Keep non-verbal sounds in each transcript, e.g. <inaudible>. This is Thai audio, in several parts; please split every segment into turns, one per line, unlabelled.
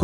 ค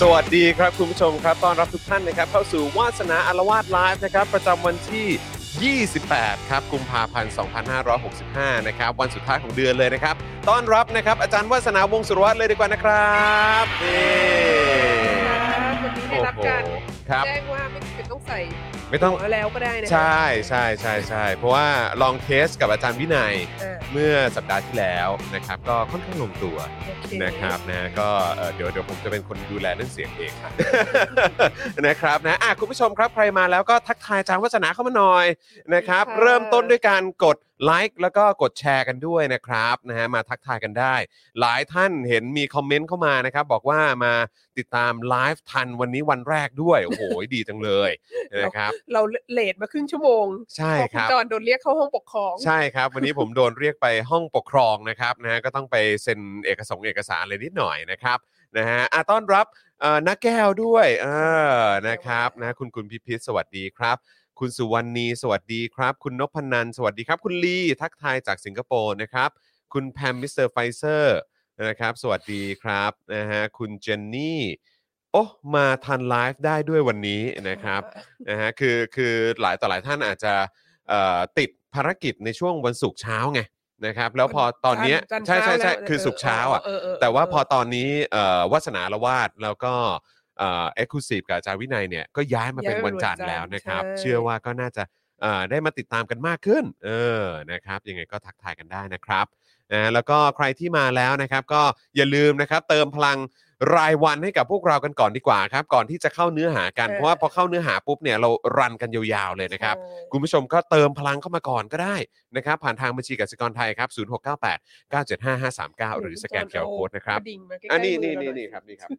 สวัสดีครับคุณผู้ชมครับต้อนรับทุกท่านนะครับเข้าสู่วาสนาอารวาสไลฟ์นะครับประจำวันที่ 28 ครับกุมภาพันธ์ 2565 นะครับวันสุดท้ายของเดือนเลยนะครับต้อนรับนะครับอาจารย์วาสนาวงศ์สุรวัตรเลยดีกว่านะครับนี่
วันนี้ได้
โอ้
รับ
โห
การ
ครับ
แจ้งว่าไม่จำเป็นต้องใส่
ไม่ต้อง
หัวแล้วก็ได้นะ
ใช่ใช่ใช่ใช่เพราะว่าลองเทสกับอาจารย์วินัย
อ่า
เมื่อสัปดาห์ที่แล้วนะครับก็ค่อนข้างลงตัว
โอเ
นะครับนะก็เอ่อเดี๋ยวเดี๋ยวผมจะเป็นคนดูแลเรื่องเสียงเองครับ นะครับนะอ่ะคุณผู้ชมครับใครมาแล้วก็ทักทายอาจารย์วัฒนาเข้ามาหน่อยนะครับ
ค่ะ
เริ่มต้นด้วยการกดไลค์แล้วก็กดแชร์กันด้วยนะครับนะฮะมาทักทายกันได้ หลายท่านเห็นมีคอมเมนต์เข้ามานะครับ บอกว่ามาติดตามไลฟ์ทันวันนี้วันแรกด้วย โอ้โห ดีจังเลยนะครับ
เราเลทมาครึ่งชั่วโมง
ใช่
เพราะ
ครับ
คุณจอนโดนเรียกเข้าห้องปกครอง
ใช่ครับ วันนี้ผมโดนเรียกไปห้องปกครองนะครับนะฮะก็ต้องไปเซ็นเอกสงเอกสารเลยนิดหน่อยนะครับนะฮะอ่ะต้อนรับเอ่อนักแก้วด้วยเออนะครับนะคุณคุณพิพิธสวัสดีครับ คุณสุวรรณีสวัสดีครับ คุณนพนันสวัสดีครับ คุณลีทักทายจากสิงคโปร์นะครับ คุณแพมมิสเตอร์ไฟเซอร์นะครับสวัสดีครับนะฮะคุณเจนนี่โอ้มาทันไลฟ์ได้ด้วยวันนี้นะครับ นะฮะคือคือหลายต่อหลายท่านอาจจะเอ่อติดภารกิจในช่วงวันศุกร์เช้าไงนะครับแล้วพอตอนเนี้ย
จันทร์
ใช่ใช่
เช้า
ใช่
แล้ว
คือศุกร์เช้าอ่ะ
เออเออเออ
แต่ว่าพอตอนนี้เอ่อวาสนาละวาดแล้วก็เอ่อ็กซ์คลูซีฟกับอาจารย์วินัยเนี่ยก็ย้ายมาเป็น
ย้ายมาเป็น
วันจันทร์
วันจันทร์
แล้วนะครับ
ใช่
เชื่อว่าก็น่าจะเอ่อได้มาติดตามกันมากขึ้นเออนะครับยังไงก็ทักทายกันได้นะครับนะแล้วก็ใครที่มาแล้วนะครับ ก็อย่าลืมนะครับเติมพลัง รายวันให้กับพวกเรากันก่อนดีกว่าครับ ก่อนที่จะเข้าเนื้อหากัน
เออ
เพราะว่าพอเข้าเนื้อหาปุ๊บเนี่ยเรารันกันยาวๆเลยนะครับ
ใช่
คุณผู้ชมก็เติมพลังเข้ามาก่อนก็ได้นะครับ ผ่านทางบัญชีกสิกรไทยครับ 0698 975539 หรือสแกนเคอร์โค้ดนะครับ
กดิ่งมาใกล้ๆ
อันนี้
มื
นี่
เรา
นี่
หอย
นี่ครับนี่ครับ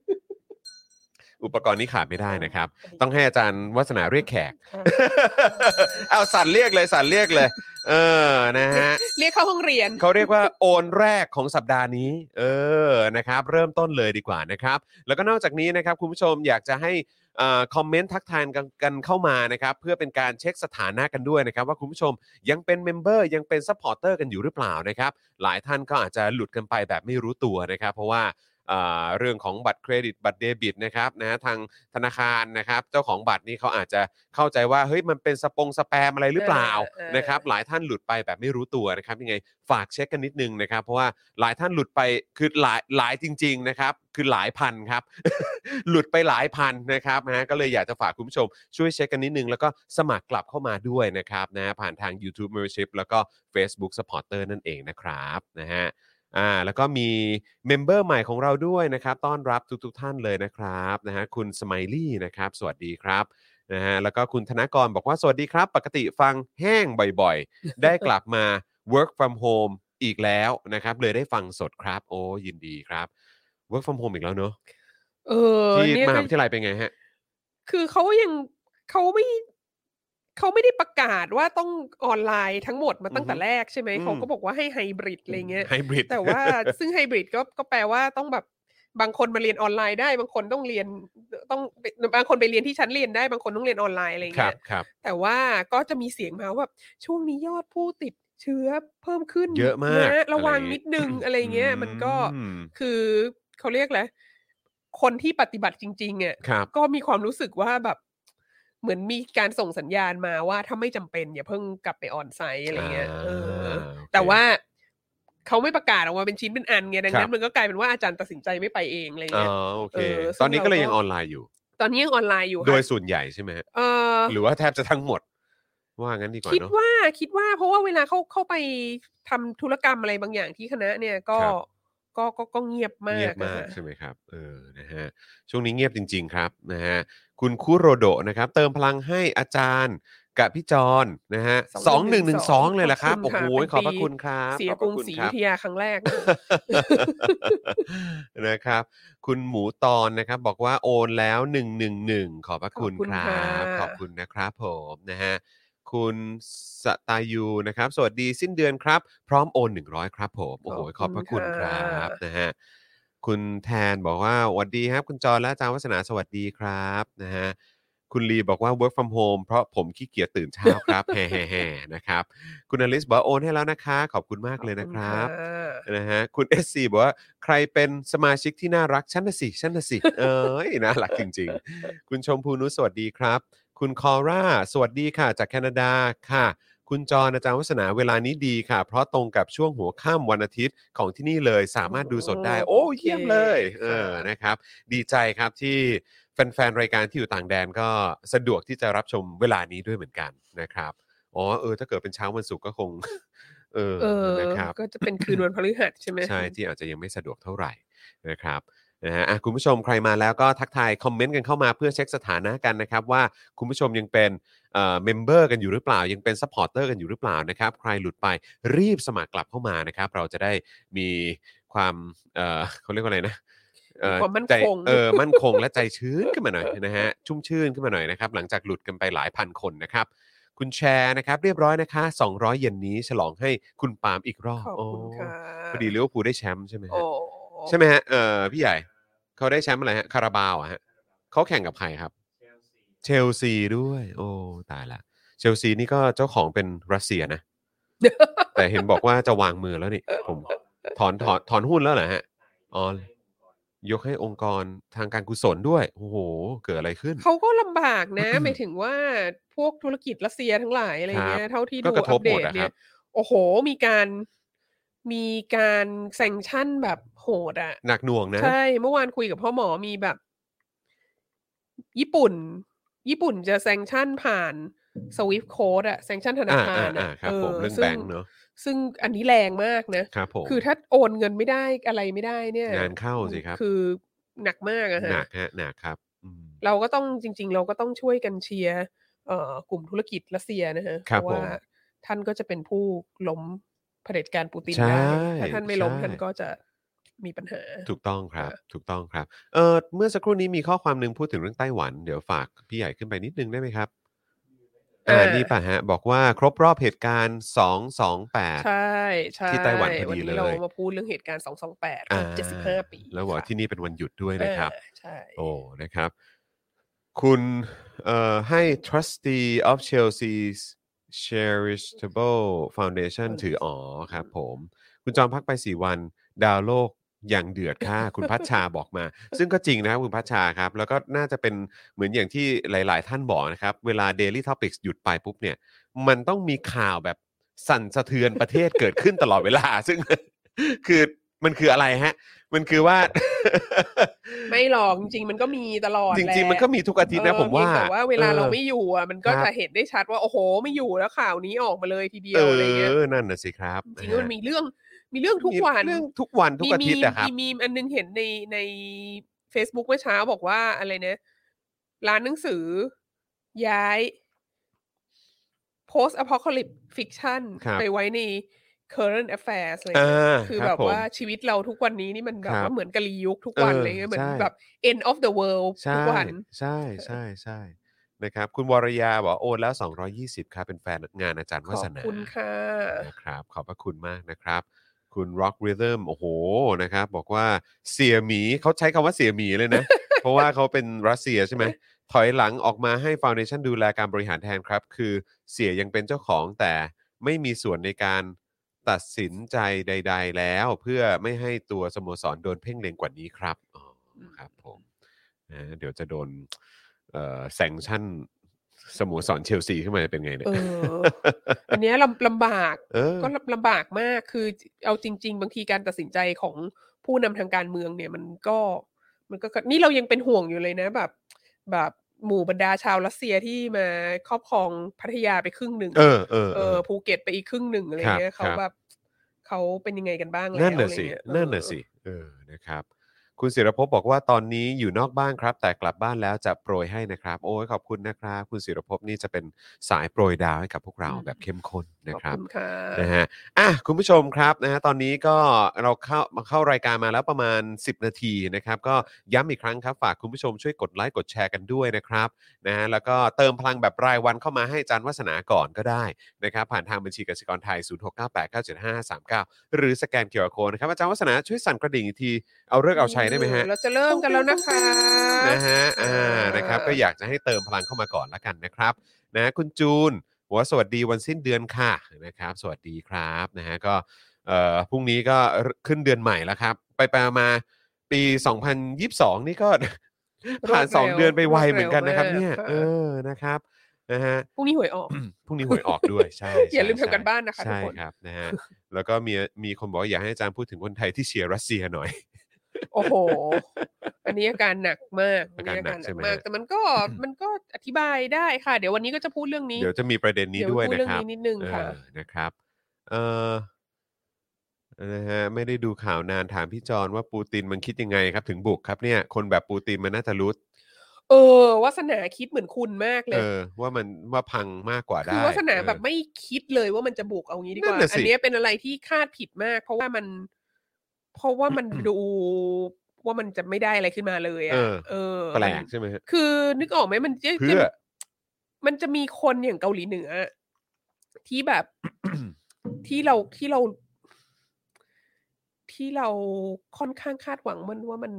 อุปกรณ์นี้ขาดไม่ได้นะครับ ต้องให้อาจารย์วัฒนาเรียกแขก
อ่ะ
เอาสั่นเรียกเลยสั่นเรียกเลย เออนะฮะ
เรียกเข้าห้องเรียน
<laughs> เขาเรียกว่าโอนแรกของสัปดาห์นี้ เออ นะครับ เริ่มต้นเลยดีกว่านะครับ แล้วก็นอกจากนี้นะครับ คุณผู้ชมอยากจะให้เอ่อคอมเมนต์ทักทายกันกันเข้ามานะครับ เพื่อเป็นการเช็คสถานะกันด้วยนะครับ ว่าคุณผู้ชมยังเป็นเมมเบอร์ยังเป็นซัพพอร์เตอร์กันอยู่หรือเปล่านะครับ หลายท่านก็อาจจะหลุดกันไปแบบไม่รู้ตัวนะครับ เพราะว่าเอ่อเรื่องของบัตรเครดิตบัตรเดบิตนะครับนะฮะทางธนาคารนะครับ เจ้าของบัตรนี่เขาอาจจะเข้าใจว่าเฮ้ยมันเป็นสปงสแปมอะไรหรือเปล่า
เออเออ
นะครับ หลายท่านหลุดไปแบบไม่รู้ตัวนะครับยังไงฝากเช็คกันนิดนึงนะครับ เพราะว่าหลายท่านหลุดไปคือหลายหลายจริง ๆนะครับ คือหลายพันครับ <laughs> หลุดไปหลายพันนะครับนะฮะก็เลยอยากจะฝากคุณผู้ชม ช่วยเช็คกันนิดนึง แล้วก็สมัครกลับเข้ามาด้วยนะครับนะฮะผ่านทาง YouTube Membership แล้วก็ Facebook Supporter นั่นเองนะครับนะฮะอ่าแล้วก็มีเมมเบอร์ใหม่ของเราด้วยนะครับต้อนรับทุกๆท่านเลยนะครับนะฮะคุณสไมลี่นะครับ สวัสดีครับ นะฮะแล้วก็คุณธนกรบอกว่าสวัสดีครับ ปกติฟังแห้งบ่อยๆ
<laughs>
ได้กลับมา work from home อีกแล้วนะครับ เลยได้ฟังสดครับ โอ้ยินดีครับ work from home อีกแล้วเนอะ
เออ
ที่
เนี่ย
มหาวิทยาลัยเป็นไงฮะ
คือเขายังเขาไม่ เขาไม่ได้ประกาศว่าต้องออนไลน์ทั้งหมดมาตั้งแต่
อือฮึ
แรกใช่ไหม
อืม
เขาก็บอกว่าให้ไฮบริดอะไรเงี้ย
ไฮบริด
แต่ว่า ซึ่งไฮบริดก็ก็แปลว่าต้องแบบบางคนมาเรียนออนไลน์ได้ บางคนต้องเรียนต้องบางคนไปเรียนที่ชั้นเรียนได้บางคนต้องเรียนออนไลน์อะไร
ครั
เงี้
บ
ย
ครับ
แต่ว่าก็จะมีเสียงมาว่าแบบช่วงนี้ยอดผู้ติดเชื้อเพิ่มขึ้น
เยอะมาก
นระวัง
อไ
นิดนึงอะไรเงี้ย มันก็
อืม
คือเขาเรียกแหละไรคนที่ปฏิบัติจริงๆอ่ะ
ครับ
ก็มีความรู้สึกว่าแบบเหมือนมีการส่งสัญญาณมาว่าถ้าไม่จำเป็นอย่าเพิ่งกลับไปออนไซต์อะไรเงี้ยเอ
า
อ
โอเค
แต่ว่าเขาไม่ประกาศออกมาเป็นชิ้นเป็นอันไงดัง
ครั
นั้น
บ
มันก็กลายเป็นว่าอาจารย์ตัดสินใจไม่ไปเองอะไร
อ๋อ
เงี้ย
โอเค
เออซึ่ง
ตอนนี้ก็เลยยังออนไลน์อยู่
ตอนนี้ยังออนไลน์อยู่
โดย
ค่ะ
ส่วนใหญ่ใช่ไหมฮะ
เออ
หรือว่าแทบจะทั้งหมด ว่างั้นดีกว่า
คิด
เนาะ
ว่าคิดว่า เพราะว่าเวลาเขาเข้าไปทำธุรกรรมอะไรบางอย่างที่คณะเนี่ยก็
ครับ
ก็ก็ก็เงียบมาก
เงียบมาก
อะค่ะ
ใช่ไหมครับเออนะฮะช่วงนี้เงียบจริง ๆ ครับนะฮะคุณคุโรโดะนะครับ เติมพลังให้อาจารย์กับพี่จอนนะฮะสองหนึ่งหนึ่งสองเลยละครับโอ้โหขอบพระคุณครับ
เสีย
ขอบ
ก
พะ
รุง
คุณ
ศรี
ค
อบ ยุธยาครั้งแรก
<laughs> นะครับ คุณหมูตอนนะครับ บอกว่าโอนแล้ว 111 ขอบพระคุณ
ขอบคุณ
ครั
ค่ะ
บ ขอบคุณนะครับผมนะฮะคุณสตายูนะครับ สวัสดีสิ้นเดือนครับ พร้อมโอน 100 ครับผมโอ้โหขอบพระคุณครับนะฮะคุณแทนบอกว่าสวัสดีครับ คุณจอนและอาจารย์วัฒนาสวัสดีครับนะฮะคุณลีบอกว่า work from home เพราะผมขี้เกียจตื่นเช้าครับ <laughs> แฮ่ๆๆนะครับ คุณอลิสบอกว่าโอนให้แล้วนะคะ ขอบคุณมาก <laughs> เลยนะครับ
ขอณค่ะ
<laughs> นะฮะคุณ SC บอกว่าใครเป็นสมาชิกที่น่ารักชั้นนะสิชั้นนะสิ เอ้ยน่ารักจริง ๆ คุณชมพูนุชสวัสดีครับ คุณคอร่า สวัสดีค่ะ จากแคนาดาค่ะ คุณจอนอาจารย์วัฒนาเวลานี้ดีค่ะ เพราะตรงกับช่วงหัวข้ามวันอาทิตย์ของที่นี่เลยสามารถดูสดได้ โอ้เยี่ยมเลยเออนะครับ ดีใจครับที่แฟนๆรายการที่อยู่ต่างแดนก็สะดวกที่จะรับชมเวลานี้ด้วยเหมือนกันนะครับอ๋อเออถ้าเกิดเป็นเช้าวันศุกร์ก็คง <laughs> เออ
เออ
นะครับ
ก็จะเป็นคืนวันพฤหัสใช่ไหม
ใช่ที่อาจจะยังไม่สะดวกเท่าไหร่นะครับนะฮะอ่ะคุณผู้ชมใครมาแล้วก็ทักทายคอมเมนต์กันเข้ามาเพื่อเช็คสถานะกันนะครับ ว่าคุณผู้ชมยังเป็นเมมเบอร์กันอยู่หรือเปล่า ยังเป็นซัพพอร์เตอร์กันอยู่หรือเปล่านะครับ ใครหลุดไปรีบสมัครกลับเข้ามานะครับ เราจะได้มีความเอ่อเขาเรียกว่าอะไรนะเอ่อ
มีความมั่น
ใจ
คง
เออมั่นคงและใจชื้นขึ้นมาหน่อยนะฮะชุ่มชื่นขึ้นมาหน่อยนะครับ หลังจากหลุดกันไปหลายพันคนนะครับ คุณแชร์นะครับ เรียบร้อยนะคะ 200 เย็นนี้ฉลองให้คุณปาล์มอีกรอบ
ขอบคุณ
โ
ค่ะ
พอดีลิเวอร์พูลได้แชมป์ใช่ไหม
โอ้
ฮะใช่ไหมฮะเออพี่ใหญ่เขาได้แชมป์อะไรฮะคาราบาวอะฮะเขาแข่งกับใครครับ เชลซีด้วย โอ้ตายละเชลซีนี่ก็เจ้าของเป็นรัสเซีย
<laughs>
นะ แต่เห็นบอกว่าจะวางมือแล้วนี่ ผมถอนถอนถอนหุ้นแล้วเหรอฮะอ๋อยกให้องค์กรทางการกุศลด้วยโอ้โห เกิดอะไรขึ้น
เขาก็ลำบาก
<coughs>
นะ หมายถึงว่าพวกธุรกิจรัสเซียทั้งหลายอะไรเงี้ยเท่าที่
ก็
ดู
กระท
อั
บ
ป
ห
เด
มด
ต
อะค
เนี่
รับ
ย โอ้โห มีการมีการแซงชั่นแบบโหดอ่ะ
หนักหน่วงนะ
ใช่ เมื่อวานคุยกับพ่อหมอมีแบบ ญี่ปุ่น ญี่ปุ่นจะแซงชั่นผ่านสวิฟโค้ดอะแซงชั่นธนา
อ่า
คา
อ่าร อ่า
อะ
ครับผม
ออ
เรื่อง
ซึ่
แบงค์เนาะ
ซึ่งอันนี้แรงมากนะ
ครับผม
คือถ้าโอนเงินไม่ได้อะไรไม่ได้เนี่ย
งานเข้าสิครับ
คือหนักมากอะฮะ
หนักฮะหนักครับอืม
เราก็ต้องจริง ๆ เราก็ต้องช่วยกันเชียร์เอ่อกลุ่มธุรกิจรัสเซียนะฮะ
ครับ
เพราะว่า
ผม
ท่านก็จะเป็นผู้ล้มเผด็จการปูติน
ใช่
ได้ถ้าท่านไม่ล้ม
ใช่
ท่านก็จะมีปัญหา
ถูกต้องครับ
ค่ะ
ถูกต้องครับ เออเมื่อสักครู่นี้มีข้อความหนึ่งพูดถึงเรื่องไต้หวัน เดี๋ยวฝากพี่ใหญ่ขึ้นไปนิดนึงได้ไหมครับ อ่า
อ่า
นี่ป่ะฮะ บอกว่าครบรอบเหตุการณ์
ใช่
228
ใช่
ที่ไต้หวันพอดี
นี้เรา
เลย
มาพูดเรื่องเหตุการณ์ 228คร
อ่า
บ75 ปี
แล้วบอก
ค่ะ
ว่าที่นี่เป็นวันหยุดด้วยนะครับ
อ่าใช่
โอ้ นะครับ คุณ เอ่อ ให้ trustee of Chelsea's charitable foundation ถือ อ๋อ ครับผม คุณจอมพักไป 4 วัน ดาวโลกอย่างเดือด <laughs> ค่ะ คุณพัชชาบอกมา ซึ่งก็จริงนะครับ คุณพัชชาครับ แล้วก็น่าจะเป็นเหมือนอย่างที่หลาย ๆ ท่านบอกนะครับ เวลา Daily Topics หยุดไปปุ๊บเนี่ย มันต้องมีข่าวแบบสั่นสะเทือนประเทศเกิดขึ้นตลอดเวลา ซึ่ง <laughs> คือมันคืออะไรฮะ มันคือว่า <laughs>
ไม่หรอกจริงๆมันก็มีตลอด
จริง
แห
ๆ
ละ
มันก็มีทุกอาทิตย์นะ
เออ
ผมว่า
เพียงแต่ว่าเวลาเราไม่
ออ
อยู่อ่ะมันก็
ครับ
จะเห็นได้ชัดว่าโอ้โห ไม่อยู่แล้วข่าวนี้ออกมาเลยทีเดีย
เอ
วอะไรเงี้ย
อ นั่นนะสิครับ
จริงๆแล้วมันมีเรื่องมีเรื่องทุก
มี
วัน
เรื่องทุกวันทุกอา
มี
ทิตย์
มี
อะครับ
มีมีมอันนึงเห็นในใน Facebook เมื่อเช้าบอกว่าอะไรนะร้านหนังสือย้าย post apocalypse fiction
ครับ
ไปไว้ใน current affairs อะไร
อ่
เงี้ย
า
คือ
รั
แบบ
ผม
ว่าชีวิตเราทุกวันนี้นี่มันแบ
ครับ บ
ว่าเหมือนกะลียุคทุกวัน
เออ
อะไรเงี้ยเหมือน
ใช่
แบบ end of the world ทุ
ใช่
กวัน
ใช่ใช่ใช่ นะครับคุณวรยาบอกว่าโอนแล้ว 220ครับเป็นแฟนงานอาจารย์
ข
วั
อ
ฒ
บ
นา
คุณค่ะ
นะครับขอบพระคุณมากนะครับ คุณ Rock Rhythm โอ้โหนะครับบอกว่าเสียหมีเขาใช้คำว่าเสียหมีเลยนะ เพราะว่าเขาเป็นรัสเซียใช่ไหมถอยหลังออกมาให้ฟาวเดชั o นดูแลการบริหารแทนครับ คือเสียยังเป็นเจ้าของแต่ไม่มีส่วนในการตัดสินใจใด ๆ แล้ว เพื่อไม่ให้ตัวสโมสรโดนเพ่งเล็งกว่านี้ครับอ๋อครับผมนะเดี๋ยวจะโดนเอ่อแซงชั่นสโมสรเชลซีขึ้นมาจะเป็นไงเนี่ย
เออ อันเนี้ยลำลำบาก
<laughs> เออ
ก็ลำลำบากมาก คือเอาจริง ๆ บางทีการตัดสินใจของผู้นำทางการเมืองเนี่ยมันก็ มันก็ นี่เรายังเป็นห่วงอยู่เลยนะ แบบ แบบหมู่บรรดาชาวรัสเซียที่มาครอบครองพัทยาไปครึ่งหนึ่ง
เออเออ
เอ
เอ
อ
อ
ภูเก็ตไปอีกครึ่งหนึ่งอะไรเงี้ย
ครับค
เขา
รับ
แบบเขาเป็นยังไงกันบ้างแล้ว
นั่นน่ะ
อไร
สิ
เงี้ย
นั่นน่ะ
เออ
สิเออนะครับ คุณศิรภพบอกว่าตอนนี้อยู่นอกบ้านครับ แต่กลับบ้านแล้วจะโปรยให้นะครับ โอ้ยขอบคุณนะครับ คุณศิรภพนี่จะเป็นสายโปรยดาวให้กับพวกเราแบบเข้มข้นนะ
ขอบ
ครับ
คุณค่ะ
นะฮะ อ่ะ คุณผู้ชมครับนะฮะ ตอนนี้ก็เราเข้ามาเข้ารายการมาแล้วประมาณ 10 นาทีนะครับ ก็ย้ำอีกครั้งครับ ฝากคุณผู้ชมช่วยกดไลค์ กดแชร์กันด้วยนะครับ นะฮะ แล้วก็เติมพลังแบบรายวันเข้ามาให้อาจารย์วัฒนาก่อนก็ได้นะครับ ผ่านทางบัญชีกสิกรไทย 0698975539 หรือสแกนเคอร์โคนะครับ อาจารย์วัฒนาช่วยสั่นกระดิ่งอีกที เอาเลิกเอาใช้ได้ไหมฮะ
เราจะเริ่มกันแล้วนะคะ
นะฮะ อ่
เออ
า นะครับ ก็อยากจะให้เติมพลังเข้ามาก่อนละกันนะครับ นะ คุณจูนบอกว่าสวัสดีวันสิ้นเดือนค่ะ นะครับ สวัสดีครับ นะฮะ ก็ เอ่อ พรุ่งนี้ก็ขึ้นเดือนใหม่แล้วครับ ไปไปมาๆปี 2022 นี่ก็ <laughs> ผ่าน
รวดเร็ว
2 เดือนไปไวเหมือนกันนะครับ
รวดเร็ว
เนี่ย
ค่ะ
เออ นะครับ นะฮะ <coughs>
พรุ่งนี้หวยออก
พรุ่งนี้หวยออกด้วย ใช่
<laughs> <coughs> อย่าลืม
ใช่
ทำกันบ้านนะคะทุก
ใช่
คน
ครับ นะฮะ แล้วก็มี มีคนบอกว่าอยากให้อาจารย์พูดถึงคนไทยที่เชียร์รัสเซียหน่อย
โอ้โห อันนี้อาการหนักมาก
อาการหนักใช่ไหมฮะ
มาก แต่มันก็ มันก็อธิบายได้ค่ะ เดี๋ยววันนี้ก็จะพูดเรื่องนี้
เดี๋ยวจะมีประเด็นนี้
เดี๋
ด้วย
พู
นะ
เรื่อง
ครับ
นี้นิดนึงค่ะ
เออนะครับ เออนะฮะ ไม่ได้ดูข่าวนานถามพี่จอนว่าปูตินมันคิดยังไงครับ ถึงบุกครับเนี่ย คนแบบปูตินมันน่าจะรู้
เออวาสนาคิดเหมือนคุณมากเล
เอย อ ว่ามันว่าพังมากกว่าได้
คือวาสนาแบบ
เออ
ไม่คิดเลยว่ามันจะบุกเอางี้ดีก
นั่
ว่า
นน่ะสิ
อันเนี้ยเป็นอะไรที่คาดผิดมาก เพราะว่ามัน เพราะว่ามัน ดูว่ามันจะไม่ได้อะไรขึ้นมาเลย
เอ
อะ
อ
เออ
แปล
มั
ก
น
ใช่ไหมฮะ
คือนึกออกไหมมันจะ
เพื่อ
จะมันจะมีคนอย่างเกาหลีเหนือ ที่แบบ ที่เราที่เรา ที่เราค่อนข้างคาดหวังมันว่ามัน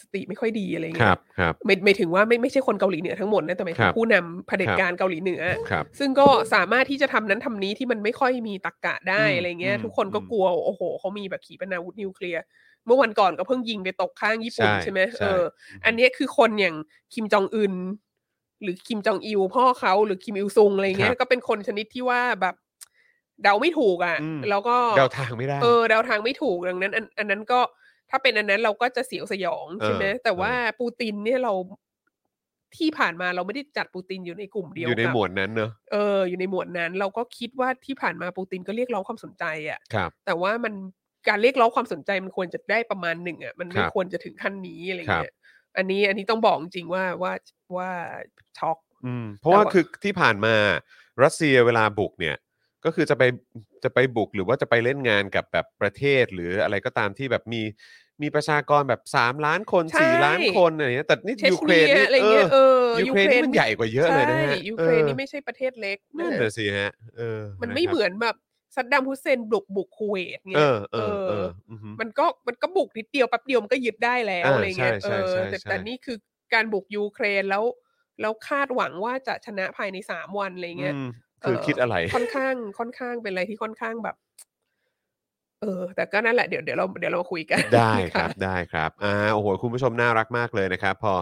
สติไม่ค่อยดี <coughs> อะไร
ครั
เงี้
บ
ย
ครับ
ไม่ไม่ถึงว่าไม่ไม่ใช่คนเกาหลีเหนือทั้งหมดนะแต่หมายถึ
ครั
ง
บ
ผู้นำเผด็
ค
จ
รับ
การเกาหลีเหนือ
ครับ
ซึ่งก็สามารถที่จะทำนั้นทำนี้ที่มันไม่ค่อยมีตรกกะได้
อืม
อะไรเงี้
อื
ย
ม
ทุกคนก็
อืม
กลัวโอ้โหเขามีแบบขีปนาวุธนิวเคลียร์เมื่อวันก่อนก็เพิ่งยิงไปตกข้างญี่ปุ่น
ใช่
ใช่ไหม
ใช่
เออ อันเนี้ยคือคนอย่างคิมจองอึนหรือคิมจองอิลพ่อเขาหรือคิมอิลซุงอะไรเงี้
ค
ย
รับ
ก็เป็นคนชนิดที่ว่าแบบ เดาไม่ถูกอะ่ะ
อืม
แล้วก็
เดาทางไม่ได้
เออเดาทางไม่ถูกดังนั้นอันอันนั้นก็ถ้าเป็นอันนั้นเราก็จะเสียวสยองใช่ไหม
เออ
แต่ว่าปูตินเนี่ยเราที่ผ่านมาเราไม่ได้จัดปูตินอยู่ในกลุ่มเดียว
อยู่ใน
กับ
หมวดนั้นเนอะ
เอออยู่ในหมวดนั้น เราก็คิดว่าที่ผ่านมาปูตินก็เรียกร้องความสนใจอะ่ะ
ครับ
แต่ว่ามันการเรียกร้องความสนใจมันควรจะได้ประมาณหนึ่งอะ่ะมัน
ค
ไม่
รับ
ควรจะถึงขั้นนี้อะไร
ครับ
เงี้ยอันนี้อันนี้ต้องบอกจริงๆว่าว่าว่าช็อก
อืมเพราะว่า
แต่ว่า
คือที่ผ่านมารัสเซียเวลาบุกเนี่ย ก็คือจะไปจะไปบุกหรือว่าจะไปเล่นงานกับแบบประเทศ หรืออะไรก็ตามที่แบบมีมีประชากรแบบ 3 ล้านคน 4 ล้านคนอะไรเงี้ยแต่นี่
เช
ยู
ช
เครน
เนีย
นี่
อะไรเงี้ยเออ
ยูเครนนี่มันใหญ่กว่าเยอะเลยนะฮะ
ใช่ยูเครนนี่
ออ
ไม่ใช่ประเทศเล็ก
นั่น
นะ
น่ะสิฮะเออ
มันไม่เหมือนแบบซัดดัมฮุสเซนบุกบุกคุเวต
เอ
เงี้ย
อเออเอออือฮึ
มันก็มันก็บุกนิดเดียวแป๊บเดียวมันก็ยึดได้แล้ว
อ่า
อะไรเงี้ย
ใช่
เอ
ใช่
อ
ใช่
แต่
ใช่
แต่นี่คือการบุกยูเครนแล้ว แล้วคาดหวังว่าจะชนะภายในสามวันอะไรเงี้ย
อืมคือคิดอะไร <laughs>
ค่อนข้างค่อนข้างเป็นอะไรที่ค่อนข้างแบบ เออ แต่ก็นั่นแหละเดี๋ยวเดี๋ยวเราเดี๋ยวเรามาคุยกัน
ได้
นะะ
ครับได้ครับอ่าโอ้โหคุณผู้ชมน่ารักมากเลยนะครับ พอ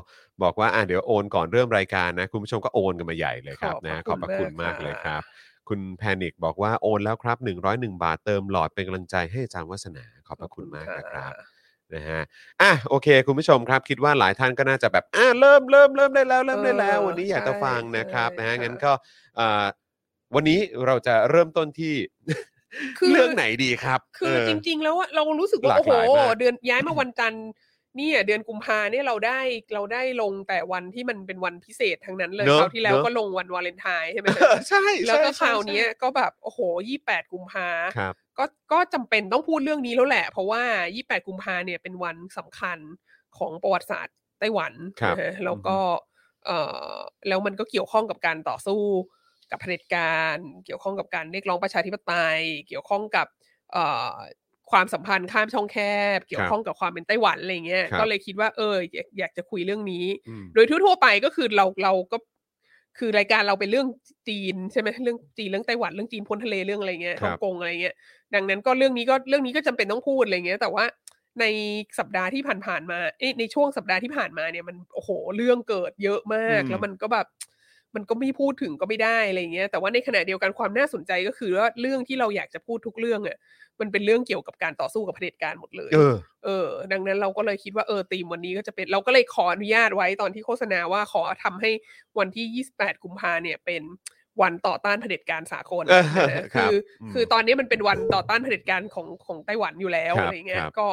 บอกว่าอ่าเดี๋ยวโอนก่อนเริ่มรายการนะ คุณผู้ชมก็โอนกันมาใหญ่เลยครับ
ขอบพระ
นะข
คุณ
อบพระคุณมาม
าก ก
เลยค
ค่ะ
รับ คุณแพนิกบอกว่าโอนแล้วครับ 101 บาทเติมหลอดเป็นกำลังใจให้อาจารย์วัฒนาขอบพระคุณมากนะครับ นะฮะ อ่ะ โอเค คุณผู้ชมครับ คิดว่าหลายท่านก็น่าจะแบบ อ่ะ เริ่มเริ่มเริ่มได้แล้ว เริ่มได้แล้ว
เออ
วันนี้อยาก
ใช่
จะฟังนะครับ นะฮะ
ใช่ค่ะ
งั้นก็อ่าวันนี้เราจะเริ่มต้นที่ <laughs>
คือ
เรื่องไหนดีครับ
คือ
เ
จริง ๆ แล้วอะเรารู้สึกว่า
หลาก
โอ้
ห
โห
ลายมาก
เดือนย้ายมาวันจันทร์เนี่ยเดือนกุมภาเนี่ยเราได้เราได้ลงแต่วันที่มันเป็นวันพิเศษทั้งนั้นเลย
เนอะ
คราวที่แล้ว
เนอะ
ก็ลงวันวาเลนไทน์ใช่ไหมฮะ
เออ <laughs> ใช่ใช่
แล้วก็
ใช่
คราวเนี้ยก็แบบโอ้โห 28 กุมภา
ใช่ครับ
ก็ก็จำเป็นต้องพูดเรื่องนี้แล้วแหละ เพราะว่า 28 กุมภาเนี่ยเป็นวันสำคัญของประวัติศาสตร์ไต้หวัน
ครับ
นะฮะแล้วก็ เอ่อแล้วมันก็เกี่ยวข้องกับการต่อสู้กับเผด็จการ เกี่ยวข้องกับการเรียกร้องประชาธิปไตย เกี่ยวข้องกับเอ่อความสัมพันธ์ข้ามช่องแคบ เกี่ยวข้องกับความเป็นไต้หวันอะไรเงี้ย
ครับ
ก็เลยคิดว่าเอออยากอยากจะคุยเรื่องนี้
อืม
โดยทั่วๆไปก็คือเราเราก็คือรายการเราเป็นเรื่องจีนใช่ไหมเรื่องจีนเรื่องไต้หวันเรื่องจีนพ้นทะเลเรื่องอะไรเงี้ย
ครับ
ฮ่องกงอะไรเงี้ยดังนั้นก็เรื่องนี้ก็เรื่องนี้ก็จำเป็นต้องพูดอะไรเงี้ย แต่ว่าในสัปดาห์ที่ผ่านๆมาเอ้ยในช่วงสัปดาห์ที่ผ่านมาเนี่ยมันโอ้โหเรื่องเกิดเยอะมาก
อืม
แล้วมันก็แบบมันก็ไม่พูดถึงก็ไม่ได้อะไรเงี้ยแต่ว่าในขณะเดียวกันความน่าสนใจก็คือว่าเรื่องที่เราอยากจะพูดทุกเรื่องอ่ะมันเป็นเรื่องเกี่ยวกับการต่อสู้กับเผด็จการหมดเลย
เออ
เออดังนั้นเราก็เลยคิดว่าเออธีมวันนี้ก็จะเป็นเราก็เลยขออนุญาตไว้ตอนที่โฆษณาว่าขอทำให้วันที่ 28 กุมภาเนี่ยเป็นวันต่อต้านเผด็จการสากล
เอ <laughs> อ
นะ
ครั
คื
บ
อ
อืม
คือตอนนี้มันเป็นวันต่อต้านเผด็จการของของไต้หวันอยู่แล้ว
ครับ
อะไรเงี้
ค
ย
รับ
ก็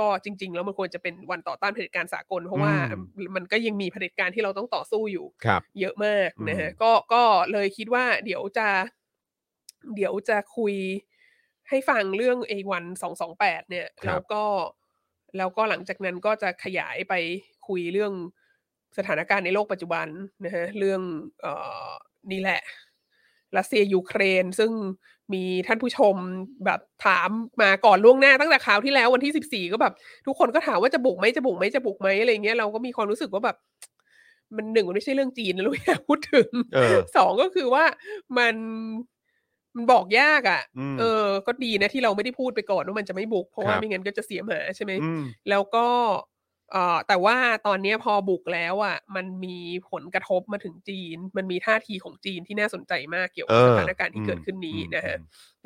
ก็จริง ๆ แล้วมันควรจะเป็นวันต่อต้านเผด็จการสากล เพราะว่า
อืม
มันก็ยังมีเผด็จการที่เราต้องต่อสู้อยู่
ครับ
เยอะมากนะฮะ
อืม
ก็ก็เลยคิดว่าเดี๋ยวจะ เดี๋ยวจะคุยให้ฟังเรื่องไอ้วันสองสองแปดเนี่ย
ครั
แล้
บ
วก็แล้วก็หลังจากนั้นก็จะขยายไปคุยเรื่องสถานการณ์ในโลกปัจจุบันนะฮะเรื่องเอ่อนี่แหละ รัสเซียยูเครน ซึ่งมีท่านผู้ชมแบบถามมาก่อนล่วงหน้าตั้งแต่คราวที่แล้ววันที่สิบสี่ก็แบบ ทุกคนก็ถามว่าจะบุกไหมจะบุกไหมจะบุกไหมอะไรเงี้ยเราก็มีความรู้สึกว่าแบบ มันหนึ่งมันไม่ใช่เรื่องจีนนะลูก <laughs> อย่าพูดถึง
เออ
สองก็คือว่ามันมันบอกยากอะ่ะ
อืม
เออ ก็ดีนะที่เราไม่ได้พูดไปก่อนว่ามันจะไม่บุก เพราะ
ค
ว่า
รับ
ไม่งั้นก็จะเสียหมาใช่ไหม
อืม
แล้วก็เอ่อแต่ว่าตอนเนี้ยพอบุกแล้วอ่ะ มันมีผลกระทบมาถึงจีน มันมีท่าทีของจีนที่น่าสนใจมากเกี่ยวกับ
เออ
สถานการณ์ที่เกิดขึ้นนี้นะฮะ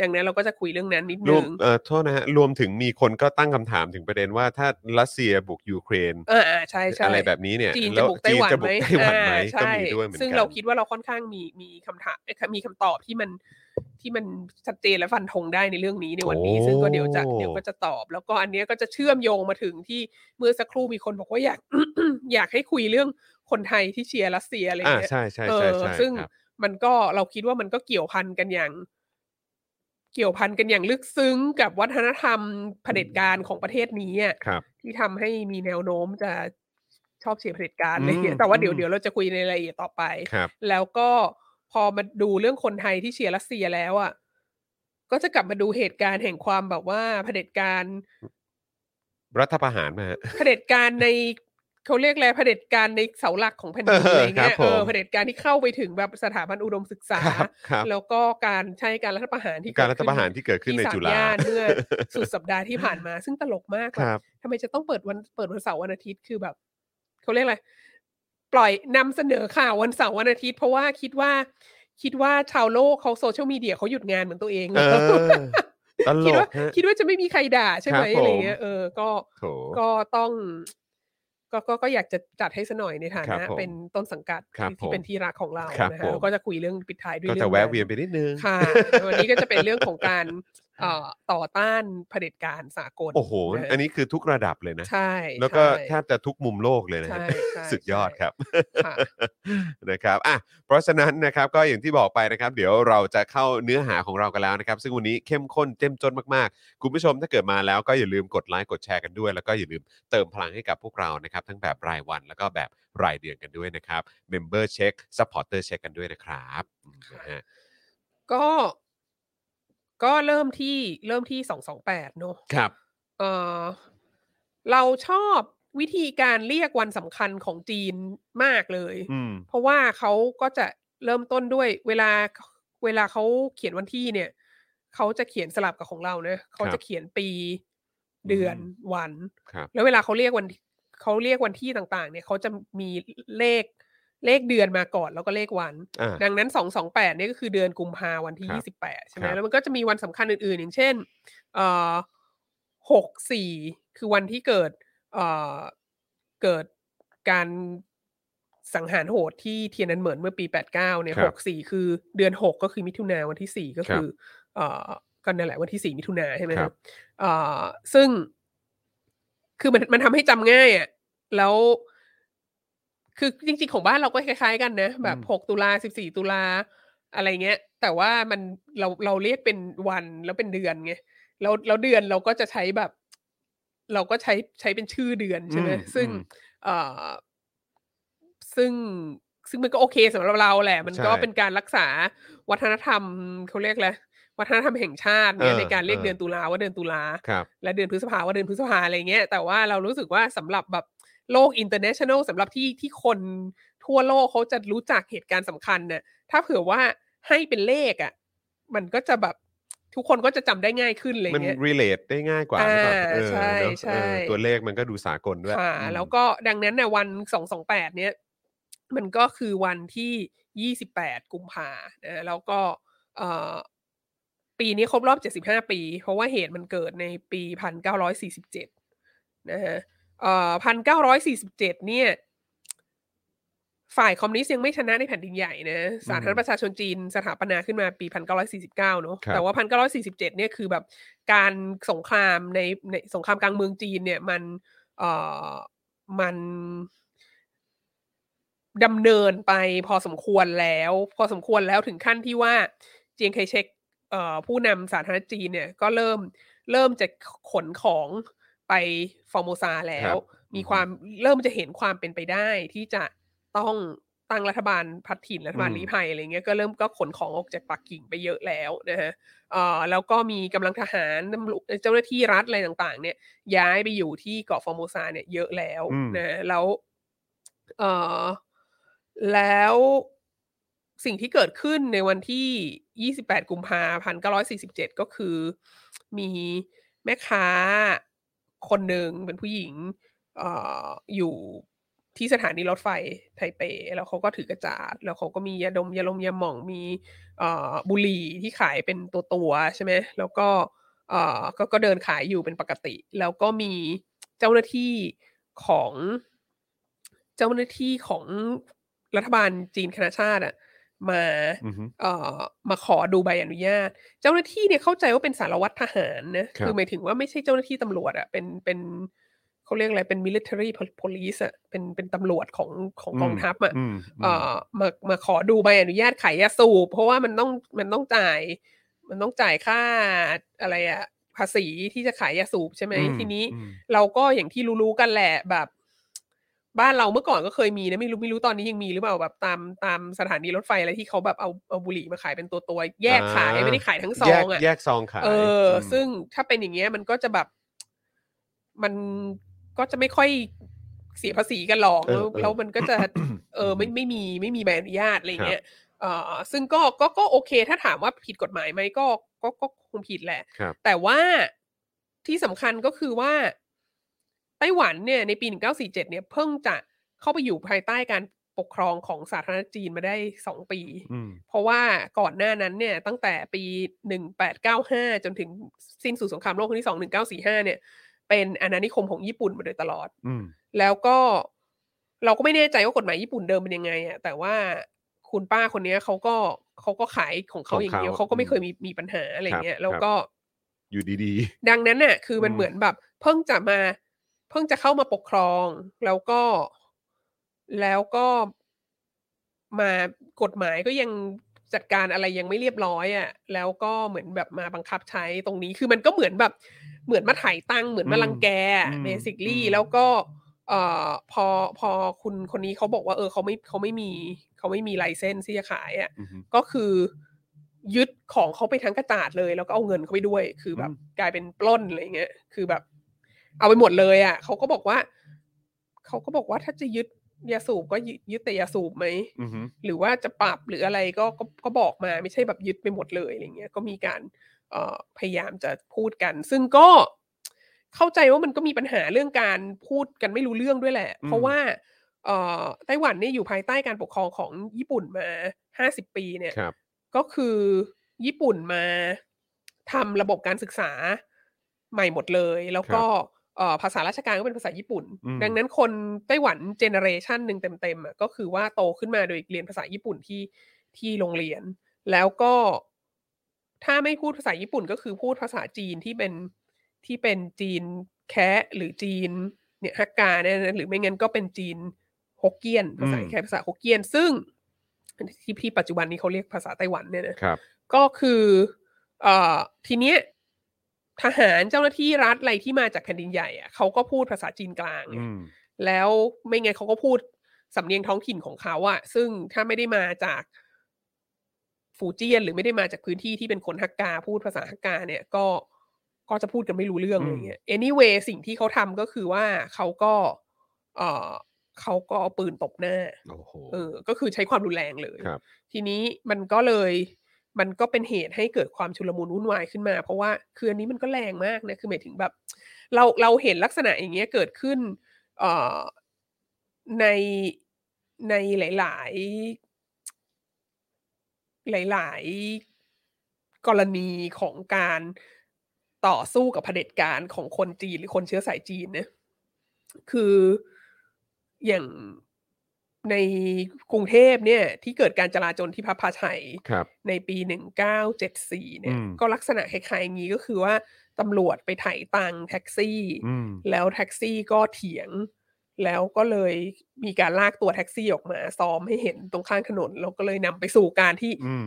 ดังนั้นเราก็จะคุยเรื่องนั้นนิด
ร
นึ
วม
ง
เอ่อโทษนะฮะรวมถึงมีคนก็ตั้งคำถามถึงประเด็นว่าถ้ารัสเซียบุกยูเครน
อ่าๆใช่ใช่
อะไรแบบนี้เนี่ย
จีน
แล้
จะ
ว
บุกไต้หวัน
จีจะ
ไหม
บุกไต้หวันไหม
อ่า
ก็
ใช่
มีด้วยเหมือนกัน
ซึ่งเราคิดว่าเราค่อนข้างมีมีคำถามเอ้ยมีคำตอบที่มันที่มันชัดเจนและฟันธงได้ในเรื่องนี้ในวันนี้
โอ้
ซึ่งก็เดี๋ยวจะเดี๋ยวก็จะตอบ แล้วก็อันเนี้ยก็จะเชื่อมโยงมาถึงที่เมื่อสักครู่มีคนบอกว่าอยาก <coughs> อยากให้คุยเรื่องคนไทยที่เชียร์รัสเซียอะไร
อ่า
เงี้ย
ใช่ใช่
เอ
ใช่
อ
ใช่
ซึ่ง
ครับ
มันก็เราคิดว่ามันก็เกี่ยวพันกันอย่าง เกี่ยวพันกันอย่างลึกซึ้งกับวัฒนธรรมเผด็จการของประเทศนี้อะ
ครับ
ที่ทำให้มีแนวโน้มจะชอบเชียร์เผด็จการอะไรเงี้
อื
ย
ม
แต่ว่าเดี๋ยว
อืม
เดี๋ยวเราจะคุยในรายละเอียดต่อไป
ครับ
แล้วก็พอมาดูเรื่องคนไทยที่เชียร์รัสเซียแล้วอ่ะก็จะกลับมาดูเหตุการณ์แห่งความแบบว่าเผด็จการ
รัฐประหารมาฮะ
เผด็จการในเขาเรียกอะไรเผด็จการในเสาหลักของแผ่นดิน
เออ
อะไรเงี้
ค
ย
รับผม
เออเผด็จการที่เข้าไปถึงแบบสถาบันอุดมศึกษา
ครับครับ
แล้วก็การใช้การรัฐประหารที่
การ
เด
รัฐประหารที่เกิดขึ้นใน
สม
จุฬา
ย่นเมื่อสุดสัปดาห์ที่ผ่านมา ซึ่งตลกมาก
ค
แบบ
รับ
ทำไมจะต้องเปิดวันเปิดวันเสาร์วันอาทิตย์คือแบบเขาเรียกอะไรปล่อยนำเสนอข่าววันเสาร์วันอาทิตย์ เพราะว่าคิดว่า คิดว่าชาวโลกเขาโซเชียลมีเดียเขาหยุดงานเหมือนตัวเอง
เออตล
<laughs> คิด
ก
ว่า
ฮะ
คิดว่าจะไม่มีใครด่าใช่ไหม
ครับผม
อะไรเงี้ยเออก็
โถ
ก็ต้องก็ก็ก็อยากจะจัดให้สะหน่อยในฐา
ครับ
นะ
ผม
เป็นต้นสังกัด
ครับ
ที่
ผม
ที่เป็นที่รักของเรา
ครับ
นะ
ผ
คะ
ม
แล้วก็จะคุยเรื่องปิดท้ายด้วย
ก็
เรื่
จะ
อง
แวะ
นั้น
เวียนไปนิดนึง
ค่ะ วันนี้ก็จะเป็นเรื่องของการเอ่อต่อต้านเผด็จการสากล
โอ้โห
ะ
อันนี้คือทุกระดับเลยนะ
ใช่
แล้วก็แท
ใช่
บจะทุกมุมโลกเลยนะฮะ <laughs>
ใช่ใช่
สุดยอดครับ <laughs>
ค่ะ
นะครับอ่ะเพราะฉะนั้นนะครับก็อย่างที่บอกไปนะครับ เดี๋ยวเราจะเข้าเนื้อหาของเรากันแล้วนะครับ ซึ่งวันนี้เข้มข้นเจ้มจนมากๆ คุณผู้ชมถ้าเกิดมาแล้วก็อย่าลืมกดไลค์กดแชร์กันด้วย แล้วก็อย่าลืมเติมพลังให้กับพวกเรานะครับ ทั้งแบบรายวันแล้วก็แบบรายเดือนกันด้วยนะครับเมมเบอร์เช็คซัพพอร์เตอร์เช็คกันด้วยนะครับอืมนะฮะ
ก็ก็เริ่มที่เริ่มที่สองสองแปดเนอะ
ครับ
เอ่อเราชอบวิธีการเรียกวันสำคัญของจีนมากเลย
อืม
เพราะว่าเขาก็จะเริ่มต้นด้วยเวลาเวลาเขาเขียนวันที่เนี่ย เขาจะเขียนสลับกับของเราเนะเขาจะเขียนปีเดือน
อืม
วัน
ครับ
แล้วเวลาเขาเรียกวันเขาเรียกวันที่ต่างๆ เนี่ยเขาจะมีเลขเลขเดือนมาก่อนแล้วก็เลขวัน
อ่า
ดังนั้นสองสองแปดเนี่ยก็คือเดือนกุมภาวันที่
ครับ
ยี่สิบแปดใช่ไหม
ครับ
แล้วมันก็จะมีวันสำคัญอื่นๆ อย่างเช่นเอ่อหกสี่คือวันที่เกิดเอ่อเกิดการสังหารโหดที่เทียนอันเหมินเมื่อปีแปดเก้าเนี่ย
ครับ
หกสี่คือเดือนหกก็คือมิถุนาวันที่สี่ก็
ครับื
คือเอ่อก็นั่นแหละวันที่สี่มิถุนาใช่ไหม
ค
ค
รั
รับ บเอ่อซึ่งคือมันมันทำให้จำง่ายอ่ะ แล้ว คือจริงๆของบ้านเราก็คล้ายๆกันนะ แบบ
อืม
หกตุลาสิบสี่ตุลาอะไรเงี้ย แต่ว่ามันเราเราเรียกเป็นวันแล้วเป็นเดือนไงแล้วแล้วเดือนเราก็จะใช้แบบ เราก็ใช้ใช้เป็นชื่อเดือนใช่ไหม
อื
ซึ่ง
อื
เอ่อซึ่ง ซึ่งมันก็โอเคสำหรับเราแหละ มันก็
ใช่
เป็นการรักษาวัฒนธรรมเขาเรียกอะไรวัฒนธรรมแห่งชาติเนี่ย
เออ
ในการเรียก
เออ
เดือนตุลาว่าเดือนตุลา
ครับ
และเดือนพฤษภาว่าเดือนพฤษภาอะไรเงี้ยแต่ว่าเรารู้สึกว่าสำหรับแบบโลกอินเตอร์เนชั่นแนลสำหรับที่ที่คนทั่วโลกเขาจะรู้จักเหตุการณ์สำคัญเนี่ยถ้าเผื่อว่าให้เป็นเลขอะ่ะมันก็จะแบบทุกคนก็จะจำได้ง่ายขึ้นอะไร
มัน
เงี้ย
relate ได้ง่ายกว่าหรือเปล่า
อ่า
เออ
ใช่
เนอะ
ใช่
เออตัวเลขมันก็ดูสากลด้วย
ค่ะ
อืม
แล้วก็ดังนั้นเนี่ยวันสองสองแปดเนี่ยมันก็คือวันที่ยี่สิบแปดกุมภานะแล้วก็เอ่อปีนี้ครบรอบเจ็ดสิบห้าปี เพราะว่าเหตุมันเกิดในปีพันเก้าร้อยสี่สิบเจ็ดนะฮะเอ่อพันเก้าร้อยสี่สิบเจ็ดเนี่ย ฝ่ายคอมมิวนิสต์ยังไม่ชนะในแผ่นดินใหญ่นะสาธารณประชาชนจีนสถาปนาขึ้นมาปี 1949 เนอะแต่ว่า 1947 เนี่ยคือแบบการสงครามในในสงครามกลางเมืองจีนเนี่ยมัน เอ่อมันดำเนินไปพอสมควรแล้ว พอสมควรแล้วถึงขั้นที่ว่าเจียงไคเชกเอ่อผู้นำสาธารณรัฐจีนเนี่ยก็เริ่มเริ่มจะขนของไปฟอร์โมซาแล้ว มีความเริ่มจะเห็นความเป็นไปได้ที่จะต้องตั้งรัฐบาลพัดถิ่นรัฐบาลลี้ภัยอะไรเงี้ยก็เริ่มก็ขนของออกจากปักกิ่งไปเยอะแล้วนะฮะเอ่อแล้วก็มีกำลังทหารตำรวจเจ้าหน้าที่รัฐอะไรต่างๆ เนี่ย ย้ายไปอยู่ที่เกาะฟอร์โมซาเนี่ยเยอะแล้ว
อืม
นะแล้วเออแล้วสิ่งที่เกิดขึ้นในวันที่ 28 กุมภาพันธ์947 ก็คือ มีแม่ค้าคนหนึ่งเป็นผู้หญิงเอออยู่ที่สถานีรถไฟไทเป แล้วเขาก็ถือกระจาด แล้วเขาก็มียาดมยาลมยาหม่องมีเอ่อบุหรี่ที่ขายเป็นตัวตัวๆใช่ไหมแล้วก็ เอ่อก็ก็เดินขายอยู่เป็นปกติ แล้วก็มีเจ้าหน้าที่ของเจ้าหน้าที่ของรัฐบาลจีนคณะชาติอะมา
อือฮึ
เอ่อมาขอดูใบอนุญาต เจ้าหน้าที่เนี่ยเข้าใจว่าเป็นสารวัตรทหารนะครับ อหมายถึงว่าไม่ใช่เจ้าหน้าที่ตำรวจอะเป็นเป็นเขาเรียกอะไรเป็น military police อะเป็นเป็นตำรวจของของกองทัพอะ
อืม
เอ่อมามาขอดูใบอนุญาตขายยาสูบเพราะว่ามันต้องมันต้องจ่าย มันต้องจ่ายค่าอะไรอะภาษีที่จะขายยาสูบใช่ไหม
อื
ทีนี้
อืม
เราก็อย่างที่รู้ๆกันแหละแบบ บ้านเราเมื่อก่อนก็เคยมีนะไม่รู้ไม่รู้ตอนนี้ยังมีหรือเปล่าแบบตามตามสถานีรถไฟอะไรที่เขาแบบเอาเอาบุหรี่มาขายเป็นตัวตัวๆแยกขาย
อ่า
ไม่ได้ขายทั้งซ
แย
อก งอะ
แยกซองขาย
เอออ
ม
ซึ่งถ้าเป็นอย่างเงี้ยมันก็จะแบบมันก็จะไม่ค่อยเสียภาษีกันหรอก
เออ
แล้ว
เออ
แล้วมันก็จะ เออไม่ไม่มีไม่มีใบอนุญาตอะไรเงี้ยเออซึ่งก็ก็ก็โอเค ถ้าถามว่าผิดกฎหมายไหมก็ก็ก็คงผิดแหละ
ครับ
แต่ว่าที่สำคัญก็คือว่าไต้หวันเนี่ยในปี 1947 เนี่ยเพิ่งจะเข้าไปอยู่ภายใต้การปกครองของสาธารณรัฐจีนมาได้สองปี
อืม
เพราะว่าก่อนหน้านั้นเนี่ยตั้งแต่ปี 1895 จนถึงสิ้นสุดสงครามโลกครั้งที่ 2 1945 เนี่ย เป็นอาณานิคมของญี่ปุ่นมาโดยตลอด
อืม
แล้วก็เราก็ไม่แน่ใจว่ากฎหมายญี่ปุ่นเดิมเป็นยังไงอะแต่ว่าคุณป้าคนเนี้ยเขาก็เขาก็ขายของเขา
ของ
อย่างเดียว
เขา
เขาก็ไม่เคย
อืม
มีมีปัญหาอะไร
ครับ
เงี้ยแล้ว
ครับ
ก็
อยู่ดี
ดังนั้นน่ะคือมัน
อืม
เหมือนแบบ เพิ่งจะมา เพิ่งจะเข้ามาปกครอง แล้วก็แล้วก็มากฎหมายก็ยังจัดการอะไรยังไม่เรียบร้อยอะ่ะ แล้วก็เหมือนแบบมาบังคับใช้ตรงนี้คือมันก็เหมือนแบบ เหมือนมาไถ่ายตังค์เหมือนมา
อืม
ลังแก
อืม
เบสิคลี่
อืม
แล้วก็เอ่อพอพอคุณคนนี้เขาบอกว่า เออเขาไม่เขาไม่มีเขาไม่มีไลเซนส์ที่จะขายอ่ะ
ๆอือฮึ
ก็คือยึดของเขาไปทั้งกระจาดเลย แล้วก็เอาเงินเขาไปด้วย คือแบบ
อืม
กลายเป็นปล้นอะไรเงี้ยคือแบบ เอาไปหมดเลยอะ่ะเขาก็บอกว่าเขาก็บอกว่าถ้าจะยึดยาสูบก็ยึดยึดแต่ยาสูบไหม
อือฮึ
หรือว่าจะปรับหรืออะไรก็ก็ก็บอกมาไม่ใช่แบบยึดไปหมดเลยอะไรเงี้ยก็มีการเอ่อพยายามจะพูดกัน ซึ่งก็เข้าใจว่ามันก็มีปัญหาเรื่องการพูดกันไม่รู้เรื่องด้วยแหละ เพ
อืม
ราะว่า เอ่อไต้หวันเนี่ยอยู่ภายใต้การปกครองของญี่ปุ่นมา 50 ปีเนี่ย
ครับ
ก็คือญี่ปุ่นมาทำระบบการศึกษาใหม่หมดเลย แล้วก็เอ่อภาษาราชการก็เป็นภาษาญี่ปุ่น
อืม
ดังนั้นคนไต้หวันเจเนอเรชันหนึ่งเต็มๆอะก็คือว่าโตขึ้นมาโดยเรียนภาษาญี่ปุ่นที่ที่โรงเรียน แล้วก็ถ้าไม่พูดภาษาญี่ปุ่นก็คือพูดภาษาจีนที่เป็นที่เป็นจีนแคะหรือจีนเนี่ยฮักกาเนี่ยนะหรือไม่งั้นก็เป็นจีนฮกเกี้ยน ภาษา
อืม
แค่ภาษาฮกเกี้ยน ซึ่งที่ที่ปัจจุบันนี้เขาเรียกภาษาไต้หวันเนี่ยนะ
ครับ
ก็คือเอ่อทีเนี้ยทหารเจ้าหน้าที่รัฐอะไรที่มาจากแผ่นดินใหญ่อะเขาก็พูดภาษาจีนกลางไง
อืม
แล้วไม่ไงนเขาก็พูด สำเนียงท้องถิ่นของเขาอะซึ่งถ้าไม่ได้มาจากฟูเจียน หรือไม่ได้มาจากพื้นที่ที่เป็นคนฮักกาพูดภาษาฮักกาเนี่ยก็ก็จะพูดกันไม่รู้เรื่อง
อื
อะ
ม
ไรเงี้ย anyway สิ่งที่เขาทำก็คือว่าเขาก็ เออเขาก็เอาปืนตบหน้า
โอ้โห
เออ ก็คือใช้ความรุนแรงเลย
ครับ
ทีนี้มันก็เลย มันก็เป็นเหตุให้เกิดความชุลมุนวุ่นวายขึ้นมา เพราะว่าคืออันนี้มันก็แรงมากนะ คือหมายถึงแบบ เราเราเห็นลักษณะอย่างเงี้ยเกิดขึ้น เอ่อ ในในหลาย ๆ หลาย ๆ กรณีของการต่อสู้กับเผด็จการของคนจีนหรือคนเชื้อสายจีนนะคืออย่างในกรุงเทพเนี่ย ที่เกิดการจลาจลที่พระพาชัย
ครับ
ในปี 1974 เนี่ย
อืม
ก็ลักษณะคล้ายๆอย่างนี้ก็คือว่าตำรวจไปไถ่ตังค์แท็กซี่
อืม
แล้วแท็กซี่ก็เถียง แล้วก็เลยมีการลากตัวแท็กซี่ออกมา ซ้อมให้เห็นตรงข้างถนน แล้วก็เลยนำไปสู่การที่
อืม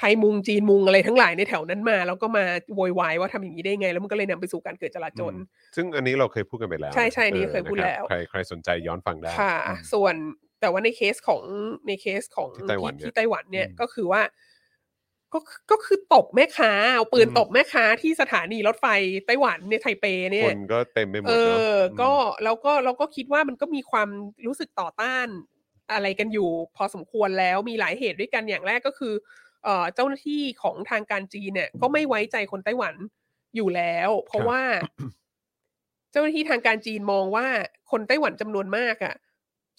ไทยมุงจีนมุงอะไรทั้งหลายในแถวนั้นมา แล้วก็มาโวยวายว่าทำอย่างนี้ได้ไง แล้วมันก็เลยนำไปสู่การเกิดจลาจล
อืม ซึ่งอันนี้เราเคยพูดกันไปแล้ว
ใช่ใช่อันนี้
ออ
เคยพูด
นะ
แล้ว
รับใครใครสนใจย้อนฟังได้
ค่ะ
อืม
ส่วนแต่ว่าในเคสของในเคสของ
ที่ไต้หวันเนี่ย
ที่ไต้หวันเนี่ย
อืม
ก็คือว่า ก็คือก็คือตบแม่ค้าเอาปืน
อืม
ตบแม่ค้าที่สถานีรถไฟไต้หวันในยไทเปเนี่
ค
ย
นก็เต็มไปหมด
เอ
เนอะ
อ
ม
ก็เราก็เราก็คิดว่ามันก็มีความรู้สึกต่อต้านอะไรกันอยู่ พอสมควรแล้วมีหลายเหตุด้วยกันอย่างแรกก็คือเอ่อเจ้าหน้าที่ของทางการจีนเนี่ย ก็ไม่ไว้ใจคนไต้หวันอยู่แล้ว
ค
เพราะ
รับ
ว่า เจ้าหน้าที่ทางการจีนมองว่าคนไต้หวันจำนวนมากอะ่ะ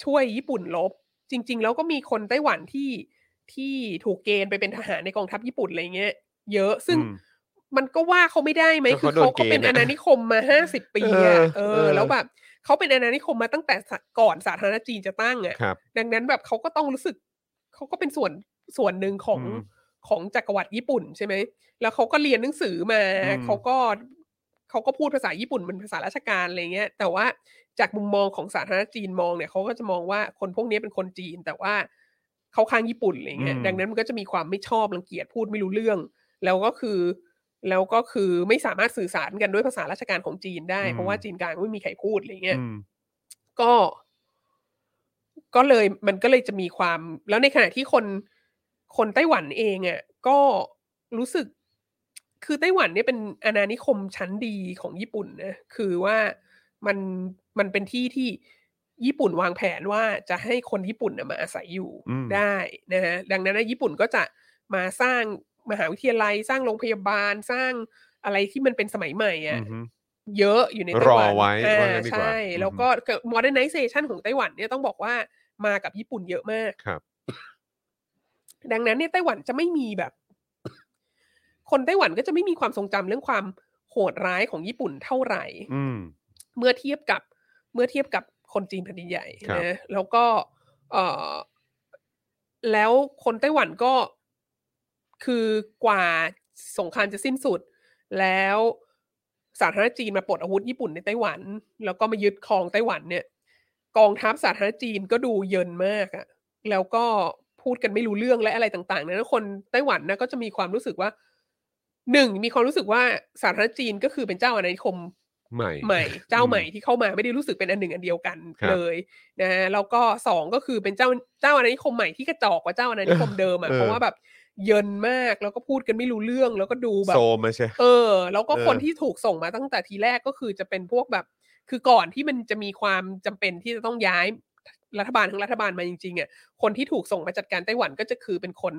ช่วยญี่ปุ่นลบ จริง ๆ แล้วก็มีคนไต้หวันที่ที่ถูกเกณฑ์ไปเป็นทหารในกองทัพญี่ปุ่นอะไรเงี้ยเยอะซึ่ง
อืม
มันก็ว่าเขาไม่ได้ไหม
ก็
คื
เขา
อ
โดน
เขา
เก
ก็
ณฑ์
เป็น
อะ
อาณานิคมมาห้าสิบปี
เอ
อะ
อ
เอ
เอ
อ
อ
แล้วแบบเขาเป็นอาณานิคมมาตั้งแต่สะก่อนสาธารณจีนจะตั้งอะ
ครับ
ดังนั้นแบบเขาก็ต้องรู้สึกเขาก็เป็นส่วนส่วนหนึ่งของ
ม
ของจักรวรรดิญี่ปุ่นใช่ไหมแล้วเขาก็เรียนหนังสือมา
อืม
เขาก็เขาก็พูดภาษาญี่ปุ่นเป็นภาษาราชการอะไรเงี้ย แต่ว่าจากมุมมองของสาธารณจีนมองเนี่ยเขาก็จะมองว่าคนพวกนี้เป็นคนจีน แต่ว่าเขาข้างญี่ปุ่นอะไรเงี้ย
อืม
ดังนั้นมันก็จะมีความไม่ชอบรังเกียจพูดไม่รู้เรื่อง แล้วก็คือ แล้วก็คือไม่สามารถสื่อสารกันด้วยภาษาราชการของจีนได้
อืม
เพราะว่าจีนกลางไม่มีใครพูดอะไรเงี้ย
อืม
ก็ ก็เลยมันก็เลยจะมีความ แล้วในขณะที่คนคนไต้หวันเองอะ่ะก็รู้สึก คือไต้หวันเนี่ยเป็นอาณานิคมชั้นดีของญี่ปุ่นนะคือว่ามันมันเป็นที่ที่ญี่ปุ่นวางแผนว่าจะให้คนญี่ปุ่นน่ะมาอาศัยอยู่
อืม
ได้นะฮะดังนั้นนะญี่ปุ่นก็จะมาสร้างมหาวิทยาลัย สร้างโรงพยาบาลสร้างอะไรที่มันเป็นสมัยใหม่
อื
อ่ะ
มฮึ
เยอะอยู่ในไต้หวัน
รอไว้
อ่
ว่างั้นดีกว่า
ใช่
อืม
แล้วก็ modernization ของไต้หวันเนี่ยต้องบอกว่ามากับญี่ปุ่นเยอะมาก
ครับ
ดังนั้นเนี่ยไต้หวันจะไม่มีแบบ คนไต้หวันก็จะไม่มีความทรงจำเรื่องความโหดร้ายของญี่ปุ่นเท่าไหร่
อืม
เมื่อเทียบกับเมื่อเทียบกับคนจีนแผ่นดินใหญ่
ครับ
นะแล้วก็เออแล้วคนไต้หวันก็คือกว่าสงครามจะสิ้นสุด แล้วสาธารณจีนมาปลดอาวุธญี่ปุ่นในไต้หวัน แล้วก็มายึดครองไต้หวันเนี่ย กองทัพสาธารณจีนก็ดูเยินมากอะแล้วก็พูดกันไม่รู้เรื่องและอะไรต่างๆนะแล้วคนไต้หวันนะก็จะมีความรู้สึกว่าหนึ่งมีความรู้สึกว่าสาธารณจีนก็คือเป็นเจ้าอาณานิคม
ใหม่
ใหม่เจ้า
อืม
ใหม่ที่เข้ามาไม่ได้รู้สึกเป็นอันหนึ่งอันเดียวกัน
ครับ
เลยนะฮะแล้วก็สองก็คือเป็นเจ้าเจ้าอาณานิคมใหม่ที่กระจอกกว่าเจ้าอาณานิคมเดิมอ่ะเพราะว่าแบบเยินมากแล้วก็พูดกันไม่รู้เรื่องแล้วก็ดูแบ
โซ
บ
มอะใช่
เออ แล้วก็
เออ
คนที่ถูกส่งมาตั้งแต่ทีแรกก็คือจะเป็นพวกแบบ คือก่อนที่มันจะมีความจำเป็นที่จะต้องย้ายรัฐบาลทั้งรัฐบาลมาจริงๆอ่ะคนที่ถูกส่งมาจัดการไต้หวันก็จะคือเป็นคน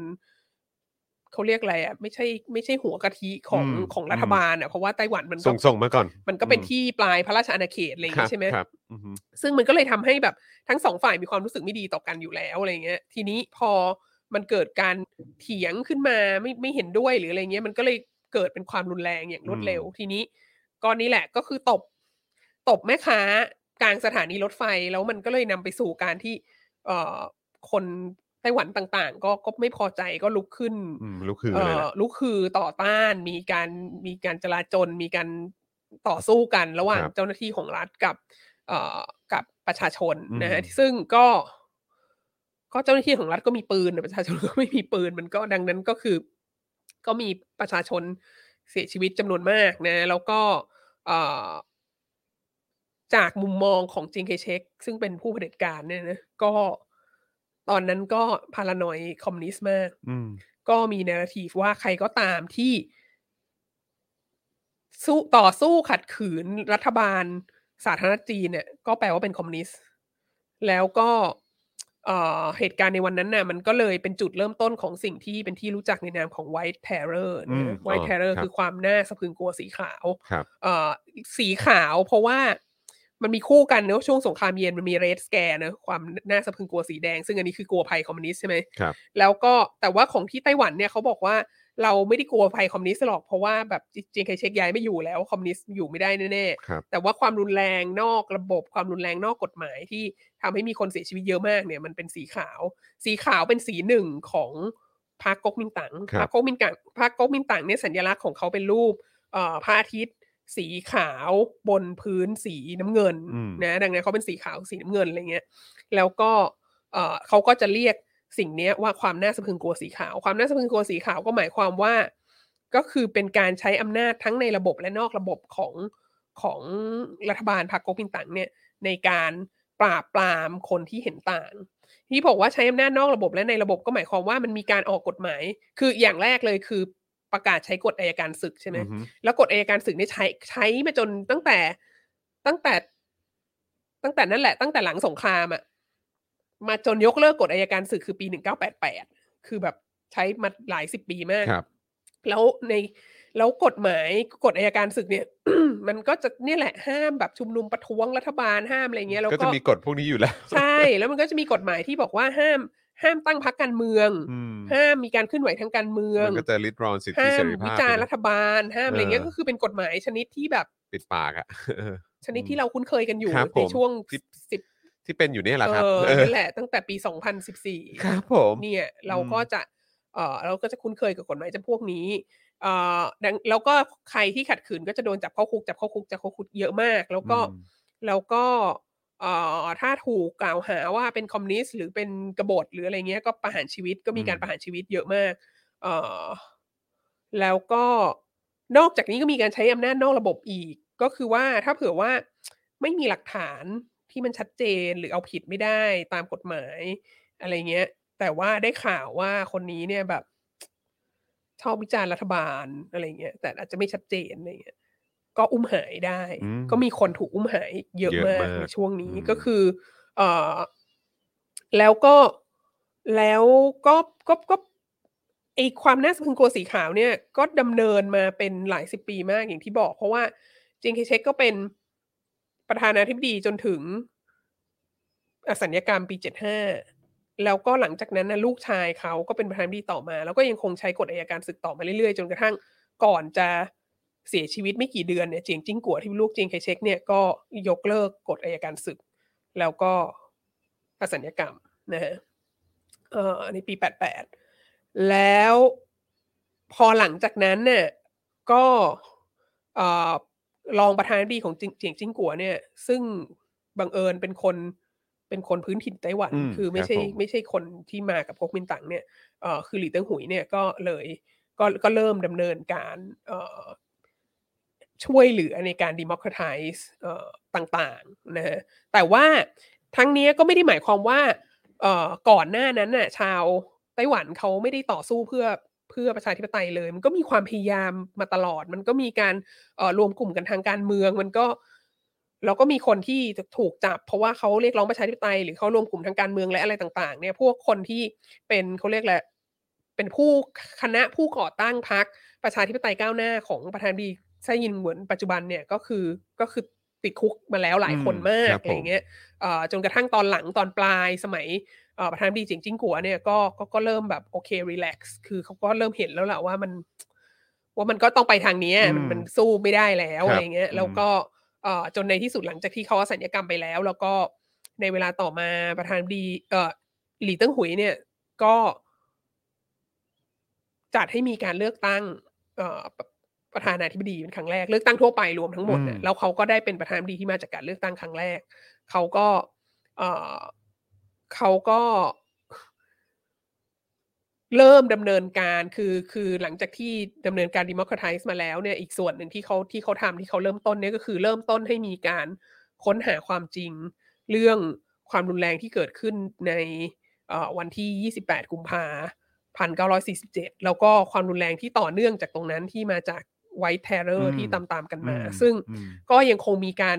เขาเรียกอะไรอ่ะไม่ใช่ไม่ใช่หัวกะทิของของรัฐบาลอ่ะเพราะว่าไต้หวันมันก็
ส่งส่งมาก่อน
มันก็เป็น
อืม
ที่ปลายพระราชอาณาเขตอะไรอย่าง
ครับ
เงี้ยใช่ไหม
ครับอือฮึ
ซึ่งมันก็เลยทำให้แบบทั้งสองฝ่ายมีความรู้สึกไม่ดีต่อกันอยู่แล้วอะไรเงี้ย ทีนี้พอมันเกิดการเถียงขึ้นมาไม่ไม่เห็นด้วยหรืออะไรเงี้ยมันก็เลยเกิดเป็นความรุนแรงอย่างรวดเร็ว ทีนี้ก้อนนี้แหละก็คือตบตบแม่ค้ากลางสถานีรถไฟแล้วมันก็เลยนำไปสู่การที่ เอ่อคนไต้หวันต่างๆ ก็ก็ไม่พอใจก็ลุกขึ้น
อืมลูกคือ
เอ่
เลย
อ
แหละ
ลุกคือต่อต้านมีการมีการจลาจลมีการต่อสู้กันระหว่าง
ครับ
เจ้าหน้าที่ของรัฐกับ เอ่อกับประชาชนนะฮะ
อืม
ซึ่งก็ ก็เจ้าหน้าที่ของรัฐก็มีปืนแต่ประชาชนก็ไม่มีปืนมันก็ดังนั้นก็คือ ก็มีประชาชนเสียชีวิตจำนวนมากนะ แล้วก็ เอ่อ จากมุมมองของจิงเคเชกซึ่งเป็นผู้เผด็จการเนี่ยนะก็ตอนนั้นก็พารานอยคอมมิวนิสต์มาก
อืม
ก็มีนาราทีฟว่าใครก็ตามที่ สู้ต่อสู้ขัดขืนรัฐบาลสาธารณรัฐจีนเนี่ย ก็แปลว่าเป็นคอมมิวนิสต์แล้วก็เอ่อเหตุการณ์ในวันนั้นน่ะ มันก็เลยเป็นจุดเริ่มต้นของสิ่งที่เป็นที่รู้จักในนามของ White Terror
อืม
ไวท์เทเรอร์
อ๋อครับ
คือความน่าสะพรึงกลัวสีขาว
ครับ
เอ่อสีขาวเพราะว่ามันมีคู่กันเนอะช่วงสงครามเย็นมันมีเรสแกร์เนอะความน่าสะพรึงกลัวสีแดง ซึ่งอันนี้คือกลัวภัยคอมมิวนิสต์ใช่ไหม
ครับ
แล้วก็แต่ว่าของที่ไต้หวันเนี่ยเขาบอกว่าเราไม่ได้กลัวภัยคอมมิวนิสต์หรอกเพราะว่าแบบจีนเคเช็คย้ายไม่อยู่แล้วคอมมิวนิสต์อยู่ไม่ได้แน่ๆ
ครับ
แต่ว่าความรุนแรงนอกระบบความรุนแรงนอกกฎหมายที่ทำให้มีคนเสียชีวิตเยอะมากเนี่ยมันเป็นสีขาว สีขาวเป็นสีหนึ่งของพรรคก๊กมินตั๋ง
ครับ
พรรคก๊กมินตั๋งพรรคก๊กมินตั๋งเนี่ยสัญลักษณ์ของเขาเป็นรูปเอ่อพระอาทิตย์ สีขาวบนพื้นสีน้ำเงิน
อืม
นะดังนั้นเขาเป็นสีขาวสีน้ำเงินอะไรเงี้ยแล้วก็เอ่อเขาก็จะเรียกสิ่งเนี้ยว่าความน่าสะพรึงกลัวสีขาว ความน่าสะพรึงกลัวสีขาวก็หมายความว่า ก็คือเป็นการใช้อำนาจทั้งในระบบและนอกระบบของ ของรัฐบาลพรรคก๊กมินตั๋งเนี่ยในการปราบปรามคนที่เห็นต่าง ที่บอกว่าใช้อำนาจนอกระบบและในระบบก็หมายความว่ามันมีการออกกฎหมาย คืออย่างแรกเลยคือประกาศใช้กฎอายการศึกใช่ไหม
อือฮึ
แล้วกฎอายการศึกเนี่ยใช้ใช้มาจนตั้งแต่ตั้งแต่ ตั้งแต่นั่นแหละ ตั้งแต่หลังสงครามอะมาจนยกเลิกกฎอายการศึกคือปีหนึ่งเก้าแปดแปดคือแบบใช้มาหลายสิบปีมาก
ครับ
แล้วในแล้วกฎหมายกฎอายการศึกเนี่ย <clears throat> มันก็จะเนี่ยแหละห้ามแบบชุมนุมประท้วงรัฐบาลห้ามอะไรเงี้ยแล้ว
ก็
ก็
จะมีกฎพวกนี้อยู่แล้ว
ใช่แล้วมันก็จะมีกฎหมายที่บอกว่าห้าม ห้ามตั้งพรรคการเมือง
อืม
ห้ามมีการเคลื่อนไหวทางการเมือง
มันก็จะริดรอนสิทธิ
ห้า
เส
ม
รีภา
วิ
พ
จาร
ไป
ณ์
นะ
รัฐบาลห้ามอะไรเงี้ย
เออ
ก็คือเป็นกฎหมายชนิดที่แบบ
ปิดปากอะ <laughs>
ชนิดที่เราคุ้นเคยกันอยู่
ครับผ
ใน
ม
ช่วง
ที่
สิบ
ที่เป็นอยู่เนี่ยแหละครับ
เออ
เออ
นั่นแหละตั้งแต่ปีสองพันสิบสี่
ครับผม
เนี่ยเรา
อืม
ก็จะเออเราก็จะคุ้นเคยกับกฎหมายจำพวกนี้เออดังแล้วก็ใครที่ขัดขืนก็จะโดนจับเข้าคุกจับเข้าคุกจับเข้าคุกเยอะมาก แล้วก็
อืม
แล้วก็เออถ้าถูกกล่าวหาว่าเป็นคอมมิวนิสต์หรือเป็นกบฏหรืออะไรเงี้ยก็ประหารชีวิตก็มีการ
อืม
ประหารชีวิตเยอะมากเออแล้วก็นอกจากนี้ก็มีการใช้อำนาจนอกระบบอีก ก็คือว่าถ้าเผื่อว่าไม่มีหลักฐานที่มันชัดเจนหรือเอาผิดไม่ได้ตามกฎหมาย อะไรเงี้ย แต่ว่าได้ข่าวว่าคนนี้เนี่ยแบบ ชอบวิจารณ์รัฐบาลอะไรเงี้ย แต่อาจจะไม่ชัดเจนอะไรเงี้ย ก็อุ้มหายได้
อืม
ก็มีคนถูกอุ้มหายเยอะ
เยอะ
มาก
มาก
ในช่วงนี้
อืม
ก็คือ เออแล้วก็แล้วก็ก็ก็ไอความน่าสะพรึงกลัวสีขาวเนี่ย ก็ดำเนินมาเป็นหลายสิบปีมากอย่างที่บอก เพราะว่าจิงเคเชกก็เป็นประธานาธิบดีจนถึงอสัญญกรรมปีเจ็ดห้าแล้วก็หลังจากนั้นนะลูกชายเขาก็เป็นประธานาธิบดีต่อมา แล้วก็ยังคงใช้กฎอัยการศึกต่อมาเรื่อยๆ จนกระทั่งก่อนจะเสียชีวิตไม่กี่เดือนเนี่ยเจียงจิ้งกัวที่เป็นลูกเจียงเคเชกเนี่ยก็ยกเลิกกฎอัยการศึก แล้วก็อสัญญกรรมนะฮะเอ่อในปี 88 แล้วพอหลังจากนั้นเนี่ยก็เอ่อรองประธานาธิบดีของจิงเจียงจิ้งกัวเนี่ย ซึ่งบังเอิญเป็นคนเป็นคนพื้นถิ่นไต้หวัน
อืม
คือไม่ใช่
ครับผม
ไม่ใช่คนที่มากับก๊กมินตั๋งเนี่ยเอ่อคือหลี่เติ้งหุยเนี่ยก็เลยก็ก็เริ่มดำเนินการเอ่อช่วยเหลือในการ democratize เอ่อต่างๆนะฮะ แต่ว่าทั้งเนี้ยก็ไม่ได้หมายความว่าเอ่อก่อนหน้านั้นน่ะ ชาวไต้หวันเขาไม่ได้ต่อสู้เพื่อเพื่อประชาธิปไตยเลย มันก็มีความพยายามมาตลอด มันก็มีการเอ่อรวมกลุ่มกันทางการเมือง มันก็แล้วก็มีคนที่ถูกจับ เพราะว่าเขาเรียกร้องประชาธิปไตยหรือเขารวมกลุ่มทางการเมืองและอะไรต่าง ๆ เนี่ย พวกคนที่เป็นเขาเรียกแหละไรเป็นผู้คณะผู้ก่อตั้งพรรคประชาธิปไตยก้าวหน้าของประธานาธิบดีไส้ยินเหมือนปัจจุบันเนี่ยก็คือก็คือติดคุกมาแล้วหลายคน
อืม
มาก
ครับ
อะไรอย่าง
ผม
เงี้ย เอ่อจนกระทั่งตอนหลังตอนปลายสมัยเอ่อประธานาธิบดีจิงจิ้งกัวเนี่ยก็ก็ก็เริ่มแบบโอเครีแลกซ์คือเขาก็เริ่มเห็นแล้วแหละว่ามัน ว่ามันก็ต้องไปทางเนี้ยมัน
อืม
มันสู้ไม่ได้แล้ว
ครับ
อะไรเงี้ยแล้ว
อืม
ก็เอ่อจนในที่สุดหลังจากที่เขาอสัญญกรรมไปแล้ว แล้วก็ในเวลาต่อมาประธานาธิบดีเอ่อหลี่เติ้งหุยเนี่ย ก็ จัดให้มีการเลือกตั้ง เอ่อประประธานาธิบดีเป็นครั้งแรกเลือกตั้งทั่วไปรวมทั้งหมดน่ะ
อืม
แล้วเขาก็ได้เป็นประธานาธิบดีที่มาจากการเลือกตั้งครั้งแรก เขาก็ เอ่อเขาก็ เริ่มดำเนินการคือคือหลังจากที่ดำเนินการ democratize มาแล้วเนี่ยอีกส่วนหนึ่งที่เขาที่เขาทำที่เขาเริ่มต้นเนี่ยก็คือเริ่มต้นให้มีการ ค้นหาความจริง เรื่องความรุนแรงที่เกิดขึ้นในเอ่อวันที่ 28 กุมภาพันเก้าร้อยสี่สิบเจ็ดแล้วก็ความรุนแรงที่ต่อเนื่องจากตรงนั้นที่มาจากไวท์เทอ
อื
ร์
ม
ที่ตามๆกันมา
อื
ซึ่ง
อืม
ก็ยังคงมีการ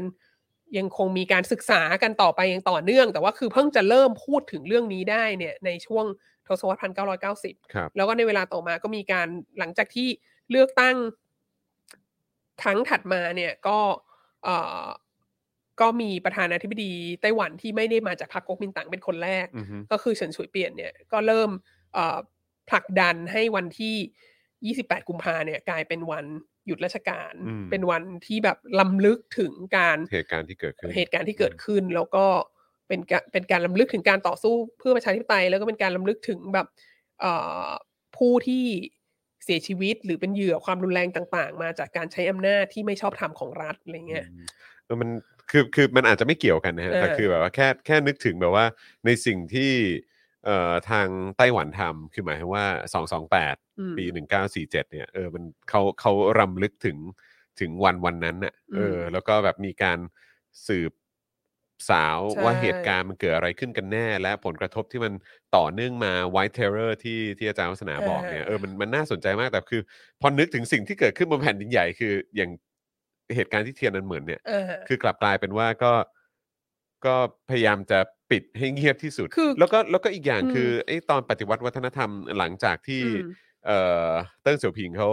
ยังคงมีการศึกษากันต่อไปอย่างต่อเนื่อง แต่ว่าคือเพิ่งจะเริ่มพูดถึงเรื่องนี้ได้เนี่ยในช่วงทศวรรษพันเก้าร้อยเก้าสิบ
ครับ
แล้วก็ในเวลาต่อมาก็มีการหลังจากที่เลือกตั้งครั้งถัดมาเนี่ยก็เอ่อก็มีประธานาธิบดีไต้หวันที่ไม่ได้มาจากพรรคก๊กมินตั๋งเป็นคนแรก
อือฮึ
ก็คือเฉินฉวยเปลี่ยนเนี่ยก็เริ่มเอ่อผลักดันให้วันที่ 28 กุมภาเนี่ยกลายเป็นวันหยุดราชการ
อืม
เป็นวันที่แบบลำลึกถึงการ
เหตุการณ์ที่เกิดขึ้น
เหตุการณ์ที่เกิดขึ้น แล้วก็เป็นการเป็นการลำลึกถึงการต่อสู้เพื่อประชาธิปไตย แล้วก็เป็นการลำลึกถึงแบบเอ่อผู้ที่เสียชีวิตหรือเป็นเหยื่อความรุนแรงต่างๆ มาจากการใช้อำนาจที่ไม่ชอบธรรมของรัฐอะไรเงี้ย
อืมเออมันคือคือมันอาจจะไม่เกี่ยวกันนะฮะ
เออ
แต่คือแบบว่าแค่แค่นึกถึงแบบว่าในสิ่งที่เอ่อทางไต้หวันทำคือหมายถึงว่า
อืม
228 ปี 1947 เนี่ยเออมันเขาเขารำลึกถึงถึงวันวันนั้นน่ะเอออ
ม
แล้วก็แบบมีการสืบสาว
ใช่
ว่าเหตุการณ์มันเกิดอะไรขึ้นกันแน่ และผลกระทบที่มันต่อเนื่องมา white terror ที่ที่อาจารย์วัฒนาบอกเนี่ยเออมันมันน่าสนใจมากแต่คือ พอนึกถึงสิ่งที่เกิดขึ้นบนแผ่นดินใหญ่คืออย่างเหตุการณ์ที่เทียนนันเหมือนเนี่ย
อ่า
คือกลับกลายเป็นว่าก็ก็พยายามจะปิดให้เงียบที่สุด
คือ
แล้วก็แล้วก็อีกอย่าง
อืม
คือไอ้ตอนปฏิวัติวัฒนธรรมหลังจากที่
อืม
เอ่อเติ้งเสี่ยวผิงเขา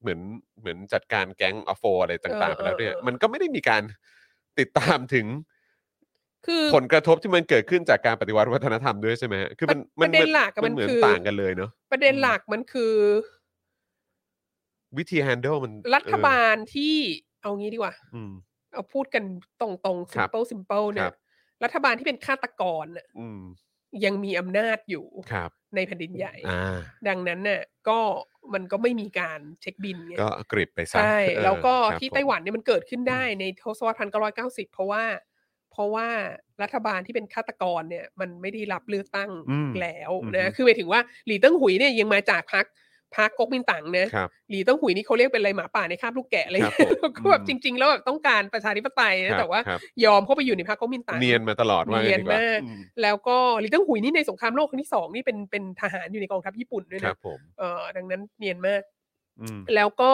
เหมือนเหมือนจัดการแก๊งอโฟอะไรต่างๆไป
เออเออ
แล้วเนี่ย
เออ
มันก็ไม่ได้มีการติดตามถึ
<laughs>
ง
คือ
ผลกระทบที่มันเกิดขึ้นจากการปฏิวัติวัฒนธรรมด้วยใช่ไหมฮะคือมัน
ประ
มัน
ประเด็นหลักอะ
มันเหมือน
มันคือ
ต่างกันเลยเนาะ
ประเด็นหลักมันคือ
วิธี handle มัน
รัฐ
เอบ
าลที่เอางี้ดีกว่า
ออืม
เอาพูดกันตรงๆ
ครับ
simple simple เนี่
ครับ
ยรัฐบาลที่เป็นฆาตกรน่ะ
อืม
ยังมีอำนาจอยู่
ครับ
ในแผ่นดินใหญ่
อ่า
ดังนั้นน่ะก็มันก็ไม่มีการเช็คบินไง
ก็กริบไปซะ
ใช่
เออ
แล้วก็
ครับ
ที่
ผม
ไต้หวันเนี่ยมันเกิดขึ้นได้ในทศวรรษพันเก้าร้อยเก้าสิบเพราะว่า เพราะว่ารัฐบาลที่เป็นฆาตกรเนี่ย มันไม่ได้รับเลือกตั้ง
อืม
แล้ว
อื
นะ
ม
คือหมายถึงว่าหลีเติ้งหุยเนี่ยยังมาจากพรรคพรรคก๊กมินตั๋งนะ
ครับ
หลีเต้องหุยนี่เขาเรียกเป็นอะไรหมาป่าในคาบลูกแกะอะไร
ครับ
เงี้ย
ผม
<laughs> แล้วก็แบบ
อืม
จริง ๆ แล้วแบบต้องการประชาธิปไตย
ค
นะ
รับ
แต่ว่า
ครับ
ยอมเข้าไปอยู่ในพรรคก๊กมินตั๋ง
เนียนมาตลอดว่า
เนียน
ดีกว่าม
าก
อืม
แล้วก็หลีเต้องหุยนี่ในสงครามโลกครั้งที่สองนี่เป็นเป็นทหารอยู่ในกองทัพญี่ปุ่นด้วย
ครั
นะ
บผม
เออดังนั้นเนียนมาก
อืม
แล้วก็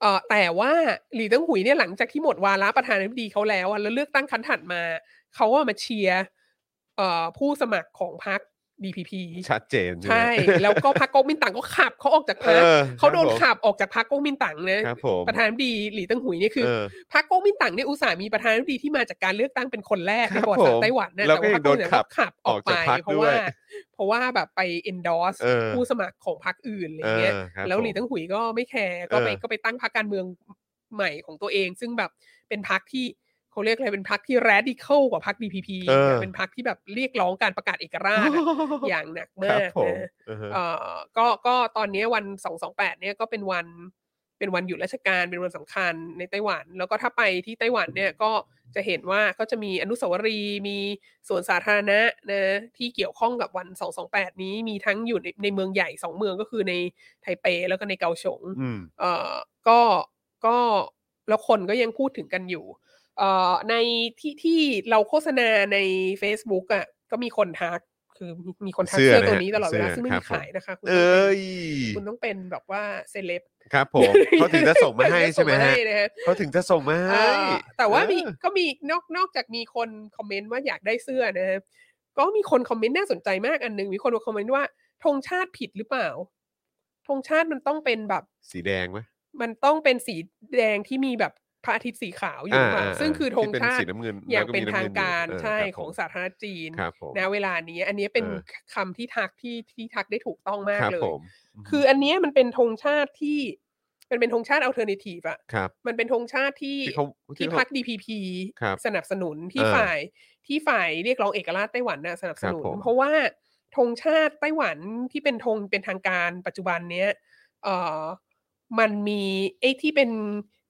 เออแต่ว่าหลีเต้องหุยเนี่ยหลังจากที่หมดวาระประธานาธิบดีเขาแล้วอะแล้วเลือกตั้งครั้งถัดมาเขาว่ามาเชียร์เอ่อผู้สมัครของพรรค DPP
ชัดเจน
ใช่ แล้วก็พรรคก๊กมินตั๋งก็ขับเขาออกจากพรรค
ออ
เขาโดน
ครับผม
ขับออกจากพรรคก๊กมินตั๋งนะ
ครับผม
ประธานาธิบดีหลีเตั้งหุยเนี่ยคือ
เออ
พรรคก๊กมินตั๋งเนี่ยอุตส่าห์มีประธานาธิบดีที่มาจากการเลือกตั้งเป็นคนแรก
ค
ใน
รับ
ประวัติศาสต
ผม
ร์ไต้หวันนะ
แล้วก็
ว่า
ยังโดน
พรรค
ขั
ก๊
บ
กมิน
ออกจากพร
ตั๋งก็ขับออกไป
รค
เพราะ
ด้วย
ว่า เพราะว่าแบบไป endorse
เออ
ผู้สมัครของพรรคอื่นอะไรเงี้ย
ออครับ
แล้
ผ
ว
ม
หลีเตั้งหุยก็ไม่แคร์ก็ไป
เออ
ก็ไปตั้งพรรคการเมืองใหม่ของตัวเอง ซึ่งแบบเป็นพรรคที่เขาเรียกอะไรเป็นพรรคที่ radical กว่าพรรค DPP
เออ
เป็นพรรคที่แบบเรียกร้องการประกาศเอก
<laughs>
ราชอะอย่างหนัก
ค
มา
รับ
ก
ผม
นะ
อือฮะ
เอ่อก็ก็ตอนนี้วันสองสองแปดเนี่ยก็เป็นวันเป็นวันหยุดราชการเป็นวันสำคัญในไต้หวัน แล้วก็ถ้าไปที่ไต้หวันเนี่ยก็จะเห็นว่าก็จะมีอนุสาวรีย์มีสวนสาธารณะนะที่เกี่ยวข้องกับวันสองสองแปดนี้มีทั้งอยู่ในในเมืองใหญ่สองเมืองก็คือในไทเปแล้วก็ในเกาฉง
อืม
เอ่อก็ก็แล้วคนก็ยังพูดถึงกันอยู่เอ่อในที่ที่เราโฆษณาใน Facebook อ่ะก็มีคนทักคือมีมีคนทัก
เสื้อ
เสื้อ
นะ
ตัว
ฮะ
นี้ตลอดเวลา
เสื้อ
ซึ่งไม่
ครับ
มีขายนะคะคุณ
เอ
ต้อง
้
เป็
ย
นคุณต้องเป็นแบบว่าเซเลบ
ครับ
<laughs>
ผมเขาถึงจะส่งมาให้ใช่ไหม
ส่ง
ฮะ
ให้นะฮะ
เขาถึงจะส่งมา
เอ่
ให้
อแต่ว่ามี
เออ
ก็มีนอกนอกจากมีคนคอมเมนต์ว่าอยากได้เสื้อนะฮะก็มีคนคอมเมนต์น่าสนใจมากอันหนึ่งมีคนมาคอมเมนต์ว่าธงชาติผิดหรือเปล่าธงชาติมันต้องเป็นแบบ
สีแดงไหม
มันต้องเป็นสีแดงที่มีแบบพระอาทิตย์สีขาวอยู่
อ่า
ค่ะซึ่งคือธง
ที่เป็น
ชา
สี
ติ
น้ำเงิน
อย่าง
แล้ว
เป็น
มีำ
ทาง
งิยู่
การ
เ
ใช่
ครับผม
ของสาธารณจีน
ครับผม
นะเวลานี้ อันนี้เป็น
เออ
คำที่ทักที่ที่ทักได้ถูกต้องมาก
ครับ
เลย
ผม
คืออันเนี้ยมันเป็นธงชาติที่ มันเป็นธงชาติอัลเทอร์เนทีฟอะ
ครับ
มันเป็นธงชาติที่
ที่เขา
ที่
เขา
พรรค DPP
ครับ
สนับสนุนที่
เออ
ฝ่ายที่ฝ่ายเรียกร้องเอกราชไต้หวันนะสนับสนุน
ครับผม
เพราะว่าธงชาติไต้หวันที่เป็นธงเป็นทางการปัจจุบันเนี้ยเออมันมีไอ้ที่เป็น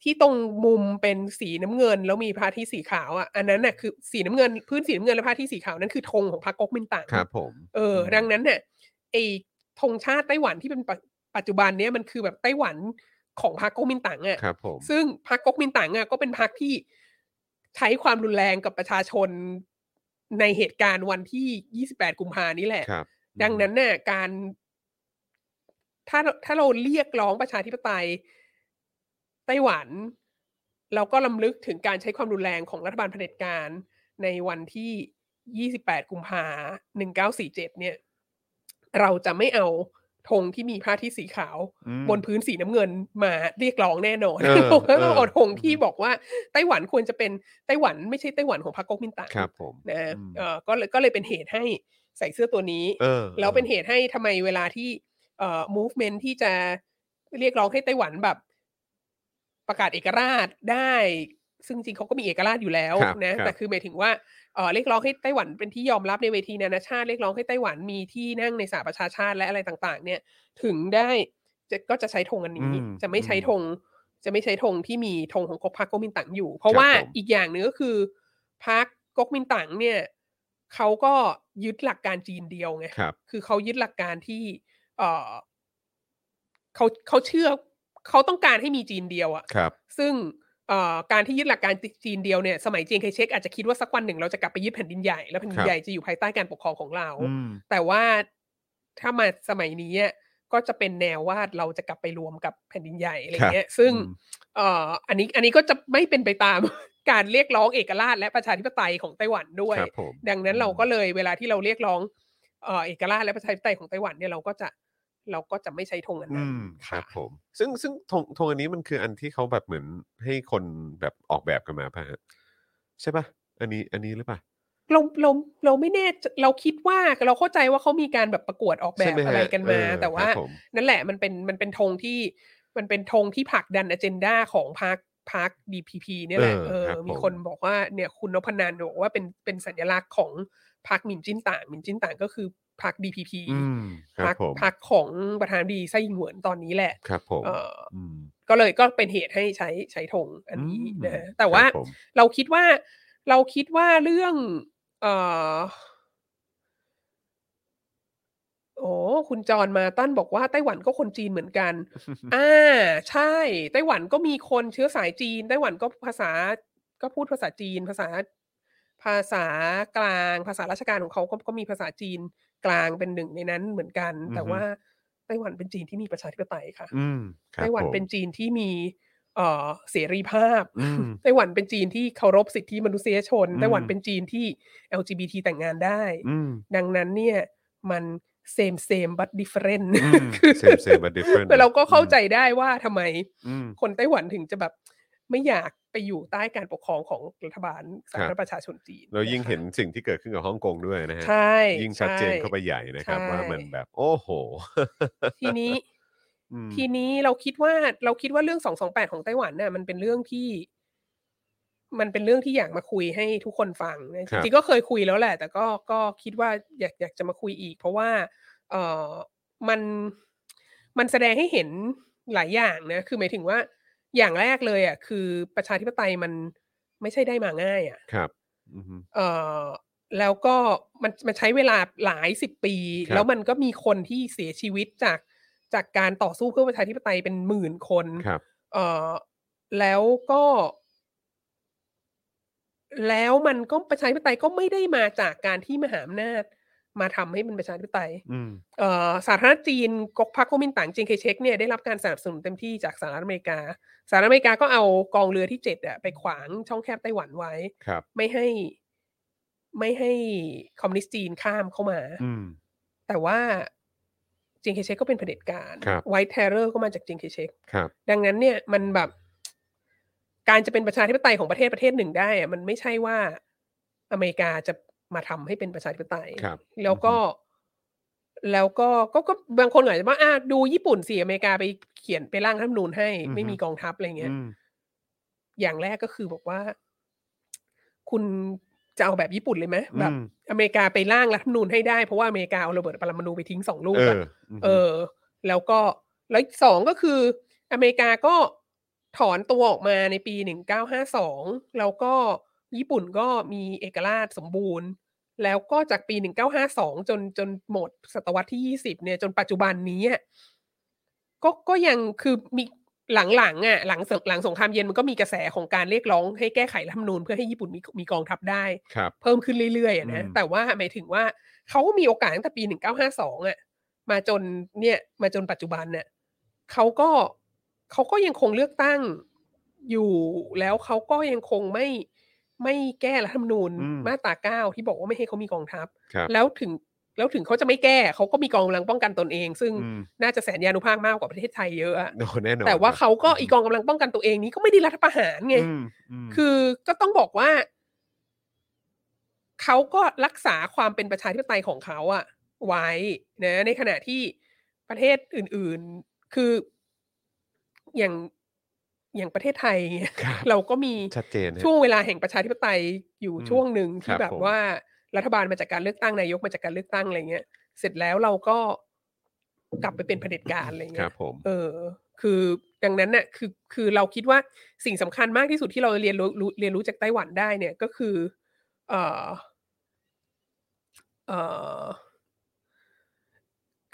ที่ตรงมุมเป็นสีน้ำเงิน แล้วมีพระอาที่สีขาวอ่ะอันนั้นน่ะคือสีน้ำเงินพื้นสีน้ำเงินและพระอาที่สีขาวนั้นคือธงของพรรคก๊กมินตั๋ง
ครับผม
เออ
อืม
ดังนั้นเนี่ยไอ้ธงชาติไต้หวันที่เป็นปัจปัจจุบันเนี้ยมันคือแบบไต้หวันของพรรคก๊กมินตั๋งอะ
ครับผม
ซึ่งพรรคก๊กมินตั๋งอะก็เป็นพรรคที่ ใช้ความรุนแรงกับประชาชนในเหตุการณ์วันที่ 28 กุมภานี้แหละ
ครับ
ดังนั้นเนี่ยการ ถ้าถ้าเราเรียกร้องประชาธิปไตยไต้หวัน เราก็ลำลึกถึงการใช้ความรุนแรงของรัฐบาลเผด็จการในวันที่ 28 กุมภา1947 เนี่ย เราจะไม่เอาธงที่มีผ้าที่สีขาว
อืม
บนพื้นสีน้ำเงินมาเรียกร้องแน่นอน
เออ
ผมก็ต้อง
เออ
เอาธงที่บอกว่าไต้หวันควรจะเป็นไต้หวันไม่ใช่ไต้หวันของพรรคก๊กมินตั๋ง
ครับผม
นะ
อืม
เออก็เลยก็เลยเป็นเหตุให้ใส่เสื้อตัวนี้
เออ
แล้วเป็นเหตุให้ทำไมเวลาที่เอ่อ movement ที่จะเรียกร้องให้ไต้หวันแบบ ประกาศเอกราชได้ ซึ่งจริงเขาก็มีเอกราชอยู่แล้ว
ครับ
นะครับ แต่คือหมายถึงว่าเอ่อเรียกร้องให้ไต้หวันเป็นที่ยอมรับในเวทีนานาชาติเรียกร้องให้ไต้หวันมีที่นั่งในสหประชาชาติและอะไรต่าง ๆ เนี่ย ถึงได้จะก็จะใช้ธงอันนี้
อืม
จะไม่ใช้ธง จะไม่ใช้ธงที่มีธงของก๊กพรรคก๊กมินตั๋งอยู่ เพ
ค
ราะ
รับ
ว่า
ผม
อีกอย่างหนึ่งก็คือพรรคก๊กมินตั๋งเนี่ยเขาก็ยึดหลักการจีนเดียวไง
ครับ
คือเขายึดหลักการที่ เออเขาเขาเชื่อเขาต้องการให้มีจีนเดียวอะ
ครับ
ซึ่งเอ่อการที่ยึดหลักการจีนเดียวเนี่ยสมัยเจียงไคเชกอาจจะคิดว่าสักวันหนึ่งเราจะกลับไปยึดแผ่นดินใหญ่แล้วแผ่นดิ
ครั
น
บ
ใหญ่จะอยู่ภายใต้การปกครองของเรา
อืม
แต่ว่าถ้ามาสมัยนี้อะก็จะเป็นแนวว่าเราจะกลับไปรวมกับแผ่นดินใหญ่อะไรเงี้ย ซึ่ง เอ่ออันนี้อันนี้ก็จะไม่เป็นไปตาม <laughs> การเรียกร้องเอกราชและประชาธิปไตยของไต้หวันด้วย
ครับผม
ดังนั้น
อืม
เราก็เลยเวลาที่เราเรียกร้องเอ่อเอกราชและประชาธิปไตยของไต้หวันเนี่ยเราก็จะเราก็จะไม่ใช้ธงอัน
อื
นั้น
มค
ค่ะ
รับผม ซึ่งซึ่งธงธงอันนี้มันคืออันที่เขาแบบเหมือนให้คนแบบออกแบบกันมาป่ะฮะใช่ป่ะ อันนี้อันนี้หรือป่ะ
เราเราเราไม่แน่ใจเราคิดว่าเราเข้าใจว่าเขามีการแบบประกวดออกแบ
ใช่
บ
หฮ
อะไรกันมา
เออ
แต่ว่า
ครับผม
นั่นแหละมันเป็นมันเป็นธงที่มันเป็นธงที่ผลักดันอเจนดาของพรรคพรรค DPP เนี่ยแหละ
เออ
เออ
ครับ
มี
ผม
คนบอกว่าเนี่ยคุณนพนันบอกว่าเป็นเป็นสัญลักษณ์ของพรรคหมินจิ้นต่างหมินจิ้นต่างก็คือพรรค DPP
อืมค
พร
รั
ร
บ
ค
ผม
พรรคของประธานาธิบดีไส้หยิงเหวินตอนนี้แหละ
ครับผม
เออ
อืม
ก็เลยก็เป็นเหตุให้ใช้ใช้ธงอันนี้นะฮะแต่ว่า
ครับผม
เราคิดว่าเราคิดว่าเรื่อง เออโอ้คุณจรมาตั้นบอกว่าไต้หวันก็คนจีนเหมือน
<laughs>
กัน อ่า ใช่ ไต้หวันก็มีคนเชื้อสายจีน ไต้หวันก็ภาษา ก็พูดภาษาจีน ภาษา ภาษากลาง ภาษาราชการของเขาก็ก็มีภาษาจีนกลางเป็นหนึ่งในนั้นเหมือนกัน แต่ว่าไต้หวันเป็นจีนที่มีประชาธิปไตยค่ะ
อืมครับ
ไต้หวัน
ผม
เป็นจีนที่มี เออเสรีภาพ
อืม
<laughs> ไต้หวันเป็นจีนที่เคารพสิทธิมนุษยชน
อืม
ไต้หวันเป็นจีนที่ LGBT แต่งงานได้
อืม
ดังนั้นเนี่ยมันเซมเซมบัตดิเฟเรน
อืม
คือ
same same but different
แต่เราก็เข้า
อืม
ใจได้ว่าทำไม
อืม
คนไต้หวันถึงจะแบบไม่อยากไปอยู่ใต้การปกครองของรัฐบาลสาธาร
ครั
ณ
บ
ประชาชนจีน
เรายิ่ง
ะคะ
เห็นสิ่งที่เกิดขึ้นกับฮ่องกงด้วยนะฮะ
ใช่
ยิ่งชัดเจนเข้าไป
ใช่
ใหญ่นะครับ
ใช่
ว่ามันแบบ โอ้โห
ทีนี้
อืม
ทีนี้เราคิดว่าเราคิดว่าเรื่องสองสองแปดของไต้หวันน่ะมันเป็นเรื่องที่ มันเป็นเรื่องที่อยากมาคุยให้ทุกคนฟังนะ
ค
จ
รับ
ริงๆก็เคยคุยแล้วแหละ แต่ก็ก็คิดว่าอยากอยากจะมาคุยอีก เพราะว่า เออมันมันแสดงให้เห็นหลายอย่างนะ คือหมายถึงว่าอย่างแรกเลยอ่ะคือประชาธิปไตยมันไม่ใช่ได้มาง่ายอ่ะ
ครับ อืม
เอ่อแล้วก็มันมันใช้เวลาหลายสิบปี
ครับ
แล้วมันก็มีคนที่เสียชีวิตจากจากการต่อสู้เพื่อประชาธิปไตยเป็นหมื่นคน
ครับ
เอ่อแล้วก็ แล้วมันก็ประชาธิปไตยก็ไม่ได้มาจากการที่มหาอำนาจมาทำให้เป็นประชาธิปไตย
อืม
เอ่อสาธารณรัฐจีนก๊กพรรคก๊กมินตั๋งจีนเคเชกเนี่ยได้รับการสนับสนุนเต็มที่จากสหรัฐอเมริกาสหรัฐอเมริกาก็เอากองเรือที่เจ็ดอะไปขวางช่องแคบไต้หวันไว้
ครับ
ไม่ให้ไม่ให้คอมมิวนิสต์จีนข้ามเข้ามา
อืม
แต่ว่าจีนเคเชกก็เป็นเผด็จการ
ครับ
ไวท์เทอร์เรอร์ก็มาจากจีนเคเชก
ครับ
ดังนั้นเนี่ยมันแบบ การจะเป็นประชาธิปไตยของประเทศประเทศหนึ่งได้อะมันไม่ใช่ว่าอเมริกาจะมาทำให้เป็นประชาธิปไตย
ครับ
แล้วก็ แล้วก็ก็ก็บางคนอาจจะว่าอ่ะดูญี่ปุ่นสิอเมริกาไปเขียนไปร่างรัฐธรรมนูญให้
อือฮึ
ไม่มีกองทัพอะไรเงี้ย
อืม
อย่างแรกก็คือบอกว่า คุณจะเอาแบบญี่ปุ่นเลยไหม
อืม
แบบ อเมริกาไปร่างรัฐธรรมนูญให้ได้เพราะว่าอเมริกาเอาระเบิดปรมาณูไปทิ้งสองลูก
เอ
อะ
อ
เออ แล้วก็แล้วสองก็คือ อเมริกาก็ถอนตัวออกมาในปีหนึ่งเก้าห้าสองแล้วก็ญี่ปุ่นก็มีเอกราชสมบูรณ์ แล้วก็จากปีหนึ่งเก้าห้าสองจนจนหมดศตวรรษที่ยี่สิบเนี่ย จนปัจจุบันนี้อะก็ก็ยังคือมี หลังๆอ่ะหลังสงหลังสงครามเย็นมันก็มีกระแสของการเรียกร้องให้แก้ไขรัฐธรรมนูญเพื่อให้ญี่ปุ่นมีมีกองทัพได้
ครับ
เพิ่มขึ้นเรื่อยๆอะนะ
อืม
แต่ว่าหมายถึงว่าเขามีโอกาสตั้งแต่ปี 1952อ่ะมาจนเนี่ยมาจนปัจจุบันเนี่ยเขาก็เขาก็ยังคงเลือกตั้งอยู่แล้วเขาก็ยังคงไม่ไม่แก้รัฐธรรมนูญ
อืม
มาตราเก้าที่บอกว่าไม่ให้เขามีกองทัพ
ครับ
แล้วถึงแล้วถึงเขาจะไม่แก้เขาก็มีกองกำลังป้องกันตนเอง ซึ่ง
อืม
น่าจะแสนยานุภาพมากกว่าประเทศไทยเยอะอะ
โนแน่นอน
แต่ว่า
ครับ
เขาก็อีกองกำลังป้องกันตัวเองนี้ก็ไม่ได้รัฐประหารไง
อืมม
คือก็ต้องบอกว่า เขาก็รักษาความเป็นประชาธิปไตยของเขาอะไว้นะ ในขณะที่ประเทศอื่น ๆ คือ อย่างอย่างประเทศไทยเงี้ย
ครับ
เราก็มี
ชัดเจนฮะ
ช่วงเวลาแห่งประชาธิปไตยอยู่
อืม
ช่วงหนึ่ง
ครั
ที่
บ
แบบ
ผม
ว่ารัฐบาลมาจากการเลือกตั้งนายกมาจากการเลือกตั้งอะไรเงี้ยเสร็จแล้วเราก็กลับไปเป็นเผด็จการอะไร
ค
เงี้
รั
ย
บผม
เออ คือดังนั้นน่ะคือคือเราคิดว่าสิ่งสำคัญมากที่สุดที่เราเรียนรู้รู้เรียนรู้จากไต้หวันได้เนี่ยก็คือ เอ่อเอ่อ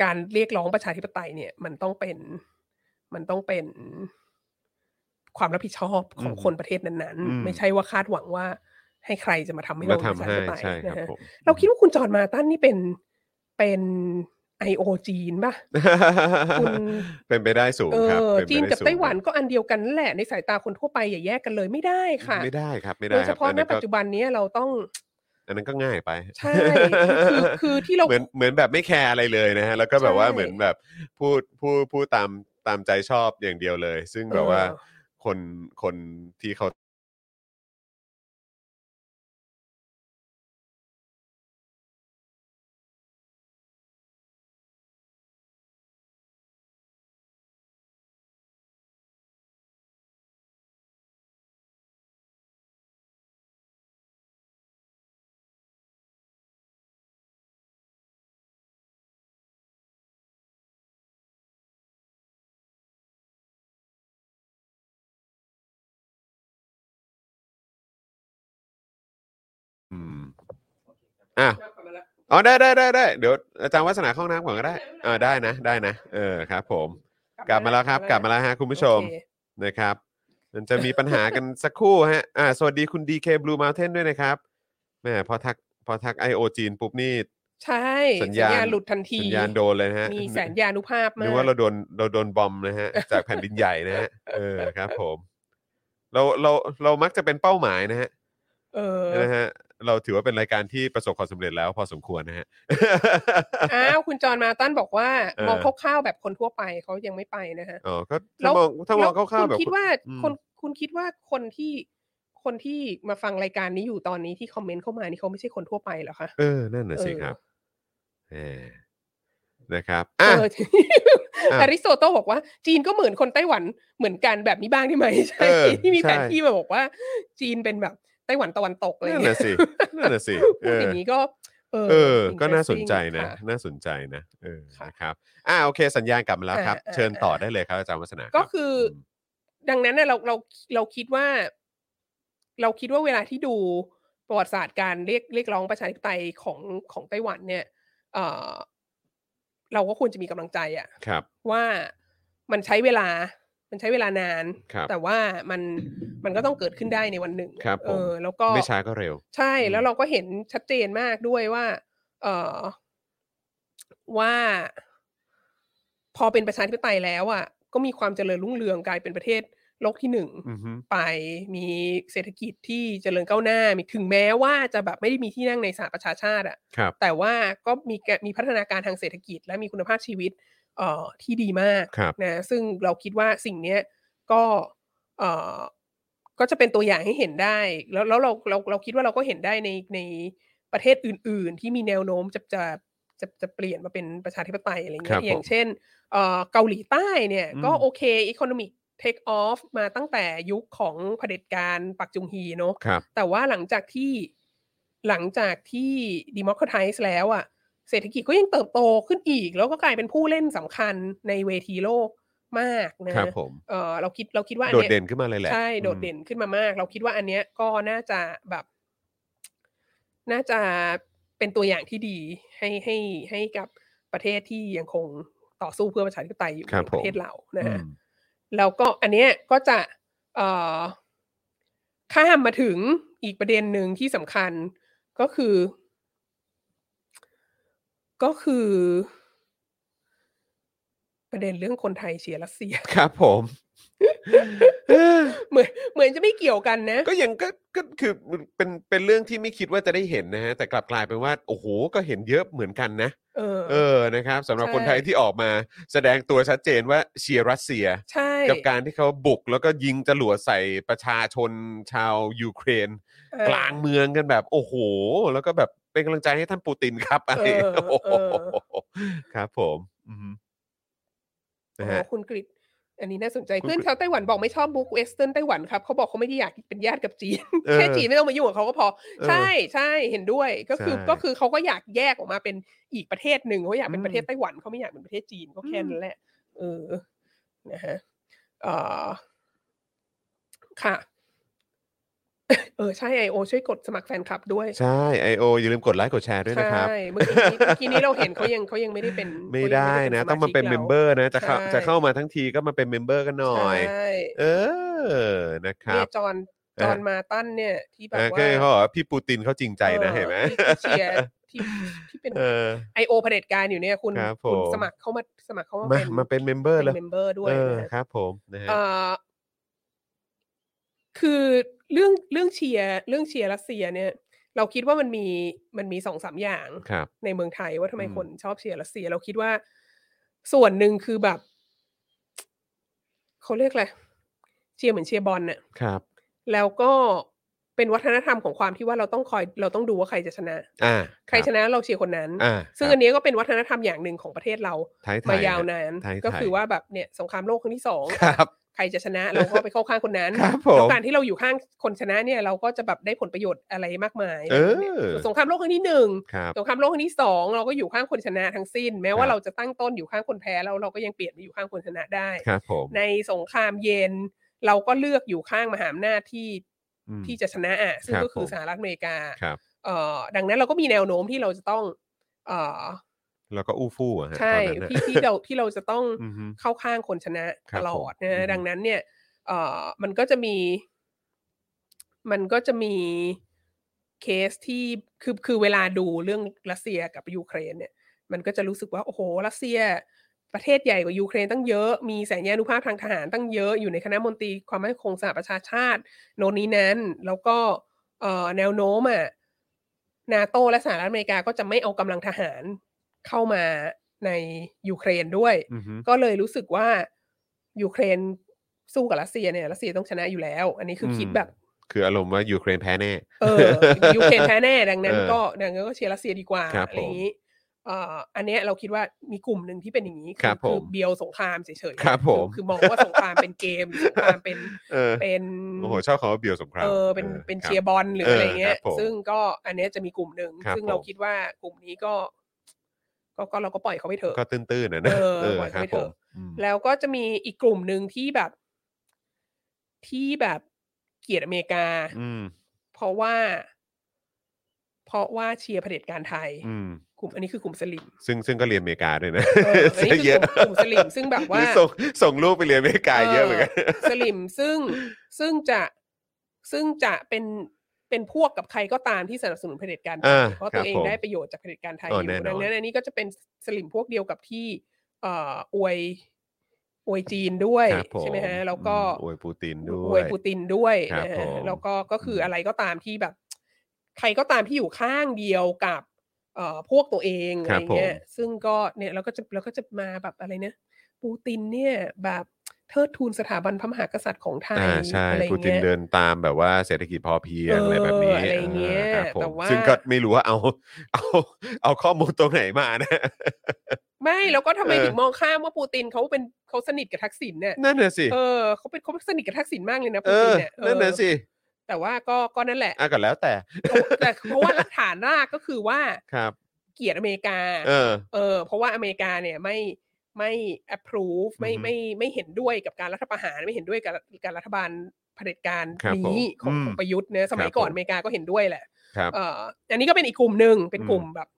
การเรียกร้องประชาธิปไตยเนี่ย มันต้องเป็นมันต้องเป็นความรับผิดชอบของ
อืม
คนประเทศนั้น
อืม
ๆ ไม่ใช่ว่าคาดหวังว่าให้ใครจะมาทำให้
มา
เรา
ทำ
เป็นประ
ให้
ชาธิปไตย
ใช่ครับ
นะฮะ
ผม
เราคิดว่าคุณจอร์นมาร์ตันนี่เป็นเป็นไอโอจีนป่ะ คุณ
<laughs> เป็นไปได้สูง
เอ
ครับ
อ
เป็ไป
จีน
ได้
กับ
สูง
ไต้หวันก็อันเดียวกันแหละในสายตาคนทั่วไปอย่าแยกกันเลยไม่ได้ค่ะ
ไม่ได้ครับไม่ได้
โดยเฉพาะ
ครับอัน
ณ
นั้น
ปัจ
ก็
จุบันเนี้ยเรา
<laughs>
ต้อง
อันนั้นก็ง่ายไป
ใช่คือคือที่เรา
เหมือนเหมือนแบบไม่แคร์อะไรเลยนะฮะแล้วก็แบบว่า
ใช่
เหมือนแบบพูดพูดพูดตามตามใจชอบอย่างเดียวเลย ซึ่งแบบว่า
เออ
คนคนที่เขา อืมอ่ะ อ๋อได้ได้ได้ได้เดี๋ยวอาจารย์วัฒนาเข้าห้องน้ำก่อนก็ได้อ่าได้นะได้นะเออครับ ผม กลับมาแล้วครับ กลับมาแล้วฮะคุณผู้ชม
โอเค
นะครับ มันจะมีปัญหากัน สักครู่ฮะอ่าสวัสดีคุณ DK Blue Mountain ด้วยนะครับแหม่พอทักพอทัก IO จีนปุ๊บนี่
ใช่
สั
สั
ญ
ญ
ญาณ
ญาณหลุดทันที
สัญญาณโดนเลยนะฮะ
มีสัญญานุภาพมาก
นึกว่าเราโดนเราโดนบอมนะฮะ จากแผ่นดินใหญ่นะฮะเออครับ ผม เราเราเรามักจะเป็นเป้าหมายนะฮะ
เออ
นะฮะเราถือว่าเป็นรายการที่ประสบความสำเร็จแล้วพอสมควรนะฮะ
อ้าวคุณจอห์นมาร์ตันบอกว่า
เออ
มองคร่าวๆแบบคนทั่วไปเขายังไม่ไปนะฮะ
อ๋อก็
แล้
ถ้าว มองถ้ามองคร่าวๆแบ
คุ
บ
ณคิดว่า
อืม
คนคุณคิดว่าคนที่คนที่มาฟังรายการนี้อยู่ตอนนี้ที่คอมเมนต์เข้ามานี่เขาไม่ใช่คนทั่วไปเหรอคะ
เออ นั่นน่ะสิครับ
เออ
เออนะครับ
เอ
อ่ะ
อ
อ่ะ
อาริสโตโตบอกว่า จีนก็เหมือนคนไต้หวันเหมือนกันแบบนี้บ้างได้ไหมใช่
เออ
ที่มีแผน
ใช่
ที่มาบอกว่า จีนเป็นแบบไต้หวันตะวันตกอะไร
นั่น
เงี้
น่ะ
ย <laughs>
สินั่นน่ะสิ
พูดอย่างนี้ก็ เออ
เออ ก็น่าสนใจนะ
ค่
น่าสนใจนะเออ
ค่ะ
นะครับอ่ะโอเคสัญญาณกลับมาแล้วครับ
อ่ะอ่ะ
เชิญต่ออะ ได้เลยครับอาจารย์วัฒนารับ
ก็คืออ
ม
ดังนั้นน่ะเราเราเราคิดว่า เราคิดว่าเวลาที่ดูประวัติศาสตร์การเรียกเรียกร้องประชาธิปไตยของของไต้หวันเนี่ย เออเราก็ควรจะมีกำลังใจอะ
ครับ
ว่ามันใช้เวลา มันใช้เวลานาน
ครับ
แต่ว่ามันมันก็ต้องเกิดขึ้นได้ในวันหนึ่งอะ
ครับผม
เออ แล้วก็
ไม่ช้าก็เร็ว
ใช่แล้
อื
ว
ม
เราก็เห็นชัดเจนมากด้วยว่า เออว่า พอเป็นประชาธิปไตยแล้วอ่ะก็มีความเจริญรุ่งเรืองกลายเป็นประเทศโลกที่หนึ่ง
อือฮึ
ไปมีเศรษฐกิจที่เจริญก้าวหน้ามีถึงแม้ว่าจะแบบไม่ได้มีที่นั่งในสหประชาชาติอ่ะ
ครับ
แต่ว่าก็มีแกมีพัฒนาการทางเศรษฐกิจ และมีคุณภาพชีวิต เอ่อที่ดีมาก
ครับ
นะซึ่งเราคิดว่าสิ่งเนี้ยก็เอ่อก็จะเป็นตัวอย่างให้เห็นได้ แล้วแล้วเราเราเราคิดว่าเราก็เห็นได้ในในประเทศอื่น ๆ ที่มีแนวโน้มจะจะจะจะเปลี่ยนมาเป็นประชาธิปไตยอะไร
ครับผม
เงี้ยอย่างเช่นเอ่อเกาหลีใต้เนี่ย
อืม
ก็โอเคอีโคโนมิกเทคออฟมาตั้งแต่ยุคของเผด็จการปักจุงฮีเนาะ
ครับ
แต่ว่าหลังจากที่หลังจากที่ดิมอค a ไทส์แล้วอะเศรษฐกิจก็ยังเติบโตขึ้นอีก แล้วก็กลายเป็นผู้เล่นสำคัญในเวทีโลกมากนะครับ
ผม
เออเราคิดเราคิดว่าอัน
โดด
เนี้ย
เด่นขึ้นมาเลยแหละ
ใช่โดด
อืม
เด่นขึ้นมามาก เราคิดว่าอันเนี้ยก็น่าจะแบบ น่าจะเป็นตัวอย่างที่ดีให้ให้ให้กับประเทศที่ยังคงต่อสู้เพื่อประชาธิปไตยอยู่
ครับ
อย่างประเทศ
ผม
เรานะฮะ แล้วก็อันเนี้ยก็จะเอ่อข้ามมาถึงอีกประเด็นหนึ่งที่สำคัญก็คือ ก็คือ ประเด็นเรื่องคนไทยเชียร์รัสเซีย <laughs>
ครับผมเอ้อ
เหมือนเหมือนจะไม่เกี่ยวกันนะ
<laughs> ก็ยังก็ก็คือเป็นเป็นเรื่องที่ไม่คิดว่าจะได้เห็นนะฮะแต่กลับกลายเป็นว่าโอ้โหก็เห็นเยอะเหมือนกันนะ
เออ
เออนะครับสำหรับ
ใช่
คนไทยที่ออกมาแสดงตัวชัดเจนว่าเชียร์รัสเซีย
ใช่
กับการที่เขาบุกแล้วก็ยิงจรวดใส่ประชาชนชาวยูเครน
เออ
กลางเมืองกันแบบโอ้โห แล้วก็แบบเป็นกำลังใจให้ท่านปูตินครับอะไร
เออ
<laughs> โอ้โห
เออ
ครับผมอือฮึ
อ๋
นะ
อ
ฮะ
คุณกริชอันนี้น่าสนใจ
คุณกริช
เพื่อนชาวไต้หวันบอกไม่ชอบบุ๊กเวสเทิร์นไต้หวันครับเขาบอกเขาไม่ได้อยากเป็นญาติกับจีน
เออ
แค่จีนไม่ต้องมายุ่งกับเขาก็พอ
เออ
ใช่ใช่เห็นด้วยก็คือ
ใช่
ก็คือเขาก็อยากแยกออกมาเป็นอีกประเทศหนึ่งเขาอยากเป็นประเทศ
อืม
ไต้หวันเขาไม่อยากเป็นประเทศจีนก็แค่
อืม
นั้นแหละเออนะฮะเอ่อค่ะ <laughs> เออใช่ไอโอช่วยกดสมัครแฟนคลับด้วย
ใช่ IO อย่าลืมกดไลค์กดแชร์ด้วยนะครับ
ใช่เมื่อกี้นี้เมื่อกี้นี้เราเห็นเขายังเขายังไม่ได้เป็น
ไม่
เขายัง
ได้
เป็
นะ
ส
ต้องมาเป็น
ชิก
เม
ร
มเบอร์นะ จะเข้า
ใช่
จะเข้ามาทั้งทีก็มาเป็นเมมเบอร์กันหน่อย
ใช่
เออนะครั
เนี่
บ
ยจอห์น
อ่ะ
จอห์นมาตันเนี่ยที่แบบ
อ่ะ
ว่า
ก็เขาบอกว่าพี่ปูตินเขาจริงใจนะ
ออ
เห็นไหม
ที่เชียร์ที่ที่เป็น
เออ
ไอโอเผด็จการอยู่เนี่ยคุณ
ครับ
คุณ
ผม
สมัครเข้ามาสมัครเข้ามา
มา
เป็น
มาเป็นเมมเบอร์
เป็
แล้ว
นเมมเบอร์ด้วย
เออ
นะ
ค
ฮะ
รับผมนะฮะ
เอ่อคือเรื่องเรื่องเชียร์เรื่องเชียร์รัสเซียเนี่ย เราคิดว่ามันมีมันมีสองสามอย่าง
ครับ
ในเมืองไทยว่าทำไม
อืม
คนชอบเชียร์รัสเซีย เราคิดว่าส่วนหนึ่งคือแบบเขาเรียกอะไรเชียร์เหมือนเชียร์บอลน่ะ
ครับ
แล้วก็เป็นวัฒนธรรมของความที่ว่าเราต้องคอยเราต้องดูว่าใครจะชนะ
อ่า
ใครชนะเราเชียร์คนนั้น
อ่า
ซึ่ง
ครับ
อันนี้ก็เป็นวัฒนธรรมอย่างหนึ่งของประเทศเรา
ท้ายๆ
มายาว
ฮะ
นาน
ไทยๆ
ก็คือว่าแบบเนี่ยสงครามโลกครั้งที่สอง
ครับ
ใครจะชนะเราก็ไปเข้าข้างคนนั้น
ครับผ
แล้ว
ม
การที่เราอยู่ข้างคนชนะเนี่ยเราก็จะแบบได้ผลประโยชน์อะไรมากมาย
เออ
ส่วนสงครามโลกครั้งที่หนึ่ง
ครับ
สงครามโลกครั้งที่สองเราก็อยู่ข้างคนชนะทั้งสิ้น แม้
ครั
ว่า
บ
เราจะตั้งต้นอยู่ข้างคนแพ้แล้วเราก็ยังเปลี่ยนไปอยู่ข้างคนชนะได้
ครับผม
ในสงครามเย็น เราก็เลือกอยู่ข้างมหาอำนาจที่
อืม
ที่จะชนะอ่ะซึ่ง
ครับ
ก็คือ
ผม
สหรัฐอเมริกา
ครับ
เอ่อดังนั้นเราก็มีแนวโน้มที่เราจะต้องเอ่อ
แล้วก็อู้ฟู่อะฮะ
ใช่
ตอนนั้นนะ
ที่ที่เราที่เราจะต้อง
อือฮึ
เข้าข้างคนชนะครับ ตลอด
ผมอืม
นะดังนั้นเนี่ยเอ่อมันก็จะมี มันก็จะมีเคสที่คือคือเวลาดูเรื่องรัสเซียกับยูเครนเนี่ย มันก็จะรู้สึกว่าโอ้โหรัสเซีย ประเทศใหญ่กว่ายูเครนตั้งเยอะ มีแสนยานุภาพทางทหารตั้งเยอะอยู่ในคณะมนตรีความมั่นคงสหประชาชาติ โน่นนี้นั้น แล้วก็เอ่อแนวโน้มอ่ะนาโตและสหรัฐอเมริกาก็จะไม่เอากำลังทหารเข้ามาในยูเครนด้วย
อือฮึ
<laughs> ก็เลยรู้สึกว่ายูเครนสู้กับรัสเซียเนี่ยรัสเซียต้องชนะอยู่แล้ว อันนี้คือคิดแบบ
คืออารมณ์ว่ายูเครนแพ้แน่
เออยูเครนแพ้แน่ดังนั้น
เออ
ก็ดังนั้นก็เชียร์รัสเซียดีกว่า
ครับ
อะไรอย่างนี้เอ่ออันเนี้ยเราคิดว่ามีกลุ่มหนึ่งที่เป็นอย่างนี้
ครับผม
เบียวสงครามเฉยๆ
ครับผม
อคือมองว่าสงครามเป็นเกมสงครามเป็น
เออ
เป็น
โอ้โหชอบเขาเบียวสงคราม
เออเป็นเป็น
คบ
เชียร์บอลหรืออะไรเงี้ย
เออครับผม
ซึ่งก็อันเนี้ยจะมีกลุ่มหนึ่ง
ครับ
ซึ่งเรา
ผม
คิดว่ากลุ่มนี้ก็ ก็ก็เราก็ปล่อยเขาไปเถอะ
ก็ตื้นๆนะนะ
เออ
เออ
ปล่อย
ครั
ไป
บผ
เถอะ
มอืม
แล้วก็จะมีอีกกลุ่มหนึ่งที่แบบที่แบบเกลียดอเมริกา
อืม
เพราะว่า เพราะว่าเชียร์เผด็จการไทย
อืม
กลุ่มอันนี้คือกลุ่มส
<laughs>
ลิม
ซึ่งซึ่งก็เรียนอเมริกาด้วยนะ
เอออันนี้คื
เยอะ
กลุ่มกลุ่มสลิมซึ่งแบบว่า
หรือส่งส่งลูกไปเรียนอเมริกาเยอะเหมือนกัน
สลิมซึ่งซึ่งจะซึ่งจะเป็นเป็นพวกกับใครก็ตามที่สนับสนุนเผด็จการไทย
อ่า
เพราะ
ครั
ตั
บ
วเอง
ผม
ได้ประโยชน์จากเผด็จการไทย
อ๋
อ
ออยู่ แน่นอน
ดังนั้นอันนี้ก็จะเป็นสลิมพวกเดียวกับที่ เอ่ออวยอวยจีนด้วย
ครับผ
ใช่ไหมฮะแล้วก็
อืมอวยปูตินด้
อ
ว
วย
ย
ปูตินด้วย
ครับ
นะฮะ
ผม
แล้วก็ก็คือ
ม
อะไรก็ตามที่แบบ ใครก็ตามที่อยู่ข้างเดียวกับเอ่อพวกตัวเองอะไรเงี้ยซึ่งก็เนี่ยเราก็จะเราก็จะมาแบบอะไรนะปูตินเนี่ยแบบเทิดทูนสถาบันพระมหากษัตริย์ของไทย
อ่าใช่
อะไร
ปูติน
เงี้ย
เดินตามแบบว่าเศรษฐกิจพอเพียงอะไรแบบนี้
เอออะไรเงี้ย
อ่าครับผม
แต่ว่า
ซึ่งก็ไม่รู้ว่าเอาเอาเอาข้อมูลตรงไหนมานะ
ไม่แล้วก็ทำไม
เออ
ถึงมองข้ามว่าปูตินเขาเป็นเขาสนิทกับทักษิณเนี่ย
นั่นน่ะสิ
เออเขาเป็นเขาสนิทกับทักษิณมากเลยนะ
เอ
ปูติ
อน
เนี่ยเออ
นั่นน่ะสิ
แต่ว่าก็ก็นั่นแหละ
อ่ะก็แล้วแต่
เพราะแต่เพราะว่าหลักฐานรากก็คือว่า
ครับ
เกลียดอเมริกา
เออ
เออเพราะว่าอเมริกาเนี่ยไม่ไม่ approve ไม่
อือฮึ
ไม่ไม่เห็นด้วยกับการรัฐประหารไม่เห็นด้วยกับการรัฐบาลเผด็จการ
ครับผม
นี้ของ
อืม
ของประยุทธ์เนี่ยส
ค
มัย
รับ
ก่อ
ผ
น
ม
อเมริกาก็เห็นด้วยแหละ
ครับ
เอออันนี้ก็เป็นอีกกลุ่มหนึ่งเป็น
อืม
กลุ่มแบบ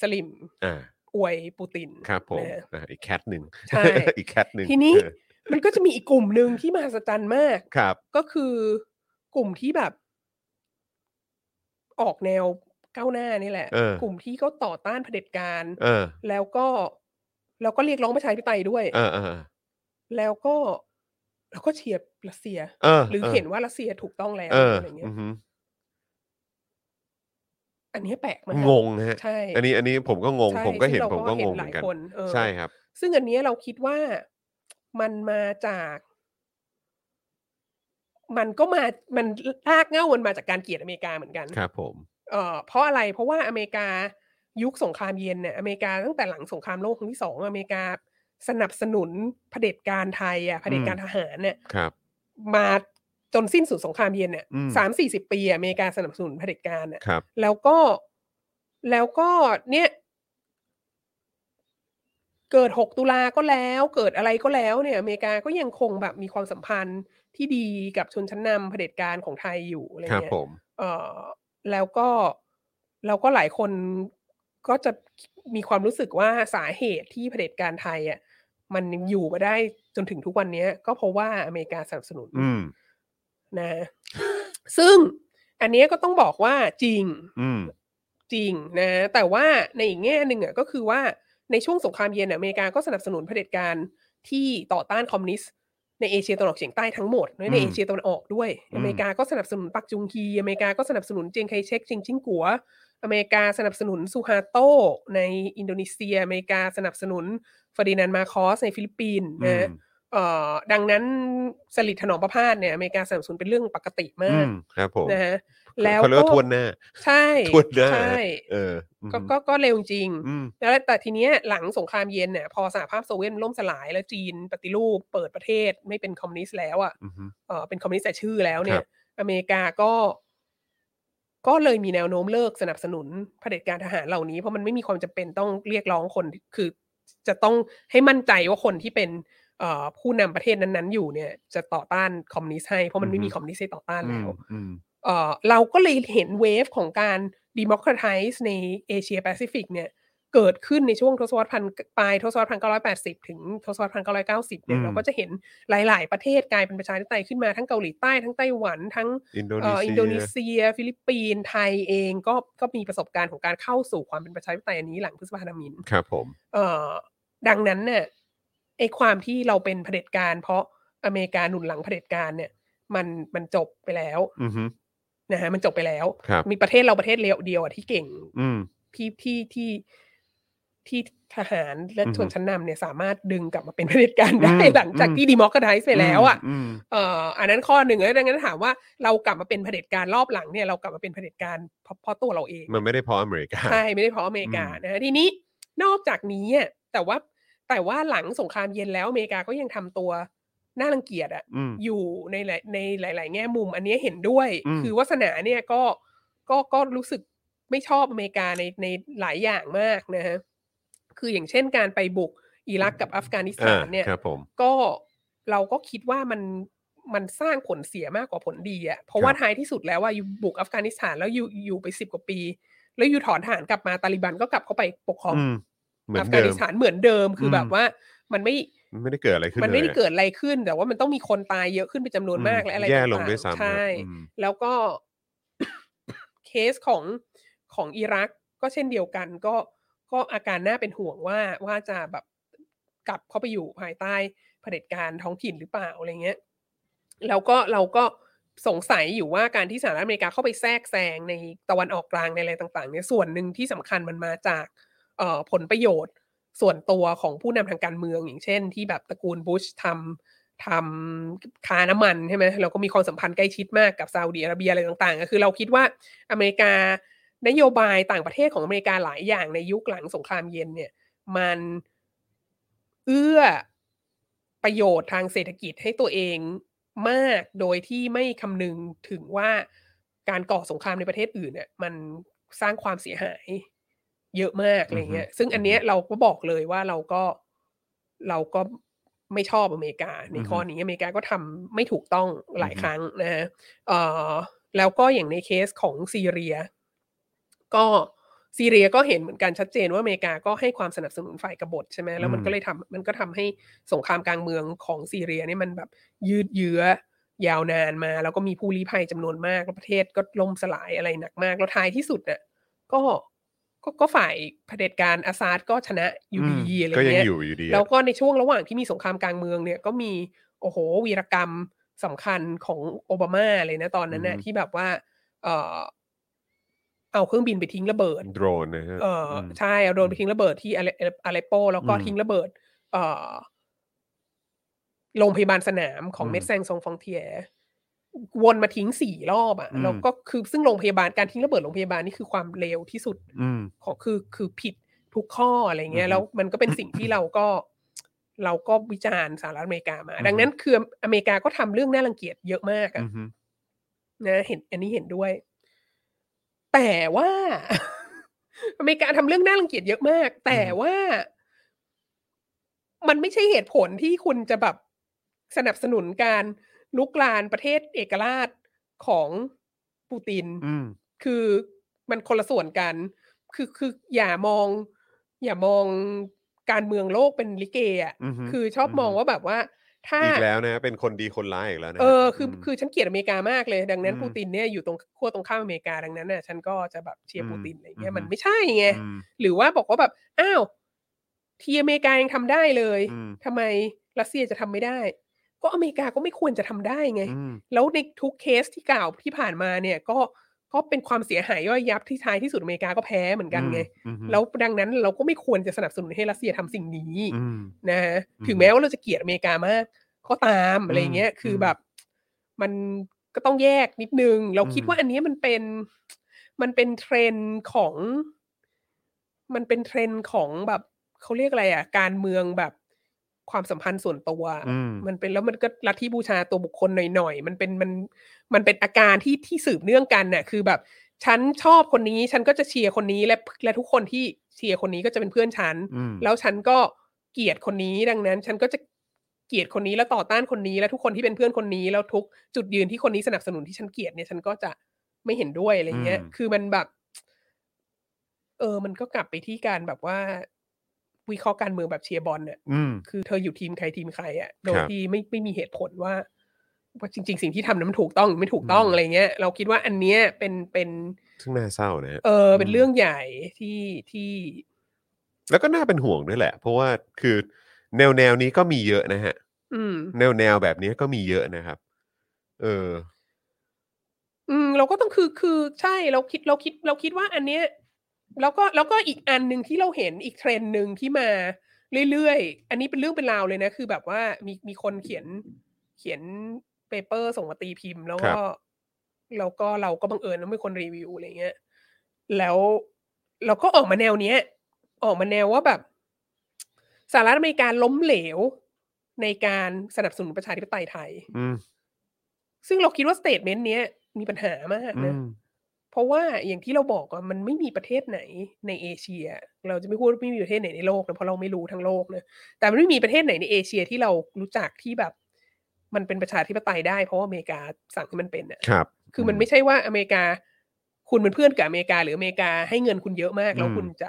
สลิม
อ่า
อวยปูติน
ครับผม
นะฮะ
<laughs> อ่ะอีกแคทหนึ่ง
ใช่
<laughs> อีกแคทหนึ่ง
ทีนี้
เออ
มันก็จะมีอีกกลุ่มหนึ่งที่มหัศจรรย์มาก
ครับ
ก็คือกลุ่มที่แบบ ออกแนวก้าวหน้านี่แหละ
เออ
กลุ่มที่ก็ต่อต้านเผด็จการ
เออ
แล้วก็แล้วก็เรียกร้องประชาธิปไตยด้วย
เออเออ
แล้วก็ แล้วก็เชียร์รัสเซีย
เออ
หรือเห็นว่ารัสเซียถูกต้องแล้ว
เออ
อะไรเงี้
อื
ย
อหือ
อันนี้แปลกมาก
งงฮะ
ใช่
อันนี้อันนี้ผมก็งง
ใช่
ผมก็เห็น
ซึ่รา
ผมก็งงเห
ห
มื
ลา
อย นกัน
คนเออ
ใช่ครับ
ซึ่งอันเนี้ยเราคิดว่ามันมาจาก มันก็มา มันลากเหง่ามันมาจากการเกลียดอเมริกาเหมือนกัน
ครับผม
เอ่อเพราะอะไรเพราะว่าอเมริกายุคสงครามเย็นเนี่ยอเมริกาตั้งแต่หลังสงครามโลกครั้งที่สองอเมริกาสนับสนุนเผด็จการไทยอ่ะเผด็จการทหารเนี่ย
ครับ
มาจนสิ้นสุดสงครามเย็นเนี่ย
อืม
สามสี่สิบปีอะอเมริกาสนับสนุนเผด็จการอ่ะ
ครับ
แล้วก็แล้วก็เนี่ย เกิด 6 ตุลาก็แล้ว เกิดอะไรก็แล้วเนี่ย อเมริกาก็ยังคงแบบมีความสัมพันธ์ที่ดีกับชนชั้นนำเผด็จการของไทยอยู่อะไร
ครับ
เงี้
ผ
ย
ม
เออแล้วก็แล้วก็หลายคนก็จะมีความรู้สึกว่าสาเหตุที่เผด็จการไทยอ่ะมันยังอยู่มาได้จนถึงทุกวันเนี้ย ก็เพราะว่าอเมริกาสนับสนุน
อืม
นะ ซึ่งอันเนี้ยก็ต้องบอกว่าจริง
อืม
จริงนะ แต่ว่าในอีกแง่หนึ่งอ่ะก็คือว่าในช่วงสงครามเย็นอะอเมริกาก็สนับสนุนเผด็จการที่ต่อต้านคอมมิวนิสต์ในเอเชียตะวันออกเฉียงใต้ทั้งหมดและใน
อืม
เอเชียตะวันออกด้วย
อืม
อเมริกาก็สนับสนุนปักจุงฮีอเมริกาก็สนับสนุนเจยงไคเชกเจยงจิ้งกัว อเมริกาสนับสนุนซูฮาโตในอินโดนีเซีย อเมริกาสนับสนุนเฟอร์ดินานด์มาคอสในฟิลิปปินส์
อืม
นะเอ่อดังนั้นสลิดถนอมประพาสเนี่ยอเมริกาสนับสนุนเป็นเรื่องปกติ
อื
มาก
มครับผม
นะฮะแล้ว
เขาเรียก
ก็
ว่าทวนหน้า
ใช่
ทวนหน้า
ใช่
เอออืม
ก็ก็ก็เร็วจริง
อืม
แล้วแต่ทีเนี้ยหลังสงครามเย็นเนี่ยพอสหภาพโซเวียตล่มสลายแล้วจีนปฏิรูปเปิดประเทศไม่เป็นคอมมิวนิสต์แล้วอะ่ะ
อืม
เออเป็นคอมมิวนิสต์แต่ชื่อแล้วเนี่
ครั
ย
บ
อเมริกาก็ ก็เลยมีแนวโน้มเลิกสนับสนุนเผด็จการทหารเหล่านี้เพราะมันไม่มีความจำเป็นต้องเรียกร้องคนคือ จะต้องให้มั่นใจว่าคนที่เป็นเอ่อผู้นำประเทศนั้นๆอยู่เนี่ย จะต่อต้านคอมมิวนิสต์ให้เพราะมันไม่มีคอมมิวนิสต์ให้ต่อต้านแล้ว
อืม
เอ่อเราก็เลยเห็นเวฟของการ democratize ในเอเชียแปซิฟิกเนี่ย เกิดขึ้นในช่วงทศวรรษพันปลายทศวรรษพันเก้าร้อยแปดสิบถึงทศวรรษพันเก้าร้อยเก้าสิบเนี่ย
อืม
เราก็จะเห็นหลาย ๆ ประเทศกลายเป็นประชาธิปไตยขึ้นมาทั้งเกาหลีใต้ทั้งไต้หวันทั้ง
อินโด
เอ่ออินโดนี
นีเซีย
เซีย ฟิลิปปินส์ไทยเองก็ก็มีประสบการณ์ของการเข้าสู่ความเป็นประชาธิปไตยอันนี้หลังพฤษภาธมิน
ครับผม
เอ่อดังนั้นเนี่ยไอความที่เราเป็นเผด็จการ เพราะอเมริกาหนุนหลังเผด็จการเนี่ย มันมันจบไปแล้ว
อืมฮึ
นะฮะมันจบไปแล้ว
ครับ
มีประเทศเราประเทศเดียวเดียวอะที่เก่ง
อืม
ที่ที่ที่ที่ทหารและ
อือฮึ
ชนชั้นนำเนี่ยสามารถดึงกลับมาเป็นเผด็จการได้
อืม
หลังจาก
อืม
ที่ดีมอกระไดซ์ไปแล้วอ่ะ
อืม
เอ่ออันนั้นข้อหนึ่งแล้วดังนั้นถามว่าเรากลับมาเป็นเผด็จการรอบหลังเนี่ยเรากลับมาเป็นเผด็จการเพราะเพราะตัวเราเอง
มันไม่ได้เพออเมริกา
ใช่ไม่ได้เพราะอเมริกา
อืม
นะฮะทีนี้นอกจากนี้อะแต่ว่าแต่ว่าหลังสงครามเย็นแล้วอเมริกาก็ยังทำตัวน่ารังเกียจอ่ะ
อืม
อยู่ในหลายในหลาย ๆ แง่มุม อันเนี้ยเห็นด้วย
อืม
คือวัสนาเนี่ยก็ก็ก็รู้สึกไม่ชอบอเมริกาในในหลายอย่างมากนะฮะคืออย่างเช่นการไปบุกอิรักกับอัฟกานิส
อ่า
ถานเนี่ย
ครับผม
ก็เราก็คิดว่ามันมันสร้างผลเสียมากกว่าผลดีอะเพราะว่า
ครับ
ท้ายที่สุดแล้วว่าอยู่บุกอัฟกานิสถานแล้วอยู่อยู่ไปสิบกว่าปี แล้วอยู่ถอนทหารกลับมาตาลิบันก็กลับเข้าไปปกครอง
อืม เหมือ
อั
น
ฟกา
เดิ
นิ
ม
สถานเหมือนเดิมคืออ
ม
แบบว่ามันไม่
มันไม่ได้เกิดอะไรขึ้น
มันไม่ได้
ลยอะ
เกิดอะไรขึ้น แต่ว่ามันต้องมีคนตายเยอะขึ้นเป็นจำนวนมากและอะไร
แย่ลง
ต่า
ด้วยซ้ำ
ใช่
อืม
แล้วก็ <coughs> เคสของของอิรักก็เช่นเดียวกัน ก็ก็อาการน่าเป็นห่วงว่าว่าจะแบบกลับเข้าไปอยู่ภายใต้เผด็จการท้องถิ่นหรือเปล่าอะไรเงี้ยแล้วก็เราก็สงสัยอยู่ว่าการที่สหรัฐอเมริกาเข้าไปแทรกแซงในตะวันออกกลางในอะไรต่าง ๆ เนี่ยส่วนหนึ่งที่สำคัญมันมาจาก เอ่อผลประโยชน์ส่วนตัวของผู้นำทางการเมือง อย่างเช่น ที่แบบตระกูลบุชทำทำค้าน้ำมันใช่ไหมเราก็มีความสัมพันธ์ใกล้ชิดมากกับซาอุดีอาระเบียอะไรต่างๆก็คือเราคิดว่าอเมริกานโยบายต่างประเทศของอเมริกาหลายอย่างในยุคหลังสงครามเย็นเนี่ย มันเอื้อประโยชน์ทางเศรษฐกิจให้ตัวเองมากโดยที่ไม่คำนึงถึงว่าการก่อสงครามในประเทศอื่นเนี่ยมันสร้างความเสียหายเยอะมากอะไรเงี้ย ซึ่งอันเนี้ยเราก็บอกเลยว่าเราก็เราก็ไม่ชอบอเมริกา ในข้อนี้อเมริกาก็ทำไม่ถูกต้องหลายครั้งนะฮะ เอ่อแล้วก็อย่างในเคสของซีเรีย ก็ ซีเรียก็เห็นเหมือนกันชัดเจนว่าอเมริกาก็ให้ความสนับสนุนฝ่ายกบฏใช่ไหมแล้วมัน
อืม
ก็เลยทำมันก็ทำให้สงครามกลางเมืองของซีเรียเนี่ยมันแบบยืดเยื้อ ยาวนานมา แล้วก็มีผู้ลี้ภัยจำนวนมากแล้วประเทศก็ล่มสลายอะไรหนักมาก แล้วท้ายที่สุดเนี่ยก็ก็ก็ฝ่ายเผด็จการอาซาดก็ชนะอยู่
ม
ดีอะไร
ก็ยัง
เงี้ย
อยู่อยู่ดีอะ
แล้วก็ในช่วงระหว่างที่มีสงครามกลางเมืองเนี่ยก็มีโอ้โหวีรกรรมสำคัญของโอบามาเลยนะตอนนั้นน่ะที่แบบว่า เออเอาเครื่องบินไปทิ้งระเบิด
โดรนนะฮะ
เออ
ม
ใช่เอาโดรนไปทิ้งระเบิดที่อะเลอาเลปโป แล้วก็
อืม
ทิ้งระเบิด เออโรงพยาบาลสนามของ
อืม
เมดแซงซงฟองเทียวนมาทิ้งสี่รอบอะ่ะ
อืม
แล้วก็คือซึ่งโรงพยาบาลการทิ้งระเบิดโรงพยาบาลนี่คือความเลวที่สุด
อืม
ของคือคือผิดทุกข้ออะไรเงี้
อือ
ย
ฮึ
แล้วมันก็เป็นสิ่
<coughs>
งที่เราก็ เราก็วิจารณ์สหรัฐอเมริกามา
อือฮึ
ดังนั้นคืออเมริกาก็ทำเรื่องน่ารังเกียจเยอะมาก
อืม
อะ
ฮึ
นะเห็น อันนี้เห็นด้วย แต่ว่า <laughs> อเมริกาทำเรื่องน่ารังเกียจเยอะมาก แต่ว่า มันไม่ใช่เหตุผลที่คุณจะแบบสนับสนุนการลุกลานประเทศเอกราชของปูติน
อืม
คือมันคนละส่วนกัน คือคืออย่ามอง อย่ามองการเมืองโลกเป็นลิเกอ่ะ
อือฮึ
คือชอบมอง
อือฮึ
ว่าแบบว่า ถ้า
อีกแล้วนะ เป็นคนดีคนร้ายอีกแล้วนะ
เออคือคือฉันเกลียดอเมริกามากเลย ดังนั้น
อืม
ปูตินเนี่ยอยู่ตรงขั้วตรงข้ามอเมริกาดังนั้นน่ะฉันก็จะแบบเชียร์
อืม
ปูตินอะไรเงี้
อื
ย
ม
มันไม่ใช่ไง
อืม
หรือว่าบอกว่าแบบ อ้าว ทีอเมริกายังทำได้เลย
อืม
ทำไมรัสเซียจะทำไม่ได้ ก็อเมริกาก็ไม่ควรจะทำได้ไง
อืม
แล้วในทุกเคสที่กล่าวที่ผ่านมาเนี่ยก็ก็เป็นความเสียหายย่อยยับที่ท้ายที่สุดอเมริกาก็แพ้เหมือนกันไง
อืมอืม
แล้วดังนั้นเราก็ไม่ควรจะสนับสนุนให้รัสเซียทำสิ่งนี้
อืม
นะฮะ
อืม
ถึงแม้ว่าเราจะเกลียดอเมริกามากก็ตามอะไรเงี้ย
อืม
คืออ
ม
แบบ มันก็ต้องแยกนิดนึง เราคิด
อืม
ว่าอันเนี้ยมันเป็นมันเป็นเทรนด์ของ มันเป็นเทรนด์ของแบบเขาเรียกอะไรอ่ะ การเมืองแบบความสัมพันธ์ส่วนตัว
อืม
มันเป็นแล้วมันก็ลัทธิบูชาตัวบุคคลหน่อยๆ มันเป็นมันมันเป็นอาการที่ที่สืบเนื่องกันน่ะ คือแบบ ฉันชอบคนนี้ ฉันก็จะเชียร์คนนี้และและทุกคนที่เชียร์คนนี้ก็จะเป็นเพื่อนฉัน
อืม
แล้วฉันก็เกลียดคนนี้ดังนั้น ฉันก็จะเกลียดคนนี้แล้วต่อต้านคนนี้ และทุกคนที่เป็นเพื่อนคนนี้แล้วทุกจุดยืนที่คนนี้สนับสนุนที่ฉันเกลียดเนี่ยฉันก็จะไม่เห็นด้วยอะไรเงี้ย
อืม
คือมันแบบ เออ มันก็กลับไปที่การแบบว่าวิเคราะห์การเมืองแบบเชียร์บอลเนี่ย
อืม
คือเธออยู่ทีมใครทีมใครอะ่ะ โดย
ครับ
ที่ไม่ไม่มีเหตุผลว่า ว่าจริง ๆ สิ่งที่ทำนั้นมันถูกต้องหรือไม่ถูกต้อง
อืม
อะไรเงี้ยเราคิดว่าอันเนี้ยเป็นเป็น
ซึ่งน่าเศร้านะฮะ
เออเป็น
อืม
เรื่องใหญ่ที่ที่
แล้วก็น่าเป็นห่วงด้วยแหละ เพราะว่าคือแนวแนวนี้ก็มีเยอะนะฮะ
อืม
แนวแนวแบบนี้ก็มีเยอะนะครับ เออ
อืมเราก็ต้องคือคือใช่เราคิดเราคิดเราคิดว่าอันเนี้ยแล้วก็แล้วก็อีกอันหนึ่งที่เราเห็นอีกเทรนด์หนึ่งที่มาเรื่อยๆ อันนี้เป็นเรื่องเป็นราวเลยนะ คือแบบว่ามีมีคนเขียนเขียนเปเปอร์ส่งมาตีพิมพ์ แล้ว
ครั
ก็
บ
แล้วก็เราก็บังเอิญว่ามีคนรีวิวอะไรเงี้ยแล้วเราก็ออกมาแนวเนี้ย ออกมาแนวว่าแบบสหรัฐอเมริกาล้มเหลวในการสนับสนุนประชาธิปไตยไทย
อืม
ซึ่งเราคิดว่าสเตทเมนต์เนี้ยมีปัญหามาก
อื
นะ
ม
เพราะว่าอย่างที่เราบอกว่ามันไม่มีประเทศไหนในเอเชีย เราจะไม่พูดว่าไม่มีประเทศไหนในโลกนะเพราะเราไม่รู้ทั้งโลกนะแต่มันไม่มีประเทศไหนในเอเชียที่เรารู้จักที่แบบ มันเป็นประชาธิปไตยได้เพราะว่าอเมริกาสั่งให้มันเป็นอ่ะ
ครับ
คือมันไม่ใช่ว่าอเมริกา คุณเป็นเพื่อนกับอเมริกา หรืออเมริกาให้เงินคุณเยอะมาก แล้ว
อืม
คุณจะ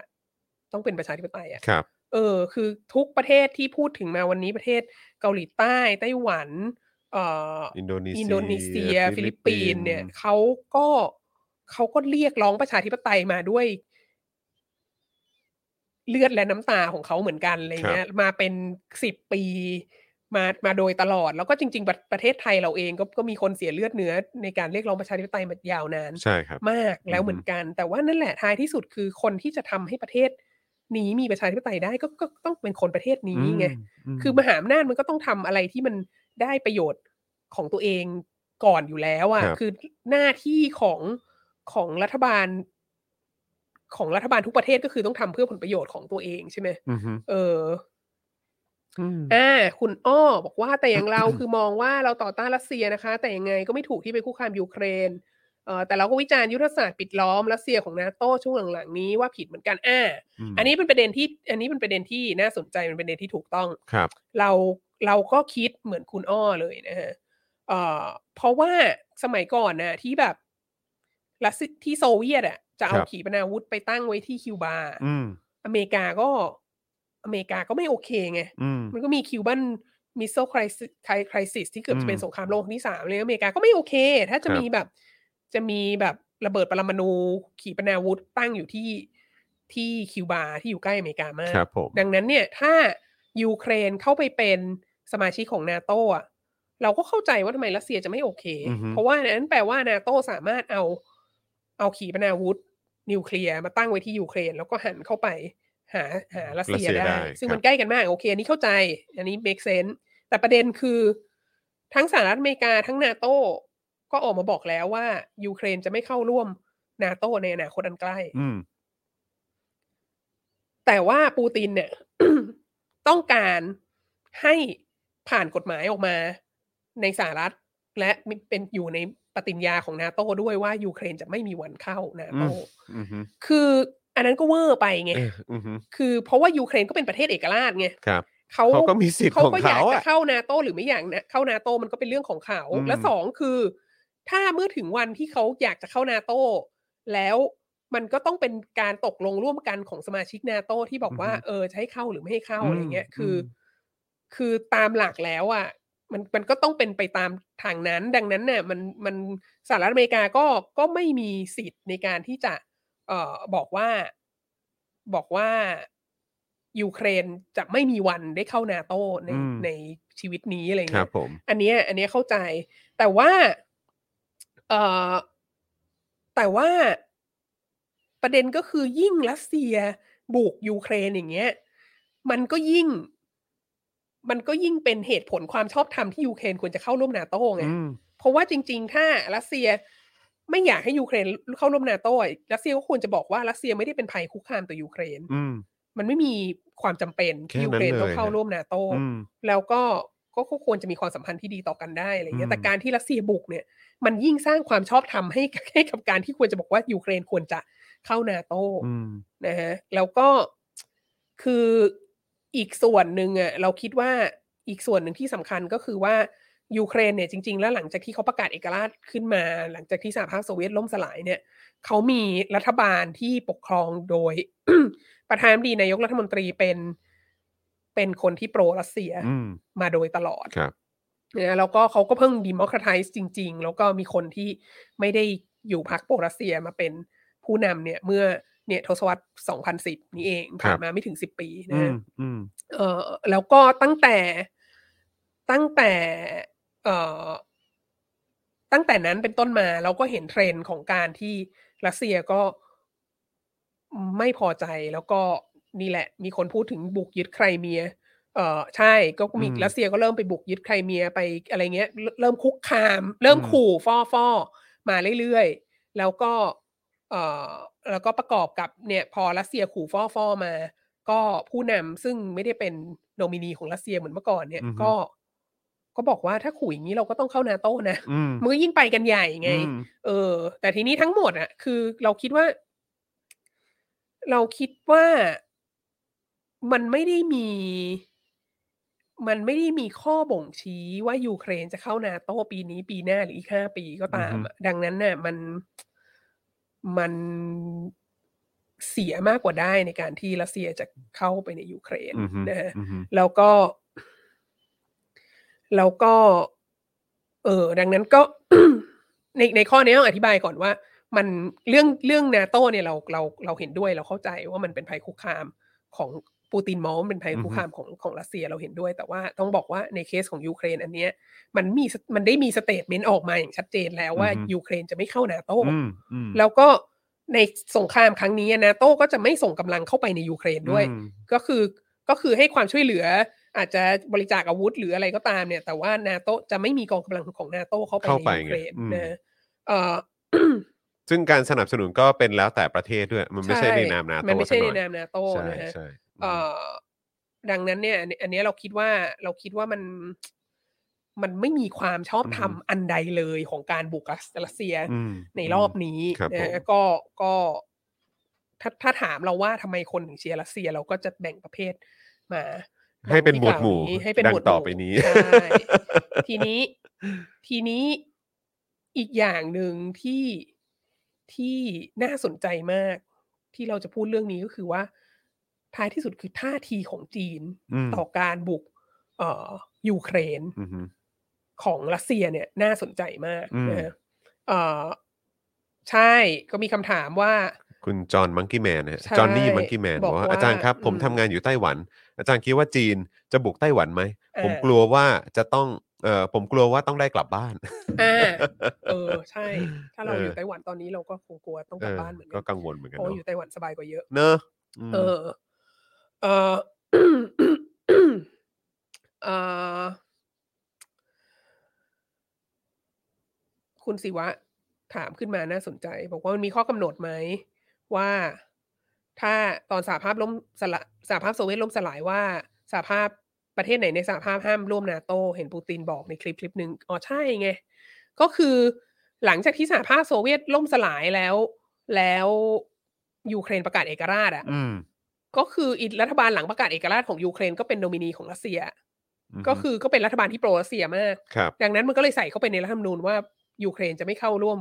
ต้องเป็นประชาธิปไตยอ่ะ
ครับ
เออคือทุกประเทศที่พูดถึงมาวันนี้ประเทศเกาหลีใต้ ไต้หวัน เอ่อ
อินโดนีเซีย
อินโดนีเซีย ฟิลิปปินส์เนี่ยเขาก็เขาก็เรียกร้องประชาธิปไตยมาด้วย เลือดและน้ำตาของเขาเหมือนกันอะไรเงี้ยมาเป็นสิบปีมามาโดยตลอด แล้วก็จริง ๆ ประประเทศไทยเราเองก็ก็มีคนเสียเลือดเนื้อในการเรียกร้องประชาธิปไตยมายาวนาน
ใช่ครับ
มากแล้ว
อือฮึ
เหมือนกัน แต่ว่านั่นแหละท้ายที่สุดคือคนที่จะทำให้ประเทศนี้มีประชาธิปไตยได้ก็ก็ก็ต้องเป็นคนประเทศนี้ไง
ม
คือมหาอำนาจมันก็ต้องทำอะไรที่มันได้ประโยชน์ของตัวเองก่อนอยู่แล้วอะ่ะคือหน้าที่ของของรัฐบาล ของรัฐบาลทุกประเทศก็คือต้องทำเพื่อผลประโยชน์ของตัวเองใช่ไหม
อืมฮึ
เออ
อืม
อ่าคุณอ้อบอกว่าแต่อย่างเรา คือมองว่าเราต่อต้านรัสเซียนะคะ แต่ยังไงก็ไม่ถูกที่ไปคุกคามยูเครนเอ่อแต่เราก็วิจารณ์ยุทธศาสตร์ปิดล้อมรัสเซียของนาโต้ช่วงหลังๆนี้ว่าผิดเหมือนกันอ่าอันนี้เป็นประเด็นที่ อันนี้เป็นประเด็นที่น่าสนใจเป็นประเด็นที่ถูกต้อง
ครับ
เราเราก็คิดเหมือนคุณอ้อเลยนะฮะเอ่อเพราะว่าสมัยก่อนนะที่แบบ รัสเซียที่โซเวียตอ่ะจะเอา
ครับ
ขีปนาวุธไปตั้งไว้ที่คิวบา
อืม
อเมริกาก็อเมริกาก็ไม่โอเคไง
อืม
มันก็มีคิวบันมิสโซคริสิสที่เกือบ
อืม
จะเป็นสงครามโลกครั้งที่สามเลยอเมริกาก็ไม่โอเค ถ้าจะ
ครับ
มีแบบจะมีแบบระเบิดปรมาณูขีปนาวุธตั้งอยู่ที่ที่คิวบาที่อยู่ใกล้อเมริกามาก
ครับผม
ดังนั้นเนี่ยถ้ายูเครนเข้าไปเป็นสมาชิกของนาโตอ่ะเราก็เข้าใจว่าทำไมรัสเซียจะไม่โอเค
อือฮึ
เพราะว่านั้นแปลว่านาโตสามารถเอาเอาขีปนาวุธ นิวเคลียร์มาตั้งไว้ที่ยูเครน แล้วก็หันเข้าไปหาหารัสเซีย
รัสเซียได้
ได้ ซึ่ง
ครับ
มันใกล้กันมาก โอเค อันนี้เข้าใจ อันนี้ make sense แต่ประเด็นคือทั้งสหรัฐอเมริกาทั้งนาโตก็ออกมาบอกแล้วว่ายูเครนจะไม่เข้าร่วมนาโตในอนาคตอันใกล้
อืม
แต่ว่าปูตินเนี่ย <coughs> ต้องการให้ผ่านกฎหมายออกมาในสหรัฐ และมีเป็นอยู่ในปฏิญญาของนาโตด้วยว่ายูเครนจะไม่มีวันเข้านาโต
ม อืมฮึ
คืออันนั้นก็เวอร์ไปไง
เอออืมฮึ
คือเพราะว่ายูเครนก็เป็นประเทศเอกราชไง
ครับ
เขา
เขาก็มีสิทธิ์
เขา
ของ
ก็อยา
เขา
กจะ
อ่ะ
เข้านาโตหรือไม่อยากนะเข้านาโตมันก็เป็นเรื่องของเขา
อืม
และสองคือ ถ้าเมื่อถึงวันที่เขาอยากจะเข้านาโตแล้วมันก็ต้องเป็นการตกลงร่วมกันของสมาชิกนาโตที่บอกว่า
อือฮึ
เออจะให้เข้าหรือไม่ให้เข้าอะไรเงี้ย
อืม
คืออ
ม
คือตามหลักแล้วอ่ะมันมันก็ต้องเป็นไปตามทางนั้น ดังนั้นเนี่ยมันมันสหรัฐอเมริกาก็ก็ไม่มีสิทธิ์ในการที่จะ เอ่อบอกว่าบอกว่ายูเครนจะไม่มีวันได้เข้านาโตใน
อืม
ในชีวิตนี้อะไร
ครั
เงี้
บ
ย
ผม
อันเนี้ยอันเนี้ยเข้าใจ แต่ว่าเอ่อแต่ว่าประเด็นก็คือยิ่งรัสเซียบุกยูเครนอย่างเงี้ย มันก็ยิ่ง มันก็ยิ่งเป็นเหตุผลความชอบธรรมที่ยูเครนควรจะเข้าร่วมนาโต้ไง
อืม
เพราะว่าจริง ๆ ถ้ารัสเซียไม่อยากให้ยูเครนเข้าร่วมนาโต้อะรัสเซียก็ควรจะบอกว่ารัสเซียไม่ได้เป็นภัยคุกคามต่อยูเครน
อืม
มันไม่มีความจำเป็นที่
แค่
ยู
นั้น
เครนต้อง
เลย
เข้า
ฮะ
ร่วมนาโต้
อืม
แล้วก็ก็ก็ควรจะมีความสัมพันธ์ที่ดีต่อกันได้อะไรเงี้
อื
ย
ม
แต่การที่รัสเซียบุกเนี่ย มันยิ่งสร้างความชอบธรรมให้กับให้กับการที่ควรจะบอกว่ายูเครนควรจะเข้านาโต
อืม
นะฮะแล้วก็คืออีกส่วนหนึ่งอ่ะเราคิดว่าอีกส่วนหนึ่งที่สำคัญก็คือว่ายูเครนเนี่ยจริง ๆ แล้วหลังจากที่เขาประกาศเอกราชขึ้นมา หลังจากที่สหภาพโซเวียตล่มสลายเนี่ยเขามีรัฐบาลที่ปกครองโดย <clears throat> ประธานาธิบดีนายกรัฐมนตรีเป็นเป็นคนที่โปรรัสเซีย
อืม
มาโดยตลอด
ครับ
นะแล้วก็เขาก็เพิ่งดิม o คร a ไทส์จริง ๆ แล้วก็มีคนที่ไม่ได้อยู่พรรคโปรรัสเซียมาเป็นผู้นำเนี่ย เมื่อเนี่ยทศวรรษ 2010 นี้เอง
ครับ
ผ่านมาไม่ถึง 10 ปีนะ
อื
ฮะ
มอืม
เออแล้วก็ตั้งแต่ตั้งแต่เออตั้งแต่นั้นเป็นต้นมาเราก็เห็นเทรนด์ของการที่รัสเซียก็ไม่พอใจแล้วก็นี่แหละ มีคนพูดถึงบุกยึดไครเมีย เออใช่ก็มี
อืม
รัสเซียก็เริ่มไปบุกยึดไครเมียไปอะไรเงี้ยเริ่มเริ่มคุกคาม เริ่ม
อืม
ขู่ฟอฟอมาเรื่อยๆ แล้วก็เออแล้วก็ประกอบกับเนี่ยพอรัสเซียขู่ฟอฟอมา ก็ผู้นำซึ่งไม่ได้เป็นโนมินีของรัสเซียเหมือนเมื่อก่อนเนี่ย
อือฮึ
ก็ก็บอกว่าถ้าขู่อย่างนี้เราก็ต้องเข้านาโต้นะ
อืม
มันก็ยิ่งไปกันใหญ่ไง
อืม
เออ แต่ทีนี้ทั้งหมดอะคือเราคิดว่า เราคิดว่ามันไม่ได้มี มันไม่ได้มีข้อบ่งชี้ว่ายูเครนจะเข้านาโตปีนี้ปีหน้าหรืออีกห้าปีก็ตามอะดังนั้นน่ะ มันมันเสียมากกว่าได้ในการที่รัสเซียจะเข้าไปในยูเครน
อืมฮึ
นะฮะ
อืมฮึ
แล้วก็ แล้วก็ เออดังนั้นก็ <coughs> ในในข้อนี้ต้องอธิบายก่อนว่า มันเรื่องเรื่องนาโตเนี่ยเราเราเราเห็นด้วยเราเข้าใจว่ามันเป็นภัยคุกคามของปูตินมองว่ามันเป็นภัยคุกคามของของรัสเซียเราเห็นด้วย แต่ว่าต้องบอกว่าในเคสของยูเครน อันเนี้ย มันมีมันได้มีสเตทเมนต์ออกมาอย่างชัดเจนแล้วว่า
อือฮึ
ยูเครนจะไม่เข้านาโต
อืมอืม
แล้วก็ในสงครามครั้งนี้นาโต้ก็จะไม่ส่งกำลังเข้าไปในยูเครนด้วย
อืม
ก็คือก็คือให้ความช่วยเหลือ อาจจะบริจาคอาวุธหรืออะไรก็ตามเนี่ย แต่ว่านาโตจะไม่มีกองกำลังของนาโตเข้าไป
เข้าไป
ในยูเครน
ไงอืม
นะเอ่อ
ซึ่งการสนับสนุนก็เป็นแล้วแต่ประเทศด้วย มันไม่ใช่ในนามนาโต
มันไม่ใช่
ซะห
ใน
อย
นามนาโต
ใช่
นะฮะ
ใช่
เอ่อดังนั้นเนี่ยอันอันเนี้ยเราคิดว่าเราคิดว่ามันมันไม่มีความชอบธรรมอันใดเลยของการบุกรัสเซีย
อืม
ในรอบนี้
ครับ
นะ
ผม
ฮะก็ก็ถ้าถ้าถามเราว่าทำไมคนถึงเชียร์รัสเซียเราก็จะแบ่งประเภทมา
ให้เป็นหมวดหมู่
ดังที่กล่าวนี้ให้เป็น
ดั
ห
ง
มวดหมู่
ต่อไปนี้
ใช่ ทีนี้ทีนี้อีกอย่างหนึ่งที่ ที่น่าสนใจมาก ที่เราจะพูดเรื่องนี้ก็คือว่า ท้ายที่สุดคือท่าทีของจีน
ม
ต่อการบุกเอ่อยูเครน
อืมฮึ
ของรัสเซียเนี่ยน่าสนใจมาก
อืม
นะฮะเอ่อใช่ก็มีคำถามว่า
คุณจอห์นมังกี้แมนนะฮะ
ใช่
จอห์นนี่มังกี้แมน
บบ อ
อก กว่า
ว่า
อาจารย์ครับ ผม
อืม
ทำงานอยู่ไต้หวัน อาจารย์คิดว่าจีนจะบุกไต้หวันไหม
อ่า
ผมกลัวว่าจะต้องเออผมกลัวว่าต้องได้กลับบ้าน
อ่าเออใช่ ถ้าเราอยู่ไต้หวันตอนนี้เราก็คงกลัวต้องกลับบ้านเหมือนกั
ก็
น
กังวลเหมือนกัน
เพราะว่า
เน
อยู่
อะ
ไต้หวันสบายกว่าเยอะ
เนอะอืม
เออ เออ เอ่อ คุณสิวะถามขึ้นมาน่าสนใจ บอกว่ามันมีข้อกำหนดไหม ว่าถ้าตอนสหภาพล่มสละสหภาพโซเวียตล่มสลายว่าสหภาพประเทศไหนในสหภาพห้ามร่วมนาโต เห็นปูตินบอกในคลิปคลิปหนึ่งอ๋อใช่ไง ก็คือหลังจากที่สหภาพโซเวียตล่มสลายแล้ว แล้วยูเครนประกาศเอกราชอะ
อืม
ก็คืออิรัฐบาลหลังประกาศเอกราชของยูเครนก็เป็นโนมินีของรัสเซีย
ม
ก็คือก็เป็นรัฐบาลที่โปรรัสเซียมาก
ครับ
ดังนั้นมันก็เลยใส่เข้าไปในรัฐธรรมนูญว่ายูเครนจะไม่เข้าร่วม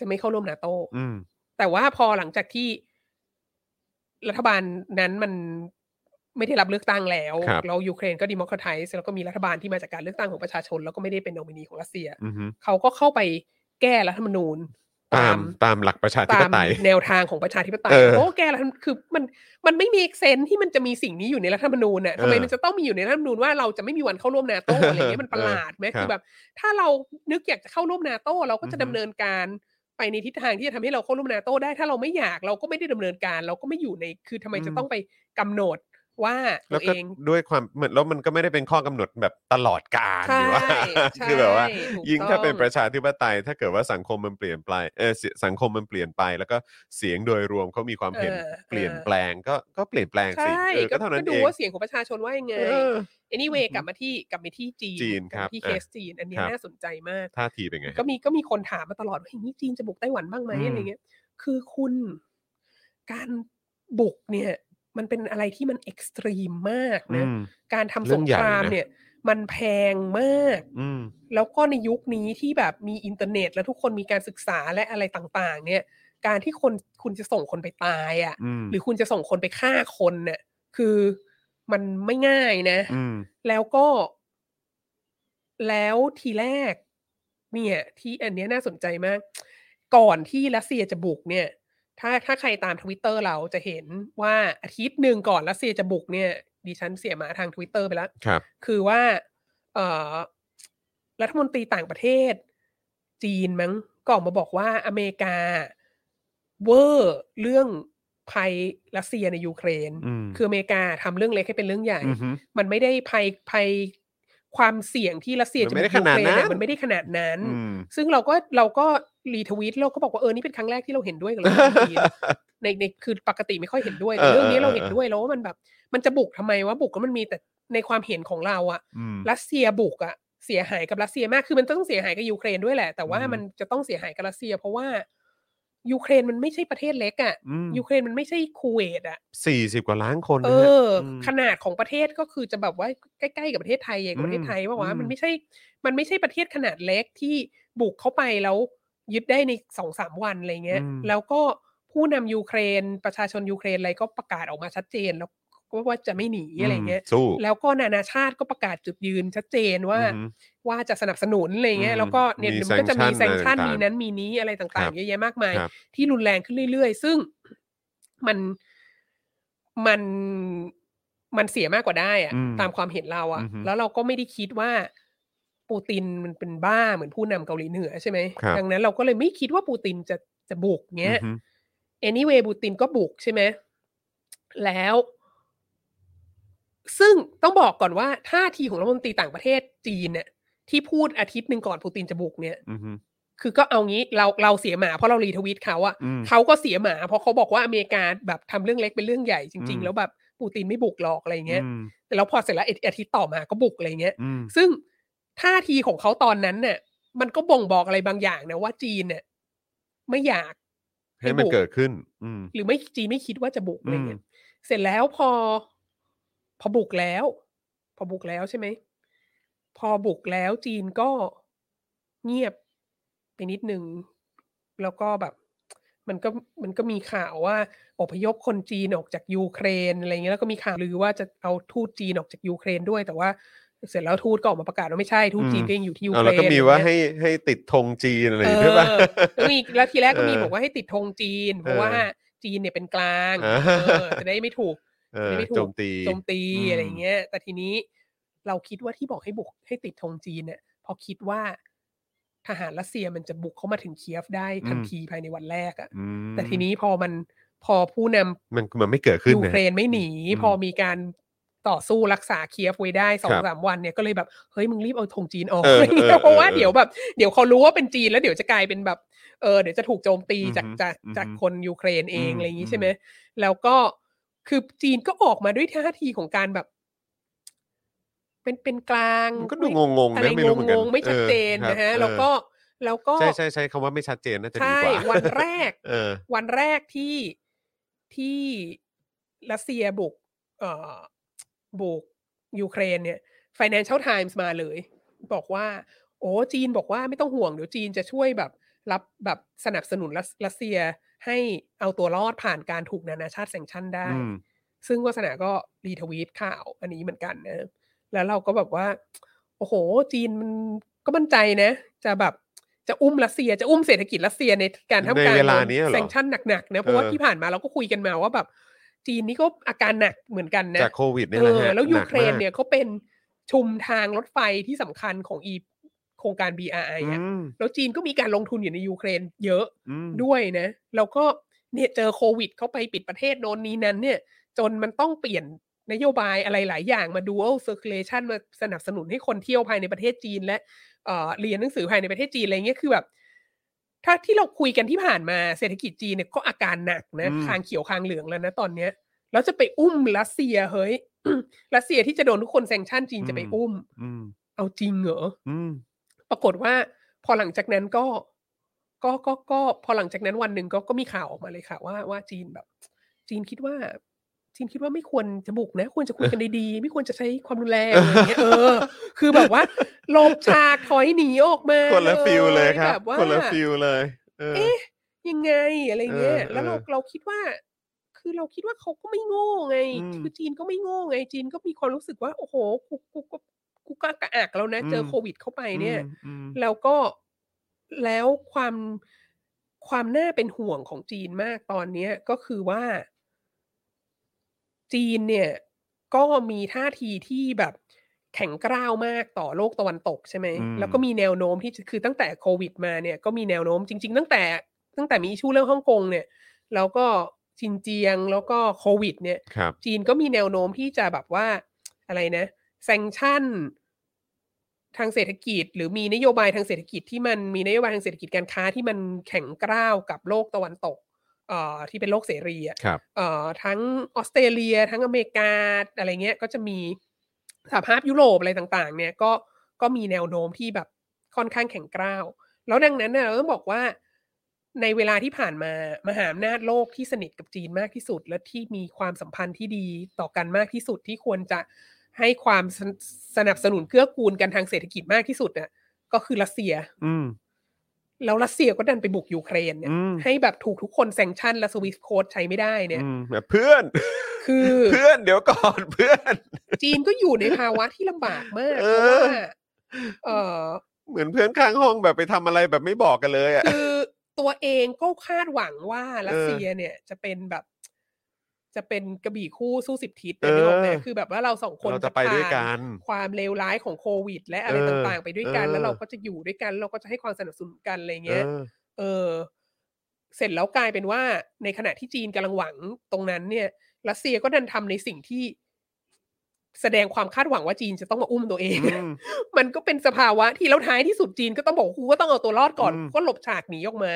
จะไม่เข้าร่วมนาโต
อืม
แต่ว่าพอหลังจากที่รัฐบาลนั้นมันไม่ได้รับเลือกตั้งแล้วแล้วยูเครนก็ดิม o คร t ไทส์แล้วก็มีรัฐบาลที่มาจากการเลือกตั้งของประชาชน แล้วก็ไม่ได้เป็นโนมินีของรัสเซีย
อืมฮึ
เขาก็เข้าไปแก้รัฐธรรมนูญ
ตามตามหลักประชาธิ
ตา
ป
ม
ไตย
แนวทางของประชาธิปไตย
เออ
โอ้แกละคือมันมันไม่มีเซนที่มันจะมีสิ่งนี้อยู่ในรัฐธรรมนูญน่ะ
เออ
ทำไมมันจะต้องมีอยู่ในรัฐธรรมนูญว่าเราจะไม่มีวันเข้าร่วมนา
<laughs>
โตอะไรเงี้ยมันประหลาดไหม
เออครับ
คือแบบ ถ้าเรานึกอยากจะเข้าร่วมนาโตเราก็จะ
อือฮึ
ดำเนินการไปในทิศทางที่จะทำให้เราเข้าร่วมนาโตได้ ถ้าเราไม่อยากเราก็ไม่ได้ดำเนินการ เราก็ไม่อยู่ในคือทำไมจะต้องไปกำหนดว่าตั
แล้ว ว
เอ
ก็
ง
ด้วยความเหมือนแล้วมันก็ไม่ได้เป็นข้อกำหนดแบบตลอดกาล
ใช่
หรือว่า <laughs>
ใช่
คือแบบว่า
ถูก
ยิ่งถ้าเป็น
ต้อง
ประชาธิปไตย ถ้าเกิดว่าสังคมมันเปลี่ยนไปเออเสียสังคมมันเปลี่ยนไป แล้วก็เสียงโดยรวมเขามีความเห็น
เออ
เปลี่ยนแปลงก็ก็เปลี่ยนแปลงสิ
ใช่
เออ
ก็
ก็เท่านั้น
ดู
เอง
ว่าเสียงของประชาชนว่ายังไง
เออ
anyway
อือหือก
ลับมาที่กลับมาที่จีน
จีนครับ
กลัมาที่
อ่ะ
เคสจีน อันเนี้ย
ครับ
น่าสนใจมาก
ท่าทีเป็นไงฮะ
ก็มีก็มีคนถามมาตลอดว่าเฮ้ยนี่จีนจะบุกไต้หวันบ้างไหม
อืม
อะไรเงี้ย คือคุณ การบุกเนี่ย มันเป็นอะไรที่มันเอ็กซ์ตรีมมาก
อื
นะ
ม
การทำ
เรื่
ส
อง
ง
ใหญ่
คราม
นะ
เนี่ย มันแพงมาก
อืม
แล้วก็ในยุคนี้ที่แบบมีอินเทอร์เน็ต และทุกคนมีการศึกษาและอะไรต่างๆ เนี่ย การที่คนคุณจะส่งคนไปตายอ่ะ
อืม
หรือคุณจะส่งคนไปฆ่าคนเนี่ยคือมันไม่ง่ายนะ
อืม
แล้วก็ แล้วทีแรก เนี่ย ที่อันเนี้ยน่าสนใจมาก ก่อนที่รัสเซียจะบุกเนี่ย ถ้าถ้าใครตามทวิตเตอร์เราจะเห็นว่าอาทิตย์หนึ่งก่อนรัสเซียจะบุกเนี่ย ดิฉันเสียหมาทางทวิตเตอร์ไปแล้ว
ครับ
คือว่าเออรัฐมนตรีต่างประเทศ จีนมั้งก็ออกมาบอกว่าอเมริกา เวอร์เรื่องภัยรัสเซียในยูเครน
อืม
คืออเมริกาทำเรื่องเล็กให้เป็นเรื่องใหญ่
อือฮึ
มันไม่ได้ภัยภัยความเสี่ยงที่รัสเซีย
มั
จะ
นไม่ได้
บุก
ข
ยูเคร
นาดนั้น
เยมันไม่ได้ขนาดนั้น
อืม
ซึ่งเราก็เราก็รีทวีตเราก็บอกว่าเออนี่เป็นครั้งแรกที่เราเห็นด้วยกับรัฐบาลจีน ในในคือปกติไม่ค่อยเห็นด้วยแต่
เออ
เรื่องนี้เรา
เออ
เห็นด้วยแล้วว่ามันแบบ มันจะบุกทำไมวะบุกก็มันมีแต่ในความเห็นของเราอะ
อืม
รัสเซียบุกอะเสียหายกับรัสเซียมากคือมันต้องเสียหายกับยูเครนด้วยแหละ แต่ว่า
อืม
มันจะต้องเสียหายกับรัสเซีย เพราะว่ายูเครนมันไม่ใช่ประเทศเล็กอะ
อืม
ยูเครนมันไม่ใช่คูเวตอะ
สี่สิบกว่าล้านคน
เอ
นะฮะ
ออ
ม
ขนาดของประเทศก็คือจะแบบว่าใกล้ๆกับประเทศไทยเองประเทศไทยว่าวะ
อืม
มันไม่ใช่ มันไม่ใช่ประเทศขนาดเล็กที่บุกเข้าไปแล้วยึดได้ในสองสามวันอะไรเงี้ย
อืม
แล้วก็ผู้นำยูเครน ประชาชนยูเครนอะไรก็ประกาศออกมาชัดเจนแล้วก็ว่าจะไม่หนีอะไรเงี้ย
มสู้
แล้วก็นานาชาติก็ประกาศจุดยืนชัดเจนว่า
อืม
ว่าจะสนับสนุนอะไรเงี้
อื
ย
ม
แล้วก็เนี่ย
มี
มันก็จะมี
sanction
แซงชั่น
อะไรต่างๆ
มีนั้นมีนี้อะไร
ครั
ต่าง
บ
ๆเยอะแยะมากมาย
ครับ
ที่รุนแรงขึ้นเรื่อยๆ ซึ่งมันมันมันเสียมากกว่าได้อะ
อืม
ตามความเห็นเราอะ
อือฮึ
แล้วเราก็ไม่ได้คิดว่าปูตินมันเป็นบ้าเหมือนผู้นำเกาหลีเหนือใช่ไหม
ครับ
ดังนั้นเราก็เลยไม่คิดว่าปูตินจะจะบุกเงี้ย
อืม
anyway ปูตินก็บุกใช่ไหมแล้ว ซึ่งต้องบอกก่อนว่าท่าทีของรัฐมนตรีต่างประเทศจีนเนี่ยที่พูดอาทิตย์หนึ่งก่อนปูตินจะบุกเนี่ย
อืม
คือก็เอางี้เราเราเสียหมาเพราะเรารีทวิตเขาอะ
อืม
เขาก็เสียหมา เพราะเขาบอกว่าอเมริกาแบบทำเรื่องเล็กเป็นเรื่องใหญ่จริง
อืม
ๆ แล้วแบบปูตินไม่บุกหรอกอะไรเงี้ย
อืม
แต่แล้วพอเสร็จแล้วอาทิตย์ต่อมาก็บุกอะไรเงี้ย
อืม
ซึ่งท่าทีของเขาตอนนั้นเนี่ยมันก็บ่งบอกอะไรบางอย่างนะว่าจีนเนี่ยไม่อยาก
ให้มัน
บุก
เกิดขึ้น อืม
หรือไม่จีนไม่คิดว่าจะบุกอะไรเงี้ย
อื
เสร็จแล้วพอ พอบุกแล้ว พอบุกแล้วใช่ไหม พอบุกแล้วจีนก็เงียบไปนิดนึง แล้วก็แบบ มันก็มันก็มีข่าวว่าอพยพคนจีนออกจากยูเครนอะไรเงี้ยแล้วก็มีข่าวหรือว่าจะเอาทูตจีนออกจากยูเครนด้วย แต่ว่าเสร็จแล้วทูตก็ออกมาประกาศว่าไม่ใช่ทูตจีน
อืม
ก็ยังอยู่ที่ยูเคร
เอา
น
แล้วก็มีว่า
อะไรเงี้ย
ให้ให้ติดธงจีนอะไรอย่างงี้ใช่ปะ
เออแล้วมีแล้วทีแรกก็มี
เออ
บอกว่าให้ติดธงจีน เพ
เอ
ราะ
อ
ว่าจีนเนี่ยเป็นกลาง
อ่า
เออจะได้ไม่ถูก
เออ
ไม่ถูก
โจมตี
โจมตี
อืม
อะไรอย่างเงี้ย แต่ทีนี้เราคิดว่าที่บอกให้บุกให้ติดธงจีนเนี่ยเพอคิดว่าทหารรัสเซียมันจะบุกเข้ามาถึงเคียฟได้ทันทีภายในวันแรกอะ
อืม
แต่ทีนี้พอมันพอผู้นำ
มันมันไม่เกิดขึ้น
ยู
นะ
เครนไม่หนี
อืม
พอมีการต่อสู้รักษาเคียฟไว้ได้สอ
ค
ง
รับ
สามวันเนี่ยก็เลยแบบเฮ้ยมึงรีบเอาธงจีนออก
เออ
อะไรเงี้ย
เออ
เพราะว่า
เออ
เดี๋ยวแบบเดี๋ยวเขารู้ว่าเป็นจีนแล้วเดี๋ยวจะกลายเป็นแบบ เออเดี๋ยวจะถูกโจมตีจาก
อือฮึ
จาก
อือฮึ
จากคนยูเครนเอง
อืม
อะไรอย่าง
อื
นี้
ม
ใช่ไหมแล้วก็คือจีนก็ออกมาด้วยท่าทีของการแบบ เป็นเป็นกลาง
มันก็ดู
ไม่
งงๆ
อะ
นะ
ไร
ไม่
ง
รู้เหมือนกัน
งๆไม่ชัดเจน
ออ
นะ
ค
ฮะ
รับ
แล้วก็แล้วก็
ใช่ใช่ใช้คำว่าไม่ชัดเจนน่าจะดี
ใช่
กว่า
วันแรก
เออ
วันแรกที่ที่รัสเซียบุกเอ่อบุกยูเครนเนี่ย Financial Times มาเลย บอกว่า โอ้จีนบอกว่าไม่ต้องห่วงเดี๋ยวจีนจะช่วยแบบรับแบบสนับสนุนรัสรัสเซียให้เอาตัวรอดผ่านการถูกนานาชาติแซงชั่นได้
อืม
ซึ่งวาสนาก็รีทวีตข่าวอันนี้เหมือนกันนะ แล้วเราก็แบบว่า โอ้โห จีนมันก็มั่นใจนะ จะแบบจะอุ้มรัสเซียจะอุ้มเศรษฐกิจรัสเซียในการทำกา
ใน
ร
เวลานี้เหรอ
แซงชั่นหนักๆนะเพราะว่า
เออ
ที่ผ่านมาเราก็คุยกันมาว่าแบบ จีนนี่ก็อาการหนักเหมือนกันนะ
จากโควิดเนี่ย
เอ
แหละ
อ
ฮะ
แล้วยู
หก
เครน
มาก
เนี่ยเขาเป็นชุมทางรถไฟที่สำคัญของอีโครงการ BRI
อื
อะ
ม
แล้วจีนก็มีการลงทุนอยู่ในยูเครนเยอะ
อืม
ด้วยนะ แล้วก็เนี่ยเจอโควิดเข้าไปปิดประเทศโน้นนี้นั้นเนี่ย จนมันต้องเปลี่ยนนโยบายอะไรหลายอย่างมา dual circulation มาสนับสนุนให้คนเที่ยวภายในประเทศจีนและเอ่อเรียนหนังสือภายในประเทศจีนอะไรเงี้ยคือแบบ ถ้าที่เราคุยกันที่ผ่านมาเศรษฐกิจจีนเนี่ยก็อาการหนักนะ
อืม
คางเขียวคางเหลืองแล้วนะตอนเนี้ย แล้วจะไปอุ้มรัสเซียเฮ้ย <clears throat> รัสเซียที่จะโดนทุกคนแซงชั่นจีนจะไป
อืม
อุ้ม
อืม
เอาจริงเหรอ
อืม
ปรากฏว่า พอหลังจากนั้นก็ ก็ก็ก็พอหลังจากนั้นวันหนึ่งก็ก็มีข่าวออกมาเลยค่ะ ว่าว่าจีนแบบ จีนคิดว่า จีนคิดว่าไม่ควรจะบุกนะ ควรจะคุยกันดีๆ ไม่ควรจะใช้ความรุนแรงอะไรอย่างเงี้ยเอ
<laughs>
อ คือแบบว่าหลบฉากถอยหนีออกมา
คนละฟิลเลยครับ
แบบว่า
คนละฟิลเลยเออ
เอ๊ะยังไงอะไรเงี้ย
เออ
แล้วเรา
เออ
เราคิดว่า คือเราคิดว่าเขาก็ไม่โง่ไง
อืม
คือจีนก็ไม่โง่ไง จีนก็มีความรู้สึกว่า โอ้โหกูกูกูกูก็กระอักแล้วนะ เจอ
ม
อโควิดเข้าไปเนี่ย
อืม
แล้วก็แล้วความความน่าเป็นห่วงของจีนมากตอนเนี้ยก็คือว่า จีนเนี่ย ก็มีท่าทีที่แบบแข็งกร้าวมากต่อโลกตะวันตกใช่ไหม
อืม
แล้วก็มีแนวโน้มที่จะคือตั้งแต่โควิดมาเนี่ยก็มีแนวโน้มจริง ๆ ตั้งแต่ตั้งแต่มีอิชูเรื่องฮ่องกงเนี่ย แล้วก็จินเจียงแล้วก็โควิด เนี่ย
ครับ
จีนก็มีแนวโน้มที่จะแบบว่าอะไรนะแซงชั่น ทางเศรษฐกิจ หรือมีนโยบายทางเศรษฐกิจที่มันมีนโยบายทางเศรษฐกิจการค้าที่มันแข็งกร้าวกับโลกตะวันตกเอ่อที่เป็นโลกเสรีอะ
ครับ
เอ่อทั้งออสเตรเลีย ทั้งอเมริกาอะไรเงี้ย ก็จะมีสหภาพยุโรปอะไรต่าง ๆ เนี่ยก็ก็มีแนวโน้มที่แบบค่อนข้างแข็งกร้าว แล้วดังนั้นเนี่ยเราต้องบอกว่าในเวลาที่ผ่านมามหาอำนาจโลกที่สนิทกับจีนมากที่สุด และที่มีความสัมพันธ์ที่ดีต่อกันมากที่สุดที่ควรจะให้ความสนสนับสนุนเกื้อกูลกันทางเศรษฐกิจมากที่สุดน่ะก็คือรัสเซีย
อืม
แล้วรัสเซียก็ดันไปบุกยูเครนเนี่ย
อืม
ให้แบบถูกทุกคนแซงชั่นและสวิสโคดใช้ไม่ได้เนี่ย
อืมเพื่อน
คือ
เพื่อนเดี๋ยวก่อน <laughs> เพื่อน
จีนก็อยู่ในภาวะที่ลำบากมาก
เอ
เพราะ
อ
ว่าเออ
เหมือนเพื่อนข้างห้องแบบไปทำอะไรแบบไม่บอกกันเลยอ่ะ
คือตัวเองก็คาดหวังว่ารัส
เออ
เซียเนี่ยจะเป็นแบบ จะเป็นกระบี่คู่สู้สิบทิศ
เอ
นะ
อ
นึกออกไหมคือแบบว่าเราสองคน
เราจะไปด้วย
ผ่
กัน
ความเลวร้ายของโควิด และอะไร
เออ
ต่างๆ ไปด้วยกัน
เออ
แล้วเราก็จะอยู่ด้วยกัน เราก็จะให้ความสนับสนุนกันอะไร
เอ
เงี้ย
อ
เออ เสร็จแล้วกลายเป็นว่าในขณะที่จีนกำลังหวังตรงนั้นเนี่ยรัสเซียก็ดันทำในสิ่งที่แสดงความคาดหวังว่าจีนจะต้องมาอุ้มตัวเอง
อืม
มันก็เป็นสภาวะที่แล้วท้ายที่สุดจีนก็ต้องบอกว่ากูก็ต้องเอาตัวรอดก่อน
อืม
ก็หลบฉากหนีออกมา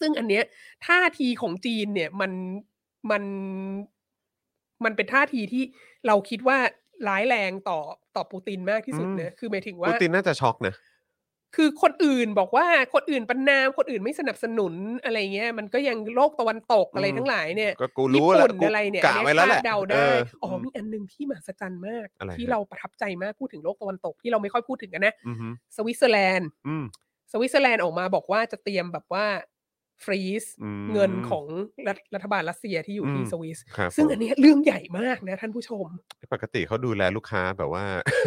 ซึ่งอันเนี้ยท่าทีของจีนเนี่ยมันมันมันเป็นท่าทีที่เราคิดว่าร้ายแรงต่อต่อปูตินมากที่สุดนะคือหมายถึงว่า
ปูตินน่าจะช็อกนะ
คือคนอื่นบอกว่าคนอื่นประนามคนอื่นไม่สนับสนุนอะไรเงี้ย มันก็ยังโลกตะวันตก
อืม
อะไรทั้งหลายเนี่ย
ก็กู
ญี่
รู้แหละ
ปุ่น
กู
อะไรเนี่ย
กะ
อัน
ไว้
เนี้ย
แล้วแหละ
คาดเดา
เอ
ได้
อ
อ๋อ
อ
มีอันหนึงที่มหัศจรรย์มาก
อะไร
ที่
ฮะ
เราประทับใจมากพูดถึงโลกตะวันตกที่เราไม่ค่อยพูดถึงกันนะ
อืมอืม
สวิตเซอร์แลนด์
อืม
สวิตเซอร์แลนด์ออกมาบอกว่าจะเตรียมแบบว่าฟรีซ
อืม
เงินของรัฐรัฐบาลรัสเซียที่อยู่ที่
อืม
สวิส
ครับ
ซึ่ง
ผม
อันเนี้ยเรื่องใหญ่มากนะท่านผู้ชม
ปกติเขาดูแลลูกค้าแบบว่า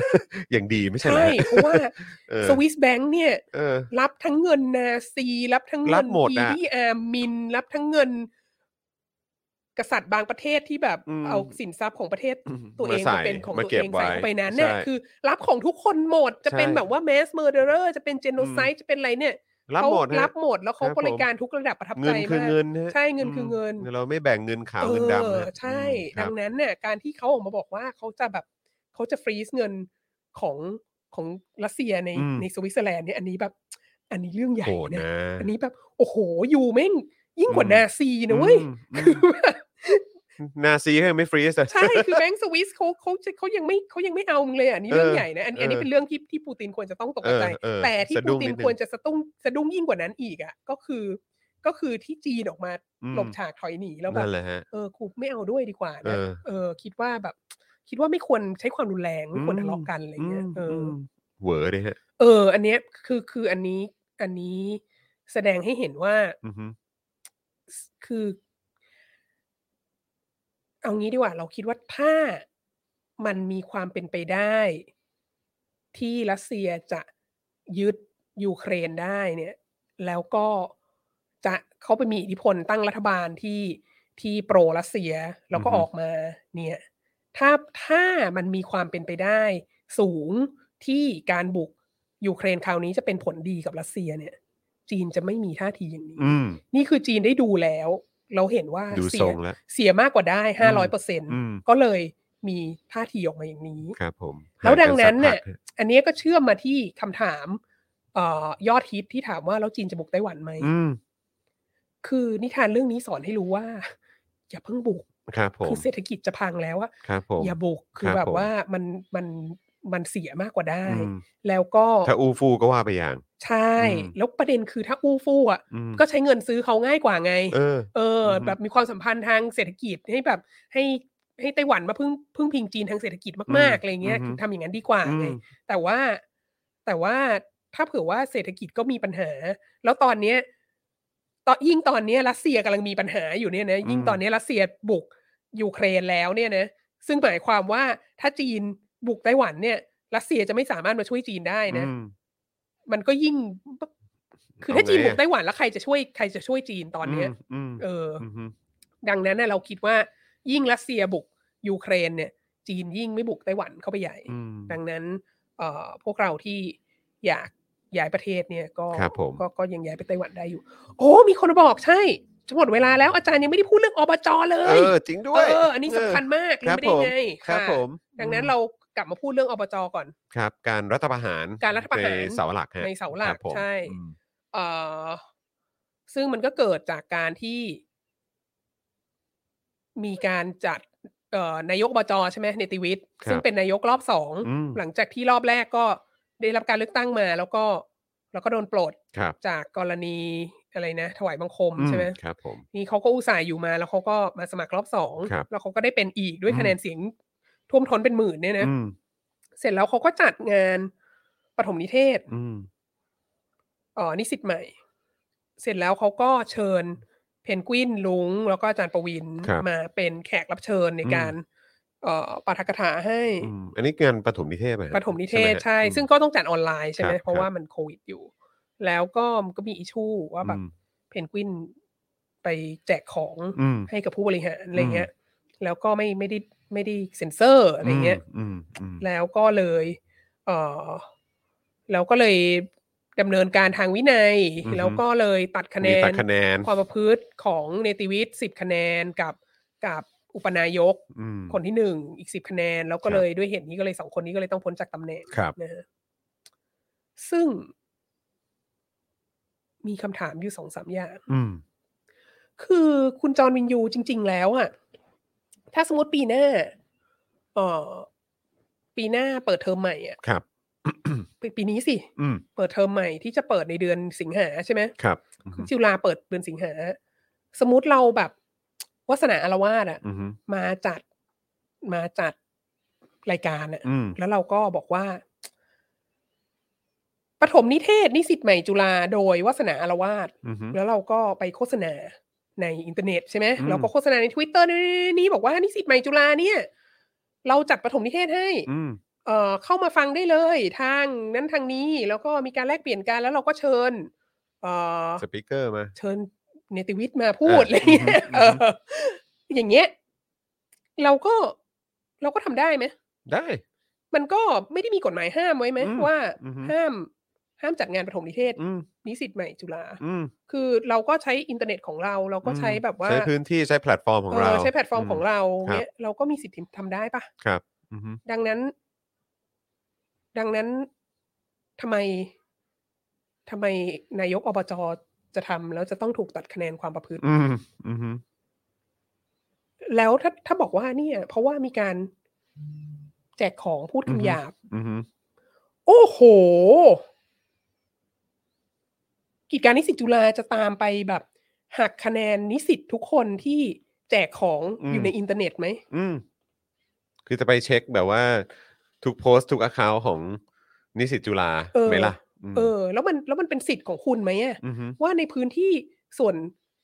<laughs> อย่างดีไม่ใช่เหรอ
ใช่เพราะว่า
เออ
สวิสแบงก์เนี่ย
เออ
รับทั้งเงินนาซีรับทั้ง
รับ
เงิน
หมดอะ
ทีอาร์มิน รับทั้งเงิน กษัตริย์บางประเทศที่แบบ
อืม
เอาสินทรัพย์ของประเทศ ตัวเอง
มาใส่
มาเป็นของ
มา
ตัว
ก็บ
เองใส่เข้าไป
ว้
นั้นน่ะ
ใช่
คือ รับของทุกคนหมดจะเป็น
ใช่
แบบว่าแมสเมอร์เดอร์จะเป็นเจนโนไซด์จะเป็นอะไรเนี่ย
รับ
เขา
หมดฮะ
รับหมดแล้วเขา
ครับผม
บริการทุกระดับประทับ
เงิ
ใจ
นคือ
มาก
เงินนะฮะ
ใช่เงินคือเงิน
เราไม่แบ่งเงินขาวเงินดำ
อ
นะฮะ
อใช่
อืมค
ดั
รับ
งนั้นเนี่ยการที่เขาออกมาบอกว่าเขาจะแบบเขาจะฟรีซเงินของของรัสเซียใน
อืม
ในสวิตเซอร์แลนด์เนี่ยอันนี้แบบ อันนี้เรื่องใหญ่
โหด
นะ
นะ
อันนี้แบบ โอ้โหอยู่แม่งยิ่งกว่า
อืม
นาซีนะเว้ย
อืมอืม
คือแบบ
นาซีเขายังไม่ฟรีสอะ
ใช่คือแบงก์สวิสเขาเขาจะเขายังไม่เขายังไม่เอามึงเลยอะอันนี้เรื่อง
เออ
ใหญ่นะอันอันนี้
เออ
เป็นเรื่องที่ที่ปูตินควรจะต้องตกใจ
เออเออ
แต่ที่
สะดุ้
ปู
ง
ติ
นิ
น
ดนึง
ควรจะสะดุ้งสะดุ้งยิ่งกว่านั้นอีกอ่ะ ก็คือ ก็คือที่จีนออกมา
อืม
หลบฉากถอยหนีแล้วแบบ
นั่นแหละฮะ
เออกูไม่เอาด้วยดีกว่า
เอ
นะ
อ
เออ คิดว่าแบบ คิดว่าไม่ควรใช้ความรุนแรงไม่ควรทะเลาะกันอะไรเงี้ยเอออ
เหวอเลยฮะ
เออ อันเนี้ยคือคืออันนี้ อันนี้แสดงให้เห็นว่า
อือฮึ
คือ เอางี้ดีกว่า เราคิดว่าถ้ามันมีความเป็นไปได้ ที่รัสเซียจะยึดยูเครนได้เนี่ย แล้วก็จะเขาไปมีอิทธิพลตั้งรัฐบาลที่ที่โปรรัสเซียแล้วก็
อือฮึ
ออกมาเนี่ย ถ้าถ้ามันมีความเป็นไปได้สูงที่การบุกยูเครนคราวนี้จะเป็นผลดีกับรัสเซียเนี่ย จีนจะไม่มีท่าทีอย่างนี้
อืม
นี่คือจีนได้ดูแล้ว เราเห็นว่า
ดู
เสี
ทร
ย
งแล้ว
เสียมากกว่าได้
อื
ห้าม ร้อยเปอร์เซ็น
อืม
ก็เลยมีท่าทีออกมาอย่างนี้
ครับผม
แล้วดังนั้น
ห่า
เนี่ย
กัสักพักฮะ
อันนี้ก็เชื่อมมาที่คำถามเอ่อยอดฮิตที่ถามว่าแล้วจีนจะบุกไต้หวันไหม
อืม
คือนิทานเรื่องนี้สอนให้รู้ว่า อย่าเพิ่งบุก
ครับผม
คือเศรษฐกิจจะพังแล้วอะ
ครับผม
อย่าบุก คื
ค
อ
รับ
แบบ
ผม
ว่ามันมันมันเสียมากกว่าได้
อืม
แล้วก็
ถ้าอูฟูก็ว่าไปอย่าง
ใช่
อืม
แล้วประเด็นคือถ้าอู้ฟู่อะ
อืม
ก็ใช้เงินซื้อเขาง่ายกว่าไง
เออ
เออ
ม
แบบมีความสัมพันธ์ทางเศรษฐกิจให้แบบให้ให้ไต้หวันมาพึ่งพึ่งพิงจีนทางเศรษฐกิจมากๆอะไรเงี้ยคือทำอย่างนั้นดีกว่า
อื
ไง
ม
แต่ว่าแต่ว่าถ้าเผื่อว่าเศรษฐกิจก็มีปัญหา แล้วตอนเนี้ยตอนยิ่งตอนเนี้ยรัสเซียกำลังมีปัญหาอยู่เนี่ยนะยิ่ง
อืม
ตอนเนี้ยรัสเซียบุกยูเครนแล้วเนี่ยนะซึ่งหมายความว่าถ้าจีนบุกไต้หวันเนี่ยรัสเซียจะไม่สามารถมาช่วยจีนได้นะ
อืม
มันก็ยิ่ง คือถ้า
เอาไง
จีนบุก
อะ
ไต้หวันแล้วใครจะช่วยใครจะช่วยจีนตอนเนี้ย
อืม
เอออ
อืมฮึ
ดังนั้นนะเราคิดว่ายิ่งรัสเซียบุกยูเครนเนี่ย จีนยิ่งไม่บุกไต้หวันเข้าไปใหญ่
อืม
ดังนั้นเอ่อพวกเราที่อยากย้ายประเทศเนี่ยก็
ครับผม
ก็ก็ยังย้ายไปไต้หวันได้อยู่ โอ้ มีคนมาบอกใช่จะหมดเวลาแล้วอาจารย์ยังไม่ได้พูดเรื่องอบจเล
เอย อ จริงด้วย
เอออันนี้สำคัญมาก
ค
ลื
รับ
มไม่
ผ
ได้
ม
ไง
ครับ
ะ
ผม
ดังนั้นเรากลับมาพูดเรื่องอบจก่อน
ครับ การรัฐประหาร
การรัฐประหาร
ในเสาหลักฮะ
ในเสาหลัก
ครับผม
ใช่
อืม
เอ่อซึ่งมันก็เกิดจากการที่ มีการจัดเอ่อนายกอบจใช่ไหมเนติวิทย์ซึ่งเป็นนายกรอบสอง
อืม
หลังจากที่รอบแรกก็ได้รับการเลือกตั้งมา แล้วก็ แล้วก็โดนปลด
ครับ
จากกรณีอะไรนะ ถวายบังคม
อื
ใช่ไหม
ครับผม
นี่เขาก็อุตส่าห์อยู่มา แล้วเขาก็มาสมัครรอบสอง
ครับ
แล้วเขาก็ได้เป็นอีกด้วย
อืม
คะแนนเสียงท่วมท้นเป็นหมื่นเนี่ยนะ
อืม
เสร็จแล้วเขาก็จัดงานปฐมนิเทศ
อืม
เอ๋อนิสิตใหม่ เสร็จแล้วเขาก็เชิญเพนกวินลุง แล้วก็อาจารย์ประวิน
ครับ
มาเป็นแขกรับเชิญใน
อืม
การ เอ่อปาฐกถาให้
อืมอันนี้งานปฐมนิเทศไหมฮะ
ปฐมนิเทศ
ไหฮะ
ใช่
อืม
ซึ่งก็ต้องจัดออนไลน์ใช่ไหม
ครับ
เพราะ
ครับ
ว่ามันโควิดอยู่ แล้วก็มันก็มีอิชูว่าแบบ
อืม
เพนกวินไปแจกของ
อืม
ให้กับผู้บริหารอะไรเงี้ย
อื
แล้วก็ไม่ไม่ได้ไม่ได้เซ็นเซอร์อะไรเงี้ย
อืมอืม
แล้วก็เลย เออแล้วก็เลยดำเนินการทางวินัย
อือฮึ
แล้วก็เลยตัดคะแน
มี
น
ตัดคะแนน
ความประพฤติของเนติวิทย์สิบคะแนนกับกับอุปนายก
อืม
คนที่หนึ่งอีกสิบคะแนน แล้วก็
ครับ
เลยด้วยเหตุนี้ก็เลยสองคนนี้ก็เลยต้องพ้นจากตำแหน่ง
ครับ
นะฮะซึ่ง มีคำถามอยู่สองสามอย่าง
อืม
คือคุณจอร์นวินยูจริง ๆ แล้วอะถ้าสมมติปีหน้าเอ่อปีหน้าเปิดเทอมใหม่อะ
ครับ
ปปีนี้สิ
<coughs> อืม
เปิดเทอมใหม่ที่จะเปิดในเดือนสิงหาใช่ไหม
ครับ
คือจุฬาเปิดเดือนสิงหา สมมติเราแบบวัสนาอารวาสอะ
อืมอืม
มาจัดมาจัดรายการอะ
อืม
แล้วเราก็บอกว่า ปฐมนิเทศนิสิตใหม่จุฬาโดยวาสนาอารวาส
อือฮึ
แล้วเราก็ไปโฆษณาในอินเทอร์เน็ตใช่ไหม
อืม
เราก็โฆษณาใน Twitter นี่นี่บอกว่านิสิตใหม่จุฬาเนี่ย เราจัดปฐมนิเทศให้
อืม
เอ่อเข้ามาฟังได้เลยทางนั้นทางนี้แล้วก็มีการแลกเปลี่ยนกันแล้วเราก็เชิญ เอ่อ
<coughs> สปีกเกอร์มา
เชิญเนติวิทย์มาพูด
อ่ะ
อะไรเงี้ย
อื
เอ
อฮึ
ออย่างเงี้ยเราก็เราก็ทำได้ไหม
ได้
มันก็ไม่ได้มีกฎหมายห้ามไว้ไหม
อืม
ว่า
อือฮึ
ห้ามห้ามจัดงานประถมนิเทศ
อืม
นิสิตใหม่จุฬา
อืม
คือเราก็ใช้อินเทอร์เน็ตของเรา เราก็ใช้แบบว่า
ใช้พื้นที่ใช้แพลตฟอร์มของเรา
เออใช้แพลตฟอร์มของเรา
ครับ
เนี้ยเราก็มีสิทธิ์ทำได้ปะ
ครับอือฮึ
ดังนั้น ดังนั้นทำไมทำไมนายกอบจจะทำแล้วจะต้องถูกตัดคะแนนความประพฤติ
อืมอือฮึ
แล้วถ้าถ้าบอกว่าเนี่ย เพราะว่ามีการแจกของพูดคำหยาบ
อือฮึ
โอ้โหกิจการนิสิตจุฬาจะตามไปแบบหักคะแนนนิสิตทุกคนที่แจกของอยู่ในอินเทอร์เน็ตไหม
อืมคือจะไปเช็คแบบว่า ทุกโพสต์ทุกอคาของนิสิตจุฬา
เออ
ไหมล่ะม
เออ แล้วมันแล้วมันเป็นสิทธิ์ของคุณไหมอะ
อฮึ
ว่าในพื้นที่ส่วน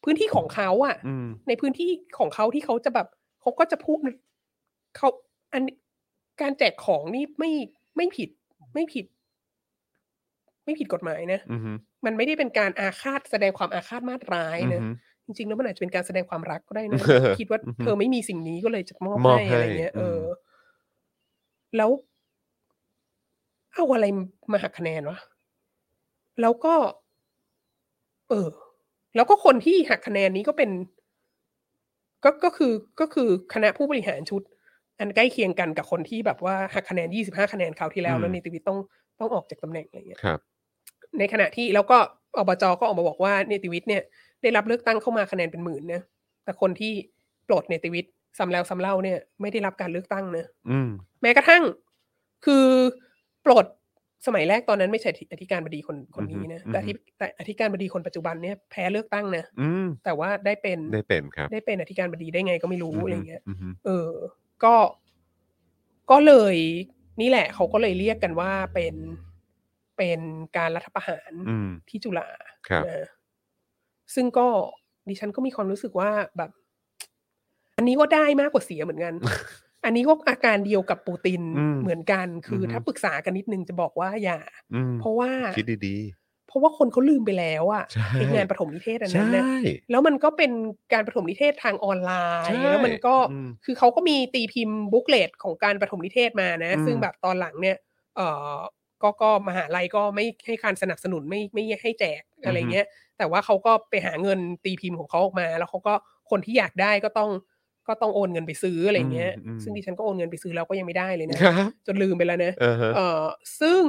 พื้นที่ของเขาอะ
อืม
ในพื้นที่ของเขาที่เขาจะแบบเขาก็จะพูดเขาอันการแจกของนี่ไม่ไม่ผิด ไม่ผิด ไม่ผิดกฎหมายนะ
อือฮึ
มันไม่ได้เป็นการอาฆาตแสดงความอาฆาตมาตร้ายนะ
อือฮึ
จริงๆแล้วมันอาจจะเป็นการแสดงความรักก็ได้นะ
เออ
คิดว่า
อือฮึ
เธอไม่มีสิ่งนี้ก็เลยจะมอบ
มอบ
ให้อะไร
ให้
เงี้ยเอออ
ม
แล้วเอาอะไรมาหักคะแนนวะแล้วก็ เออ แล้วก็คนที่หักคะแนนนี้ก็เป็น ก็ก็คือก็คือคณะผู้บริหารชุด อันใกล้เคียงกันกับคนที่แบบว่าหักคะแนน 25 คะแนนคราวที่แล้ว
อืม
แล้วนิติวิทย์ต้องต้องออกจากตำแหน่งอะไรเงี้ย
ครับ
ในขณะที่แล้วก็อบจก็ออกมาบอกว่าเนติวิทย์เนี่ย ได้รับเลือกตั้งเข้ามาคะแนนเป็นหมื่นนะแต่คนที่โปลดเนติวิทย์ซ้ำแล้วซ้ำเล่าเนี่ย ไม่ได้รับการเลือกตั้งนะ
อืม
แม้กระทั่ง คือโปลดสมัยแรกตอนนั้นไม่ใช่อธิการบดีคนคนนี้นะ
อือฮึ
แต่ที่แต่อธิการบดีคนปัจจุบันเนี่ยแพ้เลือกตั้งนะ
อืม
แต่ว่าได้เป็น
ได้เป็นครับ
ได้เป็นอธิการบดีได้ไงก็ไม่รู้อะไรเงี้ย
อือฮึ
เออ ก็ ก็เลย นี่แหละ เขาก็เลยเรียกกันว่าเป็น เป็นการรัฐประหาร
อืม
ที่จุฬา
ครับ
นะซึ่งก็ดิฉันก็มีความรู้สึกว่าแบบ อันนี้ก็ได้มากกว่าเสียเหมือน
<laughs>
กัน อันนี้ก็อาการเดียวกับปูติน
อืม
เหมือนกัน คืออ
อฮึ
ถ้าปรึกษากันนิดนึงจะบอกว่าอย่า
อืม
เพราะว่า
คิดดี
เพราะว่าคนเขาลืมไปแล้วอะ
ใช่
ไอ้งานประถมนิเทศอัน
ๆ
นั้นนะ
ใช่
แล้วมันก็เป็นการประถมนิเทศทางออนไล
ใช่
น์ แล้วมันก็
อืม
คือเขาก็มีตีพิมพ์บุ๊กเลตของการประถมนิเทศมานะ
อืม
ซึ่งแบบตอนหลังเนี่ย เออก็ก็มหาลัยก็ไม่ให้การสนับสนุนไม่ไม่ให้แจกอะไรเงี้ย แต่ว่าเขาก็ไปหาเงินตีพิมพ์ของเขาออกมา แล้วเขาก็คนที่อยากได้ก็ต้องก็ต้องโอนเงินไปซื้ออะไรเงี้ย
อืมอืม
ซึ่งดิฉันก็โอนเงินไปซื้อแล้วก็ยังไม่ได้เลยนะครับ จนลืมไปแล้วนะ
เออฮะ
เออซึ่ง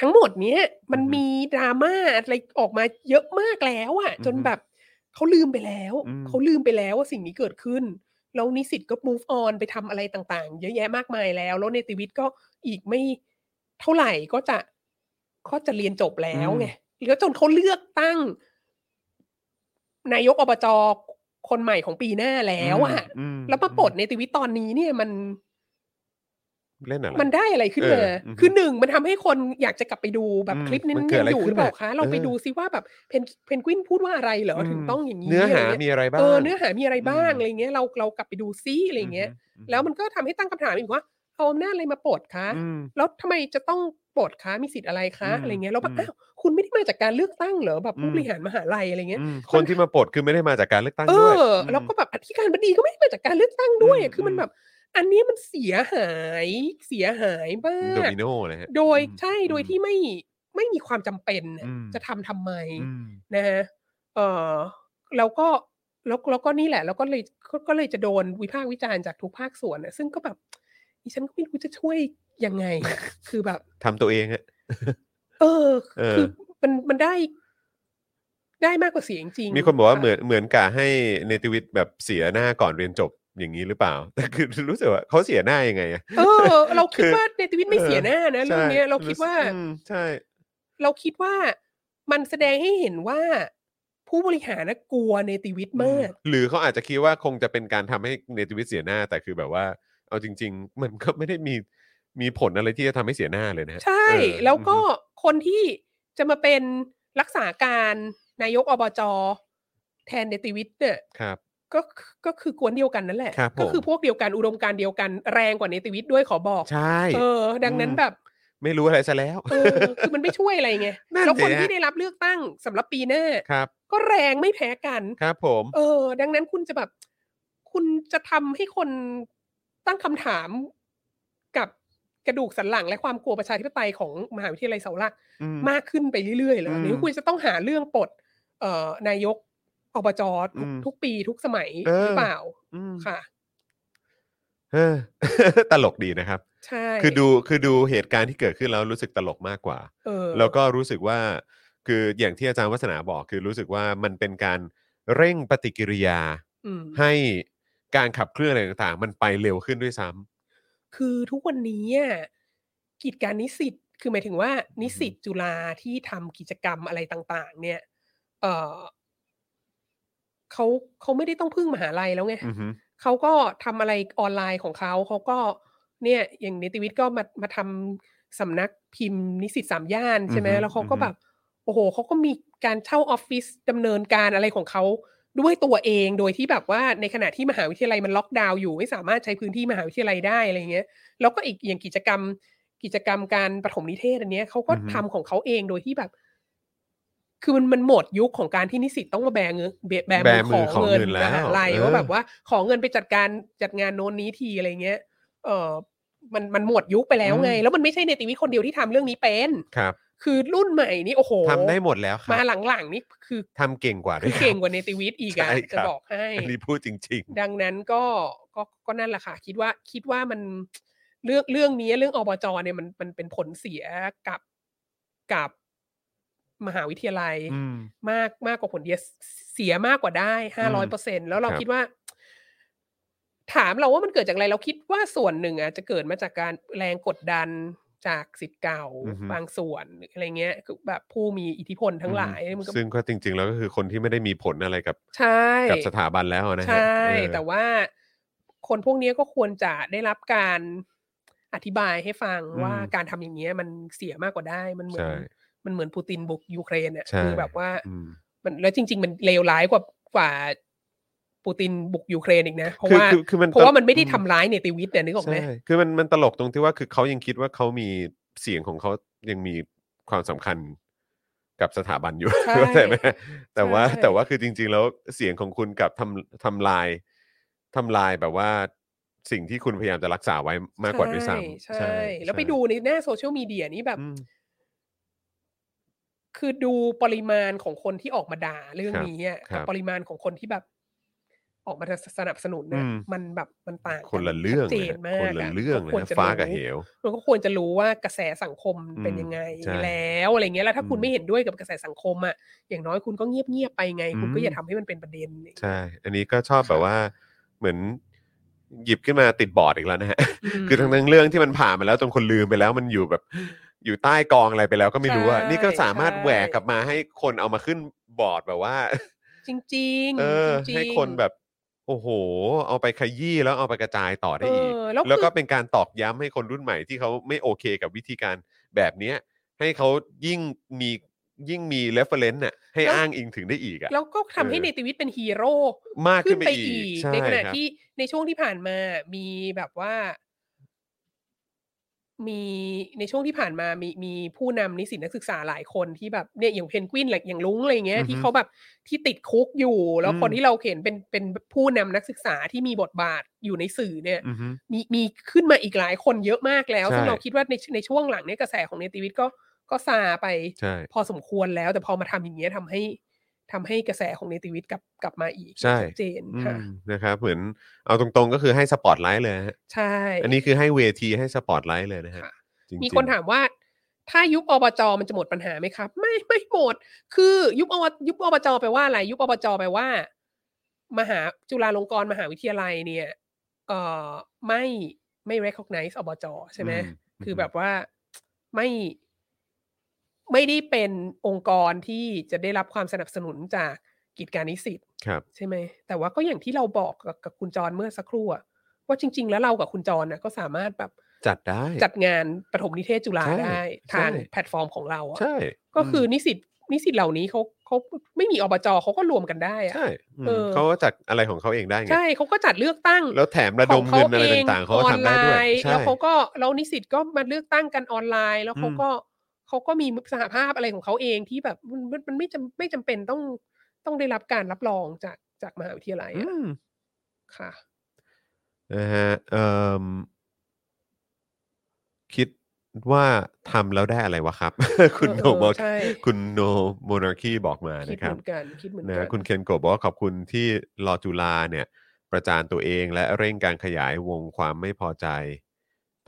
ทั้งหมดเนี้ย มัน
อือฮึ
มีดราม่าอะไรออกมาเยอะมากแล้วอะ่ะ จน
อือฮึ
แบบเขาลืมไปแล้ว
อืม
เขาลืมไปแล้วว่าสิ่งนี้เกิดขึ้น แล้วนิสิตก็ move on ไปทำอะไรต่างๆ เยอะแยะมากมายแล้ว แล้วเนติวิทย์ก็อีกไม่เท่าไหร่ก็จะก็จะเรียนจบแล้วไงแล้วจนเขาเลือกตั้ง นายกอบจคนใหม่ของปีหน้าแล้วอะ่ะ
อืม
แล้วมาปลดเนติวิทย์ตอนนี้เนี่ยมัน
เล่นอะไร
มันได้อะไรขึ้น
เออ
มา
อือฮึ
คือหนึ่งมันทำให้คนอยากจะกลับไปดูแบบ
อืม
คลิปนี้
มัน
น
เกิดอะ
ยัง
ไร
อยู่
ขึ้
ห
น
รือเปล่า
อะ
คะ เราไป
เออ
ดูซิว่าแบบเพนเพนกวินพูดว่าอะไรเหรออ
ม
ถึงต้องอย่างนี้
เนื้อหา
ะไร
มี
เงี้ย
อะไรบ้าง
เออเนื้อหามีอะไรบ้าง
อืม
อะไรเงี้ยเราเรากลับไปดูซิอะไรเงี้ย
อือฮึ
แล้วมันก็ทำให้ตั้งคำถามอีกว่าเอาอำนาจอะไรมาปลดคะ
อืม
แล้วทำไมจะต้องปลดคะมีสิทธิ์อะไรคะ
อืม
อะไรเงี้ยแล้วแบ
อื
บ
ม
อ้าวคุณไม่ได้มาจากการเลือกตั้งเหรอแบบ
อื
ผู้
ม
บริหารมหาลัยอะไรเงี้ย
อืมคนที่มาปลดคือไม่ได้มาจากการเลือกตั้ง
เอ
ด้วย
อ
ม
แล้วก็แบบอธิการบดีก็ไม่ได้มาจากการเลือกตั้งด้วย
อืม
อะคือมัน
อืม
แบบ อันนี้มันเสียหายเสียหายมา
โด
ก
มิโนเลยฮะ
โดย
อืม
ใช่โดย
อืม
ที่ไม่ไม่มีความจำเป็นน่ะ
อืม
จะทำทำไม
อืม
นะฮะเออแล้วก็แล้วแล้วก็นี่แหละ แล้วก็เลยก็ก็เลยจะโดนวิพากษ์วิจารณ์จากทุกภาคส่วนนะซึ่งก็แบบดิฉันก็ไม่รู้จะช่วยยังไงอะ คือแบบ
ทำตัวเองฮะ
เออ
เออ
คือมันมันได้ ได้มากกว่าเสียงจริง
มีคนบอกว่า
ะ
เหมือนเหมือนกะให้เนติวิทย์แบบเสียหน้าก่อนเรียนจบอย่างนี้หรือเปล่า แต่คือรู้สึกว่าเขาเสียหน้ายังไงอะ
เออ เราคิด
คือ
ว่าเนติวิทย์ไม่
เออ
เสียหน้านะเรื่องเนี้ย
ใช่
เราคิดว่า
อืมใช่
เราคิดว่ามันแสดงให้เห็นว่า ผู้บริหารนะกลัวเนติวิทย์มาก
หรือเขาอาจจะคิดว่าคงจะเป็นการทำให้เนติวิทย์เสียหน้า แต่คือแบบว่า เอาจริง ๆ มันก็ไม่ได้มีมีผลอะไรที่จะทำให้เสียหน้าเลยนะฮะ
ใช่
เออ
แล้วก็
อือฮึ
คนที่จะมาเป็นรักษาการนายกอบจแทนเนติวิทย์เนี่ย
ครับ
ก็ก็คือกวนเดียวกันนั่นแหละ
ครับผม
ก็คือพวกเดียวกันอุดมการณ์เดียวกันแรงกว่าเนติวิทย์ด้วยขอบอก
ใช่
เออ ดังนั้น
อืม
แบบ
ไม่รู้อะไรซะแล้ว
เออ คือมันไม่ช่วยอะไรไง
<laughs> นั่นสิ
แล้วคน
ฮะ
ที่ได้รับเลือกตั้งสำหรับปีหน้า
ครับ
ก็แรงไม่แพ้กัน
ครับผม
เออ ดังนั้นคุณจะแบบ คุณจะทำให้คนตั้งคำถามกับกระดูกสันหลังและความกลัวประชาธิปไตยของมหาวิทยาลัยเสาหลัก
อืม
มากขึ้นไปเรื่อยๆเลย
อืม
หรือคุณจะต้องหาเรื่องปลดเอ่อนายกอบจ
อืม
ทุกปีทุกสมัย
เออ
หรือเปล่า
อืม
ค่ะ
เออ <laughs> ตลกดีนะครับ
ใช่
คือดูคือดูเหตุการณ์ที่เกิดขึ้นแล้วรู้สึกตลกมากกว่า
เออ
แล้วก็รู้สึกว่า คืออย่างที่อาจารย์วัฒนาบอกคือรู้สึกว่ามันเป็นการเร่งปฏิกิริยา
อืม
ให้การขับเคลื่อนอะไรต่างๆ มันไปเร็วขึ้นด้วยซ้ำ
คือทุกวันนี้อะกิจการนิสิตคือหมายถึงว่า นิสิตจุฬาที่ทำกิจกรรมอะไรต่าง ๆ เนี่ย เออเขาเขาไม่ได้ต้องพึ่งมหาลัยแล้วไง
อือฮึ
เขาก็ทำอะไรออนไลน์ของเขาเขาก็เนี่ยอย่างนิติวิทย์ก็มามาทำสำนักพิมพ์นิสิตสามย่านใช่ไหม
อือฮึ
แล้วเขาก็
อือฮึ
แบบโอ้โหเขาก็มีการเช่าออฟฟิศดำเนินการอะไรของเขาด้วยตัวเองโดยที่แบบว่าในขณะที่มหาวิทยาลัยมันล็อกดาวน์อยู่ไม่สามารถใช้พื้นที่มหาวิทยาลัยได้อะไรเงี้ยแล้วก็อีกอย่างกิจกรรม กิจกรรมการปฐมนิเทศอันเนี้ยเขาก็
อือฮึ
ทำของเขาเองโดยที่แบบ คือมันมันหมดยุคของการที่นิสิตต้องมาแบกเงินแบก แบ
แบ
มือขอเงิน
มือขอเงินแล้
ม
ว
หาลัย
เออ
ว่าแบบว่าขอเงินไปจัดการจัดงานโน้นนี้ทีอะไรเงี้ย เออมันมันหมดยุคไปแล้วไง แล้วมันไม่ใช่ในติวิทย์คนเดียวที่ทำเรื่องนี้เป็น
ครับ
คือรุ่นใหม่นี่โอ้โห
ทำได้หมดแล้วครั
มา
บ
หลังๆนี่คือ
ทำเก่งกว่าด้ว
คื
ย
อ
ครับ
เก่งกว่าในติวิทย์อีกอะ
ใช่ครับ
จะบอกให้
อันนี้พูดจริง
ดังนั้นก็ก็ก็นั่นแหละค่ะ คิดว่าคิดว่ามันเรื่องเรื่องนี้เรื่องอบจเนี่ยมันมันเป็นผลเสียกับกับมหาวิทยาลัย
ๆ อืม
มากมากกว่าผลเดียเสียมากกว่าได้ห้าร้อยเปอร์เซ็นแล้วเรา
ครับ
คิดว่า ถามเราว่ามันเกิดจากอะไร เราคิดว่าส่วนหนึ่งอ่ะจะเกิดมาจากการแรงกดดันจากสิทธิ์เก่า
อือฮึ
บางส่วนหรืออะไรเงี้ยคือแบบผู้มีอิทธิพลทั้งหลายมันก็
ซึ่งก็จริง ๆ แล้วก็คือคนที่ไม่ได้มีผลอะไรกับ
ใช่
กับสถาบันแล้วนะฮะ
ใช่
เออ
แต่ว่าคนพวกเนี้ยก็ควรจะได้รับการอธิบายให้ฟังว่าการทำอย่างเงี้ยมันเสียมากกว่าได้มันเหมือน
ใช่
มันเหมือนปูตินบุกยูเครนเนี่ย
ใช่
คือแบบว่า
อืม
มันแล้วจริง ๆ มันเลวร้ายกว่ากว่าปูตินบุกยูเครนอีกนะ เพราะ
คือ
ว่า
คือคือมัน
เพราะว่ามันไม่ได้
อืม
ทำร้ายเนติวิทย์เนี่ยนึกออกไหม
ใช่คือมันมันตลกตรงที่ว่าคือเขายังคิดว่าเขามีเสียงของเขายังมีความสำคัญกับสถาบันอยู่ <laughs>
ใช่
เข้าใจไหมแต่ว่า
ใช่
แต่ว่าคือจริง ๆ แล้วเสียงของคุณกับทำทำลายทำลายแบบว่าสิ่งที่คุณพยายามจะรักษาไว้มากกว่าด้วยซ้ำ
ใช่ใช่ แล้วไปดูในหน้าโซเชียลมีเดียนี่แบบ
อืม
คือดูปริมาณของคนที่ออกมาด่าเรื่อง
ครับ
นี้อะ
ครั
กับบ ปริมาณของคนที่แบบ ออกมาสนับสนุน
อื
นะ
ม
มันแบบมันต่างกั
คนละเรื่อง
ชัดเจ
เลยฮะ
นมาก
คนละเรื่องเลย
ควร
นะ
จะ
ฟ้ากับเหว
รู้มันก็ควรจะรู้ว่ากระแสสังคมเป็น
อืม
ยังไง
ใช่
แล้วอะไรเงี้ยแล้วถ้าคุณ
อืม
ไม่เห็นด้วยกับกระแสสังคมอ่ะอย่างน้อยคุณก็เงียบเงียบๆไปไง คุณก็
อืม
อย่าทำให้มันเป็นประเด็น
ใช่ อันนี้ก็ชอบแบบว่า เหมือนหยิบขึ้นมาติดบอร์ดอีกแล้วนะฮะ
ม
คือทั้งทั้งเรื่องที่มันผ่านมาแล้วจนคนลืมไปแล้วมันอยู่
<gasps>
แบบ อยู่ใต้กองอะไรไปแล้วก็ไม่รู้อะ
ใช่
นี่ก็สามารถ
ใช่
แหวกกลับมาให้คนเอามาขึ้นบอร์ดแบบว่า <laughs>
จริงจริง
เออ
จริงๆ
ให้คนแบบ โอ้โห เอาไปขยี้แล้วเอาไปกระจายต่อได้
เอ
อีก
อแล้ว
แล้วก็
คือ
เป็นการตอกย้ำให้คนรุ่นใหม่ที่เขาไม่โอเคกับวิธีการแบบเนี้ย ให้เขายิ่งมียิ่งมีเรฟเฟรนซ์น่ะให้อ้างอิงถึงได้อีกอะ
แล้วก็ทำให้เนติวิทย์เป็นฮีโร่
มาก
ขึ้
ขึ้
น
น
ไป
ไปอี
อี
ก
ก
ใช่
ในขณะ
ครับ
ที่ในช่วงที่ผ่านมามีแบบว่า มีในช่วงที่ผ่านมามีมีผู้นำนิสิตนักศึกษาหลายคนที่แบบเนี่ยอย่างเพนกวินอย่างอย่างลุงอะไรเงี้ย
อือฮึ
ที่เขาแบบที่ติดคุกอยู่ แล้ว
อืม
คนที่เราเห็นเป็นเป็นผู้นำนักศึกษาที่มีบทบาทอยู่ในสื่อเนี่ย
อือฮึ
มีมีขึ้นมาอีกหลายคนเยอะมากแล้ว
ใช่
ซึ่งเราคิดว่าในในช่วงหลังเนี่ยกระแสของเนติวิทย์ก็ก็ซาไป
ใช่
พอสมควรแล้วแต่พอมาทำอย่างเงี้ยทำให้ทำให้กระแสของเนติวิทย์กลับกลับมาอีก
ใช่
ชัดเจนค่ะ
อืมนะครับ เหมือนเอาตรงๆก็คือให้สปอตไลท์เลยฮะ
ใช่
อันนี้คือให้เวทีให้สปอตไลท์เลยนะฮะ
ค่ะ
จริงๆ
มีคนถามว่า ถ้ายุบอบจมันจะหมดปัญหาไหมครับ ไม่ไม่หมด คือยุบอบยุบอบจแปลว่าอะไร ยุบอบจแปลว่า มหาจุฬาลงกรณ์มหาวิทยาลัยเนี่ย เอ่อไม่ไม่ recognize อบจใช่ไหม
อื
คือแบบว่าไม่ไม่ได้เป็นองค์กรที่จะได้รับความสนับสนุนจากกิจการนิสิต
ครับ
ใช่ไหม แต่ว่าก็อย่างที่เราบอกกับกับคุณจรเมื่อสักครู่อะว่าจริง ๆ แล้วเรากับคุณจรนะก็สามารถแบบ
จัดได้
จัดงานประถมนิเทศจุฬา
ใช่
ได้
ใช่
ทางแพลตฟอร์มของเราอะ
ใช่
ก็คือ
ม
นิสิตนิสิตเหล่านี้เขาเขาไม่มีอบจเขาก็รวมกันได้อะ
ใช่อืม
เออ
เขาก็จัดอะไรของเขาเองได้ไง
ใช่เขาก็จัดเลือกตั้ง
แล้วแถมระดมเงินอะไรต่างๆเขาก็ทำได้ด้วย
ออนไลน์
ใช่
แล้วเขาก็แล้วนิสิตก็มาเลือกตั้งกันออนไลน์ แล้วเขาก็เขาก็มีสหภาพอะไรของเขาเองที่แบบมันมันมันไม่จำไม่จำเป็นต้องต้องได้รับการรับรองจากจากมหาวิทยาลัย
อื
อะ
ม
ค่ะ
นะฮะเอิ่มคิดว่าทำแล้วได้อะไรวะครับ คุณ
เออ
โน
เออ
บอก
ใช่
คุณโนโมนาคีบอกมา
คิด
นะค
เห
รับ
มือนกันคิดเหมือนกั
นะ
น
คุณเคนโกะบอกว่าขอบคุณที่รอจุลาเนี่ย ประจานตัวเองและเร่งการขยายวงความไม่พอใจ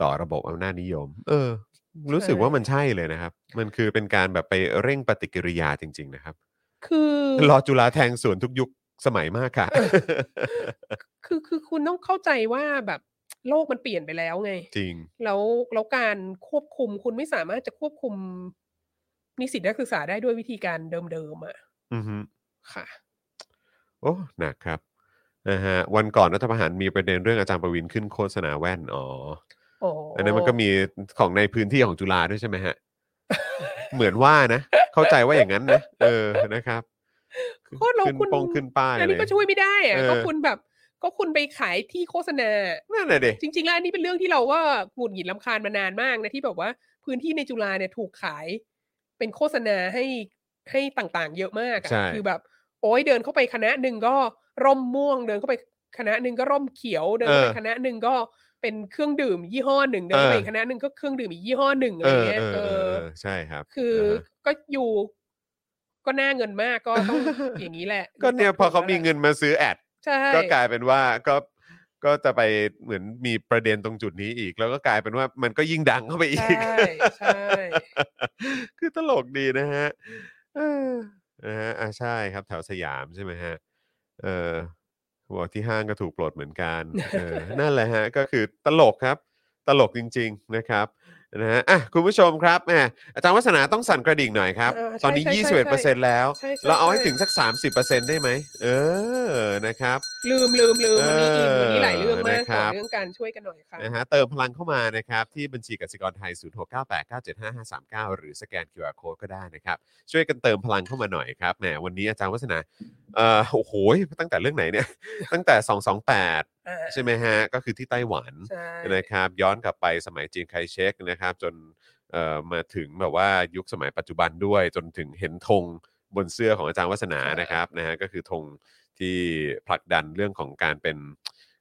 ต่อระบบอำนาจนิยม เออ รู้สึกว่ามันใช่เลยนะครับ มันคือเป็นการแบบไปเร่งปฏิกิริยาจริง ๆ นะครับ
คือ
รอจุลาแทงสวนทุกยุคสมัยมากค่ะ
คือคือคุณต้องเข้าใจว่าแบบโลกมันเปลี่ยนไปแล้วไง
จริง
แล้วแล้วการควบคุมคุณไม่สามารถจะควบคุมนิสิตนักศึกษาได้ด้วยวิธีการเดิมๆอ่ะ
อือฮึ
ค่ะ
โอ้หนักครับนะฮะวันก่อนรัฐประหารมีประเด็นเรื่องอาจารย์ประวินขึ้นโฆษณาแว่นอ๋อ
อ๋อ
อั
อั
นนั้นมันก็มีของในพื้นที่ของจุฬาด้วยใช่ไหม
<laughs>
ฮะ เหมือนว่านะ เข้าใจว่าอย่างนั้นนะเออนะครับ
โคตรเรา
ขึ้น
คุณ
ปงขึ้นป้าย
อันนี้ก็
ะไร
ช่วยไม่ได้อะ
เออ
ก็คุณแบบ ก็คุณไปขายที่โฆษณา
นั่นแหละเด็
จริง ๆ แล้วอันนี้เป็นเรื่องที่เราว่าหงุดหงิดลำคาญมานานมากนะที่แบบว่าพื้นที่ในจุฬาเนี่ยถูกขายเป็นโฆษณาให้ให้ต่างๆ เยอะมากอะ
ใช่
คือแบบ โอ้ยเดินเข้าไปคณะหนึ่งก็ร่มม่วงเดินเข้าไปคณะหนึ่งก็ร่มเขียวเดินเข้าไปคณะหนึ่งก็เป็นเครื่องดื่มยี่ห้อหนึ่งเดินเข้าไปอีกคณะหนึ่งก็เครื่องดื่มอีกยี่ห้อหนึ่งอะ
เอ
ไร
อ
เงี้ย
เออ
เอ
เออ
อ
เออใช่ครับ
คือ
นะฮะ
ก็อยู่ก็หน่าเงินมากก็ต้อง อย่างนี้แหละ
ก็เนี่ยพอเขามีเงินมาซื้อแอด
ใช่
ก็กลายเป็นว่าก็ก็จะไปเหมือนมีประเด็นตรงจุดนี้อีก แล้วก็กลายเป็นว่ามันก็ยิ่งดังเข้าไปอีก
ใช่ใช่
<laughs> คือตลกดีนะฮะเออนะฮะอ่ะใช่ครับ แถวสยามใช่ไหมฮะ เออบอกที่ห้างก็ถูกปลดเหมือนกัน เอ
<laughs>
อ นั่นแหละฮะ ก็คือตลกครับ ตลกจริง ๆนะครับนะฮะอ่ะคุณผู้ชมครับแหมอาจารย์วัฒนาต้องสั่นกระดิ่งหน่อยครับ
เออใช่
ตอนนี้
ใช่ใช่
21%แล้ว
ใช่ใช่
เราเอาให้
ใช่
ถึงสัก 30%ได้ไหม เออนะครับ
ลืมลืมลืมมันมีอีก
เออ
มันมีหลายเรื่องมาก
นะค
ข
รั
อบ เรื่องการช่วยกันหน่อยค่ะ
นะฮะเติมพลังเข้ามานะครับ ที่บัญชีกสิกรไทย 0698975539 หรือสแกน QR Code ก็ได้นะครับ ช่วยกันเติมพลังเข้ามาหน่อยครับแหมวันนี้อาจารย์วัฒนาเอ่อโอ้โหตั้งแต่เรื่องไหนเนี่ย ตั้งแต่ 228
อ่า
ใช่ไหมฮะ ก็คือที่ไต้หวัน
ใช่
นะครับ ย้อนกลับไปสมัยจีนไคเชกนะครับ จนเอ่อมาถึงแบบว่ายุคสมัยปัจจุบันด้วย จนถึงเห็นธงบนเสื้อของอาจารย์วัฒนานะครับนะฮะก็คือธงที่ผลักดันเรื่องของการเป็น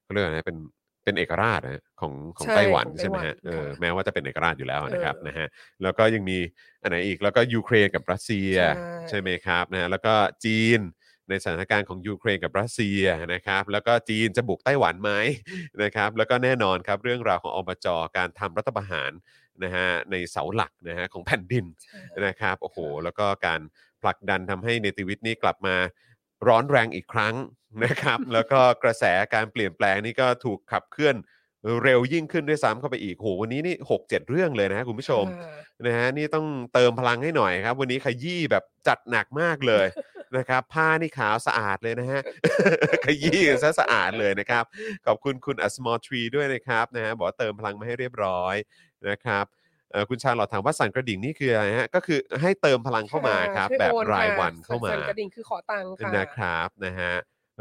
เขาเรียกว่าอะไรนะเป็นเป็นเอกราชนะฮะของของ
ใช่
ไต้หวัน
ของไต้
ใช่ไหม
หวัน
ฮะเออ
ค่ะ
แม้ว่าจะเป็นเอกราชอยู่แล้วนะครับ
เออ
นะฮะแล้วก็ยังมีอันไหนอีกแล้วก็ยูเครนกับรัสเซีย
ใช่
ใช่ไหมครับนะฮะแล้วก็จีน ในสถานการณ์ของยูเครนกับรัสเซียนะครับ แล้วก็จีนจะบุกไต้หวันไหม นะครับ แล้วก็แน่นอนครับเรื่องราวของอบจการทำรัฐประหารนะฮะในเสาหลักนะฮะของแผ่นดิน
ใช่
นะครับโอ้โห
ครับ
แล้วก็การผลักดันทำให้เนติวิทย์นี่กลับมาร้อนแรงอีกครั้งนะครับ แล้วก็กระแสการเปลี่ยนแปลงนี่ก็ถูกขับเคลื่อนเร็วยิ่งขึ้นด้วยซ้ำเข้าไปอีกโอ้โหวันนี้นี่หกเจ็ดเรื่องเลยนะฮะคุณผู้ชม
อ่า
นะฮะนี่ต้องเติมพลังให้หน่อยครับ วันนี้ขยี้แบบจัดหนักมากเลย นะครับ ผ้านี่ขาวสะอาดเลยนะฮะ <laughs> ขยี้กันซะสะอาดเลยนะครับ ขอบคุณคุณอัสมอลทรีด้วยนะครับนะฮะบอกว่าเติมพลังมาให้เรียบร้อยนะครับเอ่อคุณชาลอตถามว่าสั่นกระดิ่งนี่คืออะไรฮะก็คือให้เติมพลังเข้ามาครับ
ช่วย
แบบ
โอน
ราย
ค่ะ
วันเข้ามา
สั่นกระดิ่งคือขอตังค์ค่ะ
นะครับนะฮะ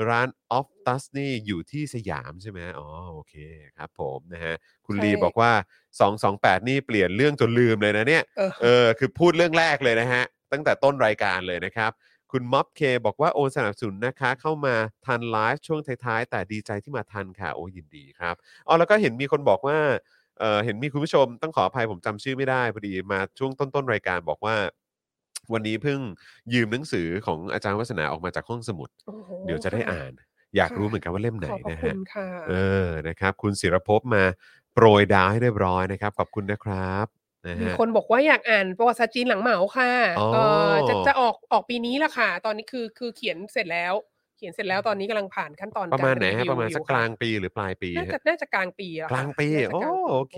ร้านออฟตัสนี่อยู่ที่สยามใช่ไหมอ๋อโอเคครับผมนะฮะคุณ
ใช่
ลีบอกว่า 228 นี่เปลี่ยนเรื่องจนลืมเลยนะเนี่ย
เออ
เออคือพูดเรื่องแรกเลยนะฮะ ตั้งแต่ต้นรายการเลยนะครับ คุณม็อบเคบอกว่าโอนสนับสนุนนะคะ เข้ามาทันไลฟ์ช่วงท้ายๆ แต่ดีใจที่มาทันค่ะ โอ้ยินดีครับอ๋อแล้วก็เห็นมีคนบอกว่าเออเห็นมีคุณผู้ชมต้องขออภัยผมจำชื่อไม่ได้พอดีมาช่วงต้นๆรายการบอกว่า วันนี้เพิ่งยืมหนังสือของอาจารย์วัฒนาออกมาจากห้องสมุด
โอ้โห
เดี๋ยวจะได้
ค่
อ่าน อยาก
ค่ะ
รู้เหมือนกันว่าเล่มไหน
ขอบพระ
นะ
คุ
ฮะ
ณค่ะ
เออ นะครับ คุณศิรภพมาโปรยดาวให้เรียบร้อยนะครับ ขอบคุณนะครับนะ
มี
ฮะ
คนบอกว่าอยากอ่านประวัติศาสตร์จีนหลังเหมาค่ะ
อ๋อ
เออจะจะออกออกปีนี้ละค่ะ ตอนนี้คือคือเขียนเสร็จแล้ว เขียนเสร็จแล้วตอนนี้กำลังผ่านขั้นตอน
ประมาณไหน
ก
ฮะ
วิว
ประมาณ
อยู่
สัก
ค่
กลางปีหรือปลายปี
น่าจะ
ฮะ
น่าจะกลางปีอะค่ะ
กลางปี
น่จะ
โอ้
ลาง
โอเค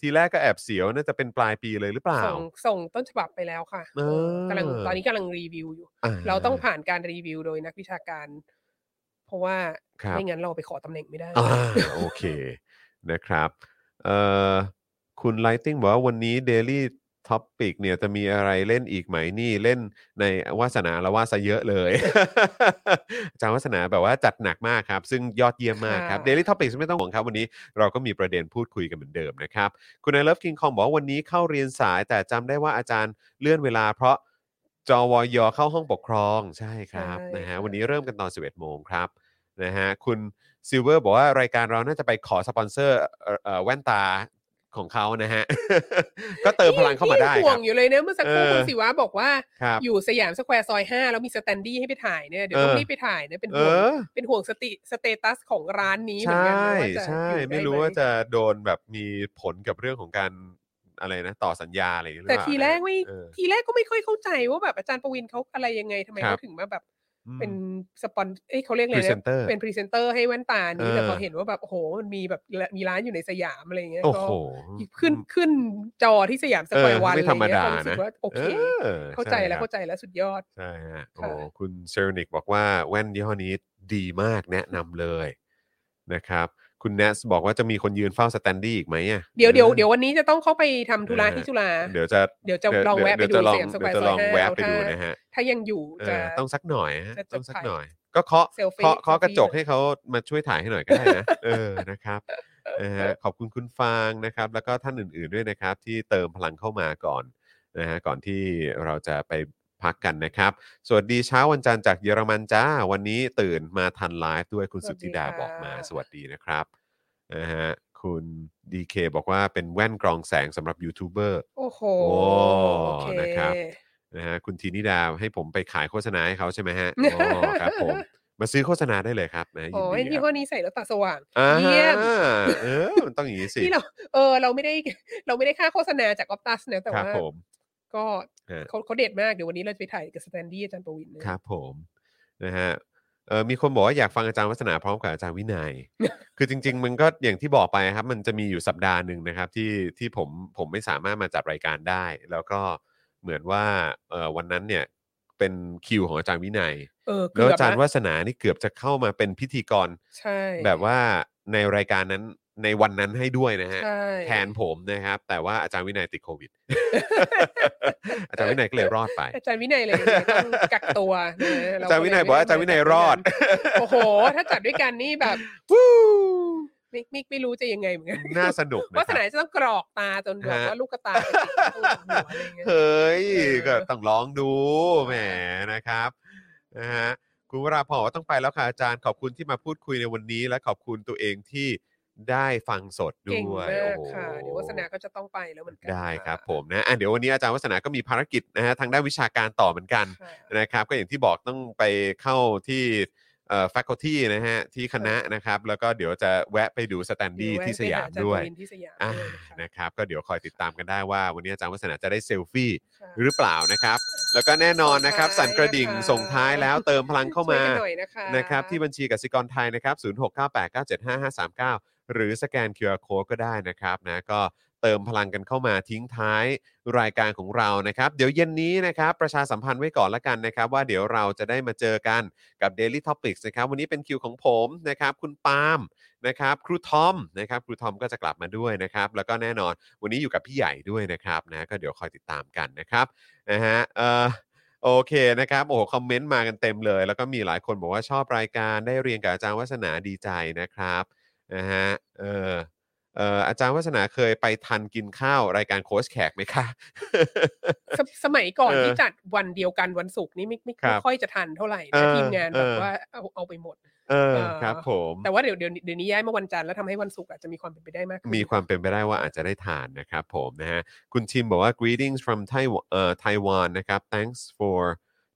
ทีแรกก็แอบเสียวน่าจะเป็นปลายปีเลยหรือเป
เพราะว่า
ล่า
ส่งส่งต้นฉบับไปแล้วค่ะ
เออ
กำลังตอนนี้กำลังรีวิวอยู่
อ่
เราต้องผ่านการรีวิวโดยนักวิชาการ เพราะว่า
ครับ
<laughs> ไม่งั้นเราไปขอตำแหน่งไม่ได้
อ่าโอเคนะครับเอ่อ คุณ Lighting บอกว่าวันนี้ Daily Topic เนี่ยจะมีอะไรเล่นอีกไหมนี่เล่นในวาสนาละวาสเยอะเลย <laughs> อาจารย์วาสนาแบบว่าจัดหนักมากครับ ซึ่งยอดเยี่ยมมากครับ
ค่ะ
Daily Topic ไม่ต้องห่วงครับ วันนี้เราก็มีประเด็นพูดคุยกันเหมือนเดิมนะครับ คุณนายเลิฟคิงคองบอกว่าวันนี้เข้าเรียนสายแต่จำได้ว่าอาจารย์เลื่อนเวลา เพราะจวยเข้าห้องปกครองใช่ครับ
ใช่
นะฮะ
ค่ะ
วันนี้เริ่มกันตอน 11โมงครับนะฮะคุณซิลเวอร์บอกว่ารายการเราน่าจะไปขอสปอนเซอร์เอ่อเอ่อแว่นตาของเขานะ <laughs> ฮะ ก็เติมพลังเข้ามาได้
นี่ยัง
ค
ห่ว
รับ
งอยู่เลยนะเมื่อสักครู่
เออ
คุณศิวะบอกว่า
ครับ
อยู่สยามสแควร์ซอยห้าแล้วมีสแตนดี้ให้ไปถ่ายเนี่ยเดี๋ยว
เออ
ต้องรีบไปถ่ายนะเป็น
เอ
ห่วง
อ
เป็นห่วงสติสเตตัสของร้านนี้เห
ใช
มือนกัน่ นะว่าจะ
ใช่
อยู่ด้ห
ไม่รู้ว่าจะโดนแบบมีผลกับเรื่องของการอะไรนะต่อสัญญาอะไรอย่างเงี้ยห
แต่
รือเปล่า
ทีแรกไม่
เออ
ทีแรกก็ไม่ค่อยเข้าใจว่าแบบอาจารย์ประวินเขาอะไรยังไงทำไม
ครับ
เขาถึงมาแบบ
อืม
เป็นสปอนเอ้ยเขาเรียกอะไร
พรีเซน
นะ
เตอร์
เป็นพรีเซนเตอร์ให้แว่นตานี้
เออ
แต่พอเห็นว่าแบบโอ้โหมันมีแบบมีร้านอยู่ในสยามอะไรเงี้ย
โอ้
ก็
โห
ขึ้นขึ้นจอที่สยามสแควร์
เออ
วัน
ไม่
อะไร
ธรรม
เงี้ย
ดา
ก็รู้สึก
นะ
ว่าโอเค
ออ
เข้าใจแล้ว
ช่ครับ
เข้าใจแล้วสุดยอด
ใช่ฮะโอ้
ค่ะ
คุณเซรนิกบอกว่าแว่นยี่ห้อนี้ดีมากแนะนำเลยนะครับ คุณเนสบอกว่าจะมีคนยืนเฝ้าสแตนดี้อีกไหมอ่ะ
เดี๋ยวเดี๋ยว
ออ
เดี๋ยววันนี้จะต้องเข้าไปทำธุระ
เออ
ที่จุฬา
เดี๋ยวจะ
เดี๋ยวจะ
เดี๋ยว
ลองแวะไป
เดี๋ยว
ดู
จะลอง
สยามสแควร์
เดี๋ยวจะลอง
ซอยห้า
แวะไป
แล้ว
ดู
ถ้า
นะฮะ
ถ้ายังอยู่
เอ
จะ
อต้องสักหน่อยฮะ
จะ
ต้องสัก
ถ่าย
หน่อย ก็เคาะ
เซลฟี่
เคาะเคาะกระจก
เซลฟี่
ให้เขามาช่วยถ่ายให้หน่อยก็ได้นะ
<laughs>
เออนะครับนะฮะขอบคุณคุณฟางนะครับ แล้วก็ท่านอื่น ๆด้วยนะครับ ที่เติมพลังเข้ามาก่อนนะฮะก่อนที่เราจะไปพักกันนะครับ สวัสดีเช้าวันจันทร์จากเยอรมันจ้า วันนี้ตื่นมาทันไลฟ์ด้วยคุณ
สวั
สุ
สดี
จิดาบอกมา
ค่ะ
สวัสดีนะครับนะฮะคุณ DK บอกว่าเป็นแว่นกรองแสงสำหรับยูทูบเบอร์
โอ้โห
โอ้
โอเค
นะครับ นะฮะคุณทีนิดาให้ผมไปขายโฆษณาให้เขาใช่ไหม
<laughs>
ฮะอ๋อครับผมมาซื้อโฆษณาได้เลยครับนะยิ
โอ้
น
ย
ดี
ที่
ค
ข้
รั
อบ นี้ใส่แล้วตาสว่าง
อ่า
เยี่ยม
เออมันต้องอย่างนี้
<laughs>
สิ
ที่เรา เออ เราไม่ได้ <laughs> เราไม่ได้ค่าโฆษณาจากออฟตัสนะแต่
ครับ
ว่า
ผม
ก็
ฮะ
เขาเขาเด็ดมาก เดี๋ยววันนี้เราจะไปถ่ายกับสแตนดี้อาจารย์ประวินนะครับ
ผมนะฮะเออมีคนบอกว่าอยากฟังอาจารย์วัฒนาพร้อมกับอาจารย์วิ
<laughs>
นัย คือจริง ๆ มันก็อย่างที่บอกไปครับ มันจะมีอยู่สัปดาห์หนึ่งนะครับ ที่ที่ผมผมไม่สามารถมาจัดรายการได้ แล้วก็เหมือนว่าเออวันนั้นเนี่ยเป็นคิวของอาจารย์วินัย
เออ
แล้ว
เกือบ
อาจารย์
นะ
วาสนานี่เกือบจะเข้ามาเป็นพิธีกร
ใช่
แบบว่าในรายการนั้นในวันนั้นให้ด้วยนะฮะ
ใช่
แทนผมนะครับ แต่ว่าอาจารย์วินัยติดโควิด <laughs> อาจารย์วินัยก็เลยรอดไป
อาจารย์วินัยเลยเนี่ยต้องกักตัวนะ
อาจารย์วินัยบอกว่าอาจารย์วินัยรอด
โอ้โห ถ้าจัดด้วยกันนี่แบบ
วู้
ไม่ไม่ไม่รู้จะยังไงเหมือนกัน
น่าสนุกนะ
วาส
ค
นา
รับ
จะต้องกรอกตาจนแบบ
ฮะ
ว่าลูกกระตาไปติดตู้หัวอะไรเงี้ย
เฮ้ย
เออ
ก็ต้องลองดูแหมนะครับนะฮะคุณวราพรบอกว่าต้องไปแล้วค่ะอาจารย์ขอบคุณที่มาพูดคุยในวันนี้ และขอบคุณตัวเองที่ได้ฟังสดด้วย
เก่งมาก
โอ้โห
ค่ะ เดี๋ยววาสนาก็จะต้องไปแล้วเหมือนกั
ได้
ะ
ครับผมนะอ่ะเดี๋ยววันนี้อาจารย์วัฒนาก็มีภารกิจนะฮะทางด้านวิชาการต่อเหมือน
<laughs>
กัน
ค่ะ
นะครับ ก็อย่างที่บอกต้องไปเข้าที่เอ่อ faculty นะฮะที่คณะนะครับ แล้วก็เดี๋ยวจะแวะไปดูสแตนดี้
เดี๋ว
ที่
แวะ
สยาม
ไปหอจร
ด้วย
ปริญที่สยาม
อ่า
ด้วยนะคะ
นะครับ ก็เดี๋ยวคอยติดตามกันได้ว่า วันนี้อาจารย์วัฒนาจะได้เซลฟี่
ค่ะ
หรือเปล่านะครับ แล้วก็แน่นอนนะครับ สั่นกระดิ่ง
นะคะ
ส่งท้ายแล้วเติมพลังเข้ามา
ช่วยกันหน่อยนะคะ
นะครับที่บัญชีกสิกรไทยนะครับ 0698975539 หรือสแกน QR Code ก็ได้นะครับนะก็เติมพลังกันเข้ามาทิ้งท้ายรายการของเรานะครับ เดี๋ยวเย็นนี้นะครับ ประชาสัมพันธ์ไว้ก่อนละกันนะครับ ว่าเดี๋ยวเราจะได้มาเจอกันกับ Daily Topics นะครับ วันนี้เป็นคิวของผมนะครับ คุณปาล์มนะครับครูทอมนะครับครูทอมก็จะกลับมาด้วยนะครับ แล้วก็แน่นอนวันนี้อยู่กับพี่ใหญ่ด้วยนะครับนะก็เดี๋ยวคอยติดตามกันนะครับนะฮะเอ่อ โอเคนะครับ โอ้โห คอมเมนต์มากันเต็มเลย แล้วก็มีหลายคนบอกว่าชอบรายการได้เรียนกับอาจารย์วัฒนาดีใจนะครับนะฮะเออเอออาจารย์วัฒนาเคยไปทันกินข้าวรายการโค้ชแขกไหมคะ <laughs>
สสมัยก่อน
เออ
ที่จัดวันเดียวกันวันศุกร์นี่ไม่ไม่
ครั
ไม่
บ
ค่อยจะทันเท่าไหร่
เอ
นะ
อ
ทีมงานแบบ
เออ
ว่าเอาเอาไปหมด
เออ
เออ
ครับผม
แต่ว่าเดี๋ยวเดี๋ยวเดี๋ยวนี้ย้ายมาวันจันทร์แล้วทำให้วันศุกร์อาจจะมีความเป็นไปได้มากขึ้น
มีความเป็นไปได้ว่าอาจจะได้ทานนะครับผมนะฮะคุณชิมบอกว่า greetings from Taiwan เอ่อ Taiwan นะครับ thanks for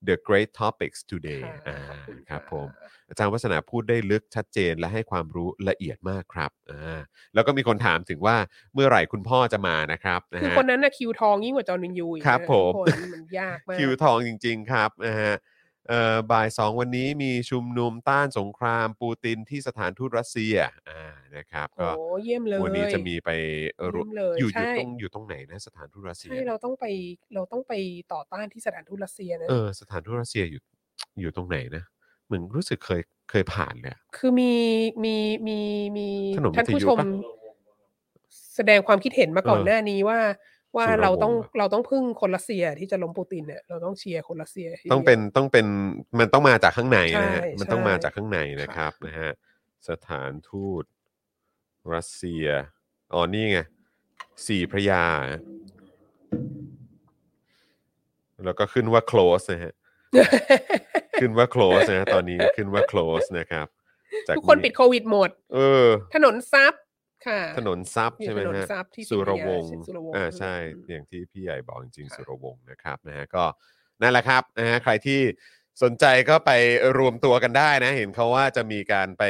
the great topics today
ค่ะ
อ่า
ขอบคุณ
ครับ
ะ
ผม อาจารย์วัฒนาพูดได้ลึกชัดเจนและให้ความรู้ละเอียดมากครับอ่าแล้วก็มีคนถามถึงว่าเมื่อไหร่คุณพ่อจะมานะครับนะ
คือ
ฮะ
คนนั้นนะคิวทองยิ่งกว่าจอห์นวินยูอีกนะครับ
ผม
ทุกคนมันยากมาก
คิวทองจริง ๆ ครับนะฮะเอ่อบ่ายสองวันนี้มีชุมนุมต้านสงครามปูตินที่สถานทูตรัสเซียอ่านะครับ
โอ้
ก็
เยี่ยมเลย
วันนี้จะมีไปเอ่อ
เยี่ยมเลย
อยู่อยู่
ใช่
ตรงอยู่ตรงไหนนะสถานทูตรัสเซีย
ใช่เราต้องไปเราต้องไปต่อต้านที่สถานทูตรัสเซียนะ
เออสถานทูตรัสเซียอยู่อยู่ตรงไหนนะเหมือนรู้สึกเคยเคยผ่านเลยอะ
คือมีมีมีมี
ถนนวิทยุ
ท่านผู้ชม
ปะ
แสดงความคิดเห็นมาก่อน
เออ
หน้านี้ว่า ว่า
สู่ระบบ
เราต้อง
อะ
เราต้องพึ่งคนรัสเซียที่จะล้มปูตินเนี่ยเราต้องเชียร์คนรัสเซียให้
ต้องเป็นต้องเป็นมันต้องมาจากข้างในนะฮะ
ใช่
มันต้อง
ใช่
มาจากข้างในนะครับนะฮะสถานทูตรัสเซียอ๋อนี่ไงสี่พระยา แล้วก็ขึ้นว่า close นะฮะขึ้นว่า close นะฮะตอนนี้ขึ้นว่า close นะครับจาก
<laughs> ทุกคนปิดโควิดหมด
เออ
ถนนซับค่ะ
ถนนทรัพย์
อยู่
ใช่ไหม
ถนน
ฮะ
ทรัพย์ที่
สุรวงศ์
สุรวงศ์
อ่าใช่
อืม
อย่างที่พี่ใหญ่บอกจริงๆ
ค่ะ
สุรวงศ์นะครับนะฮะก็นั่นแหละครับนะฮะใครที่สนใจก็ไปรวมตัวกันได้นะ เห็นเขาว่าจะมีการไป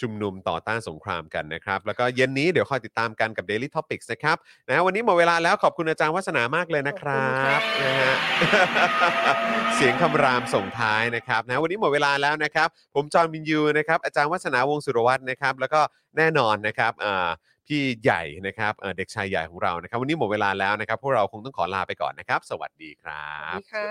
ชุมนุมต่อต้านสงครามกันนะครับ แล้วก็เย็นนี้เดี๋ยวคอยติดตามกันกับ Daily Topics นะครับนะฮะวันนี้หมดเวลาแล้วขอบคุณอาจารย์วัฒนามากเลยนะครับนะฮะ <laughs> เสียงคำรามส่งท้ายนะครับนะวันนี้หมดเวลาแล้วนะครับ ผมจอห์นบินยูนะครับอาจารย์วัฒนาวงศ์สุรวัตรนะครับ แล้วก็แน่นอนนะครับอ่า พี่ใหญ่นะครับเอ่อเด็กชายใหญ่ของเรานะครับ วันนี้หมดเวลาแล้วนะครับ พวกเราคงต้องขอลาไปก่อนนะครับ สวัสดีครั
สวัส
บ
ดีค่ะ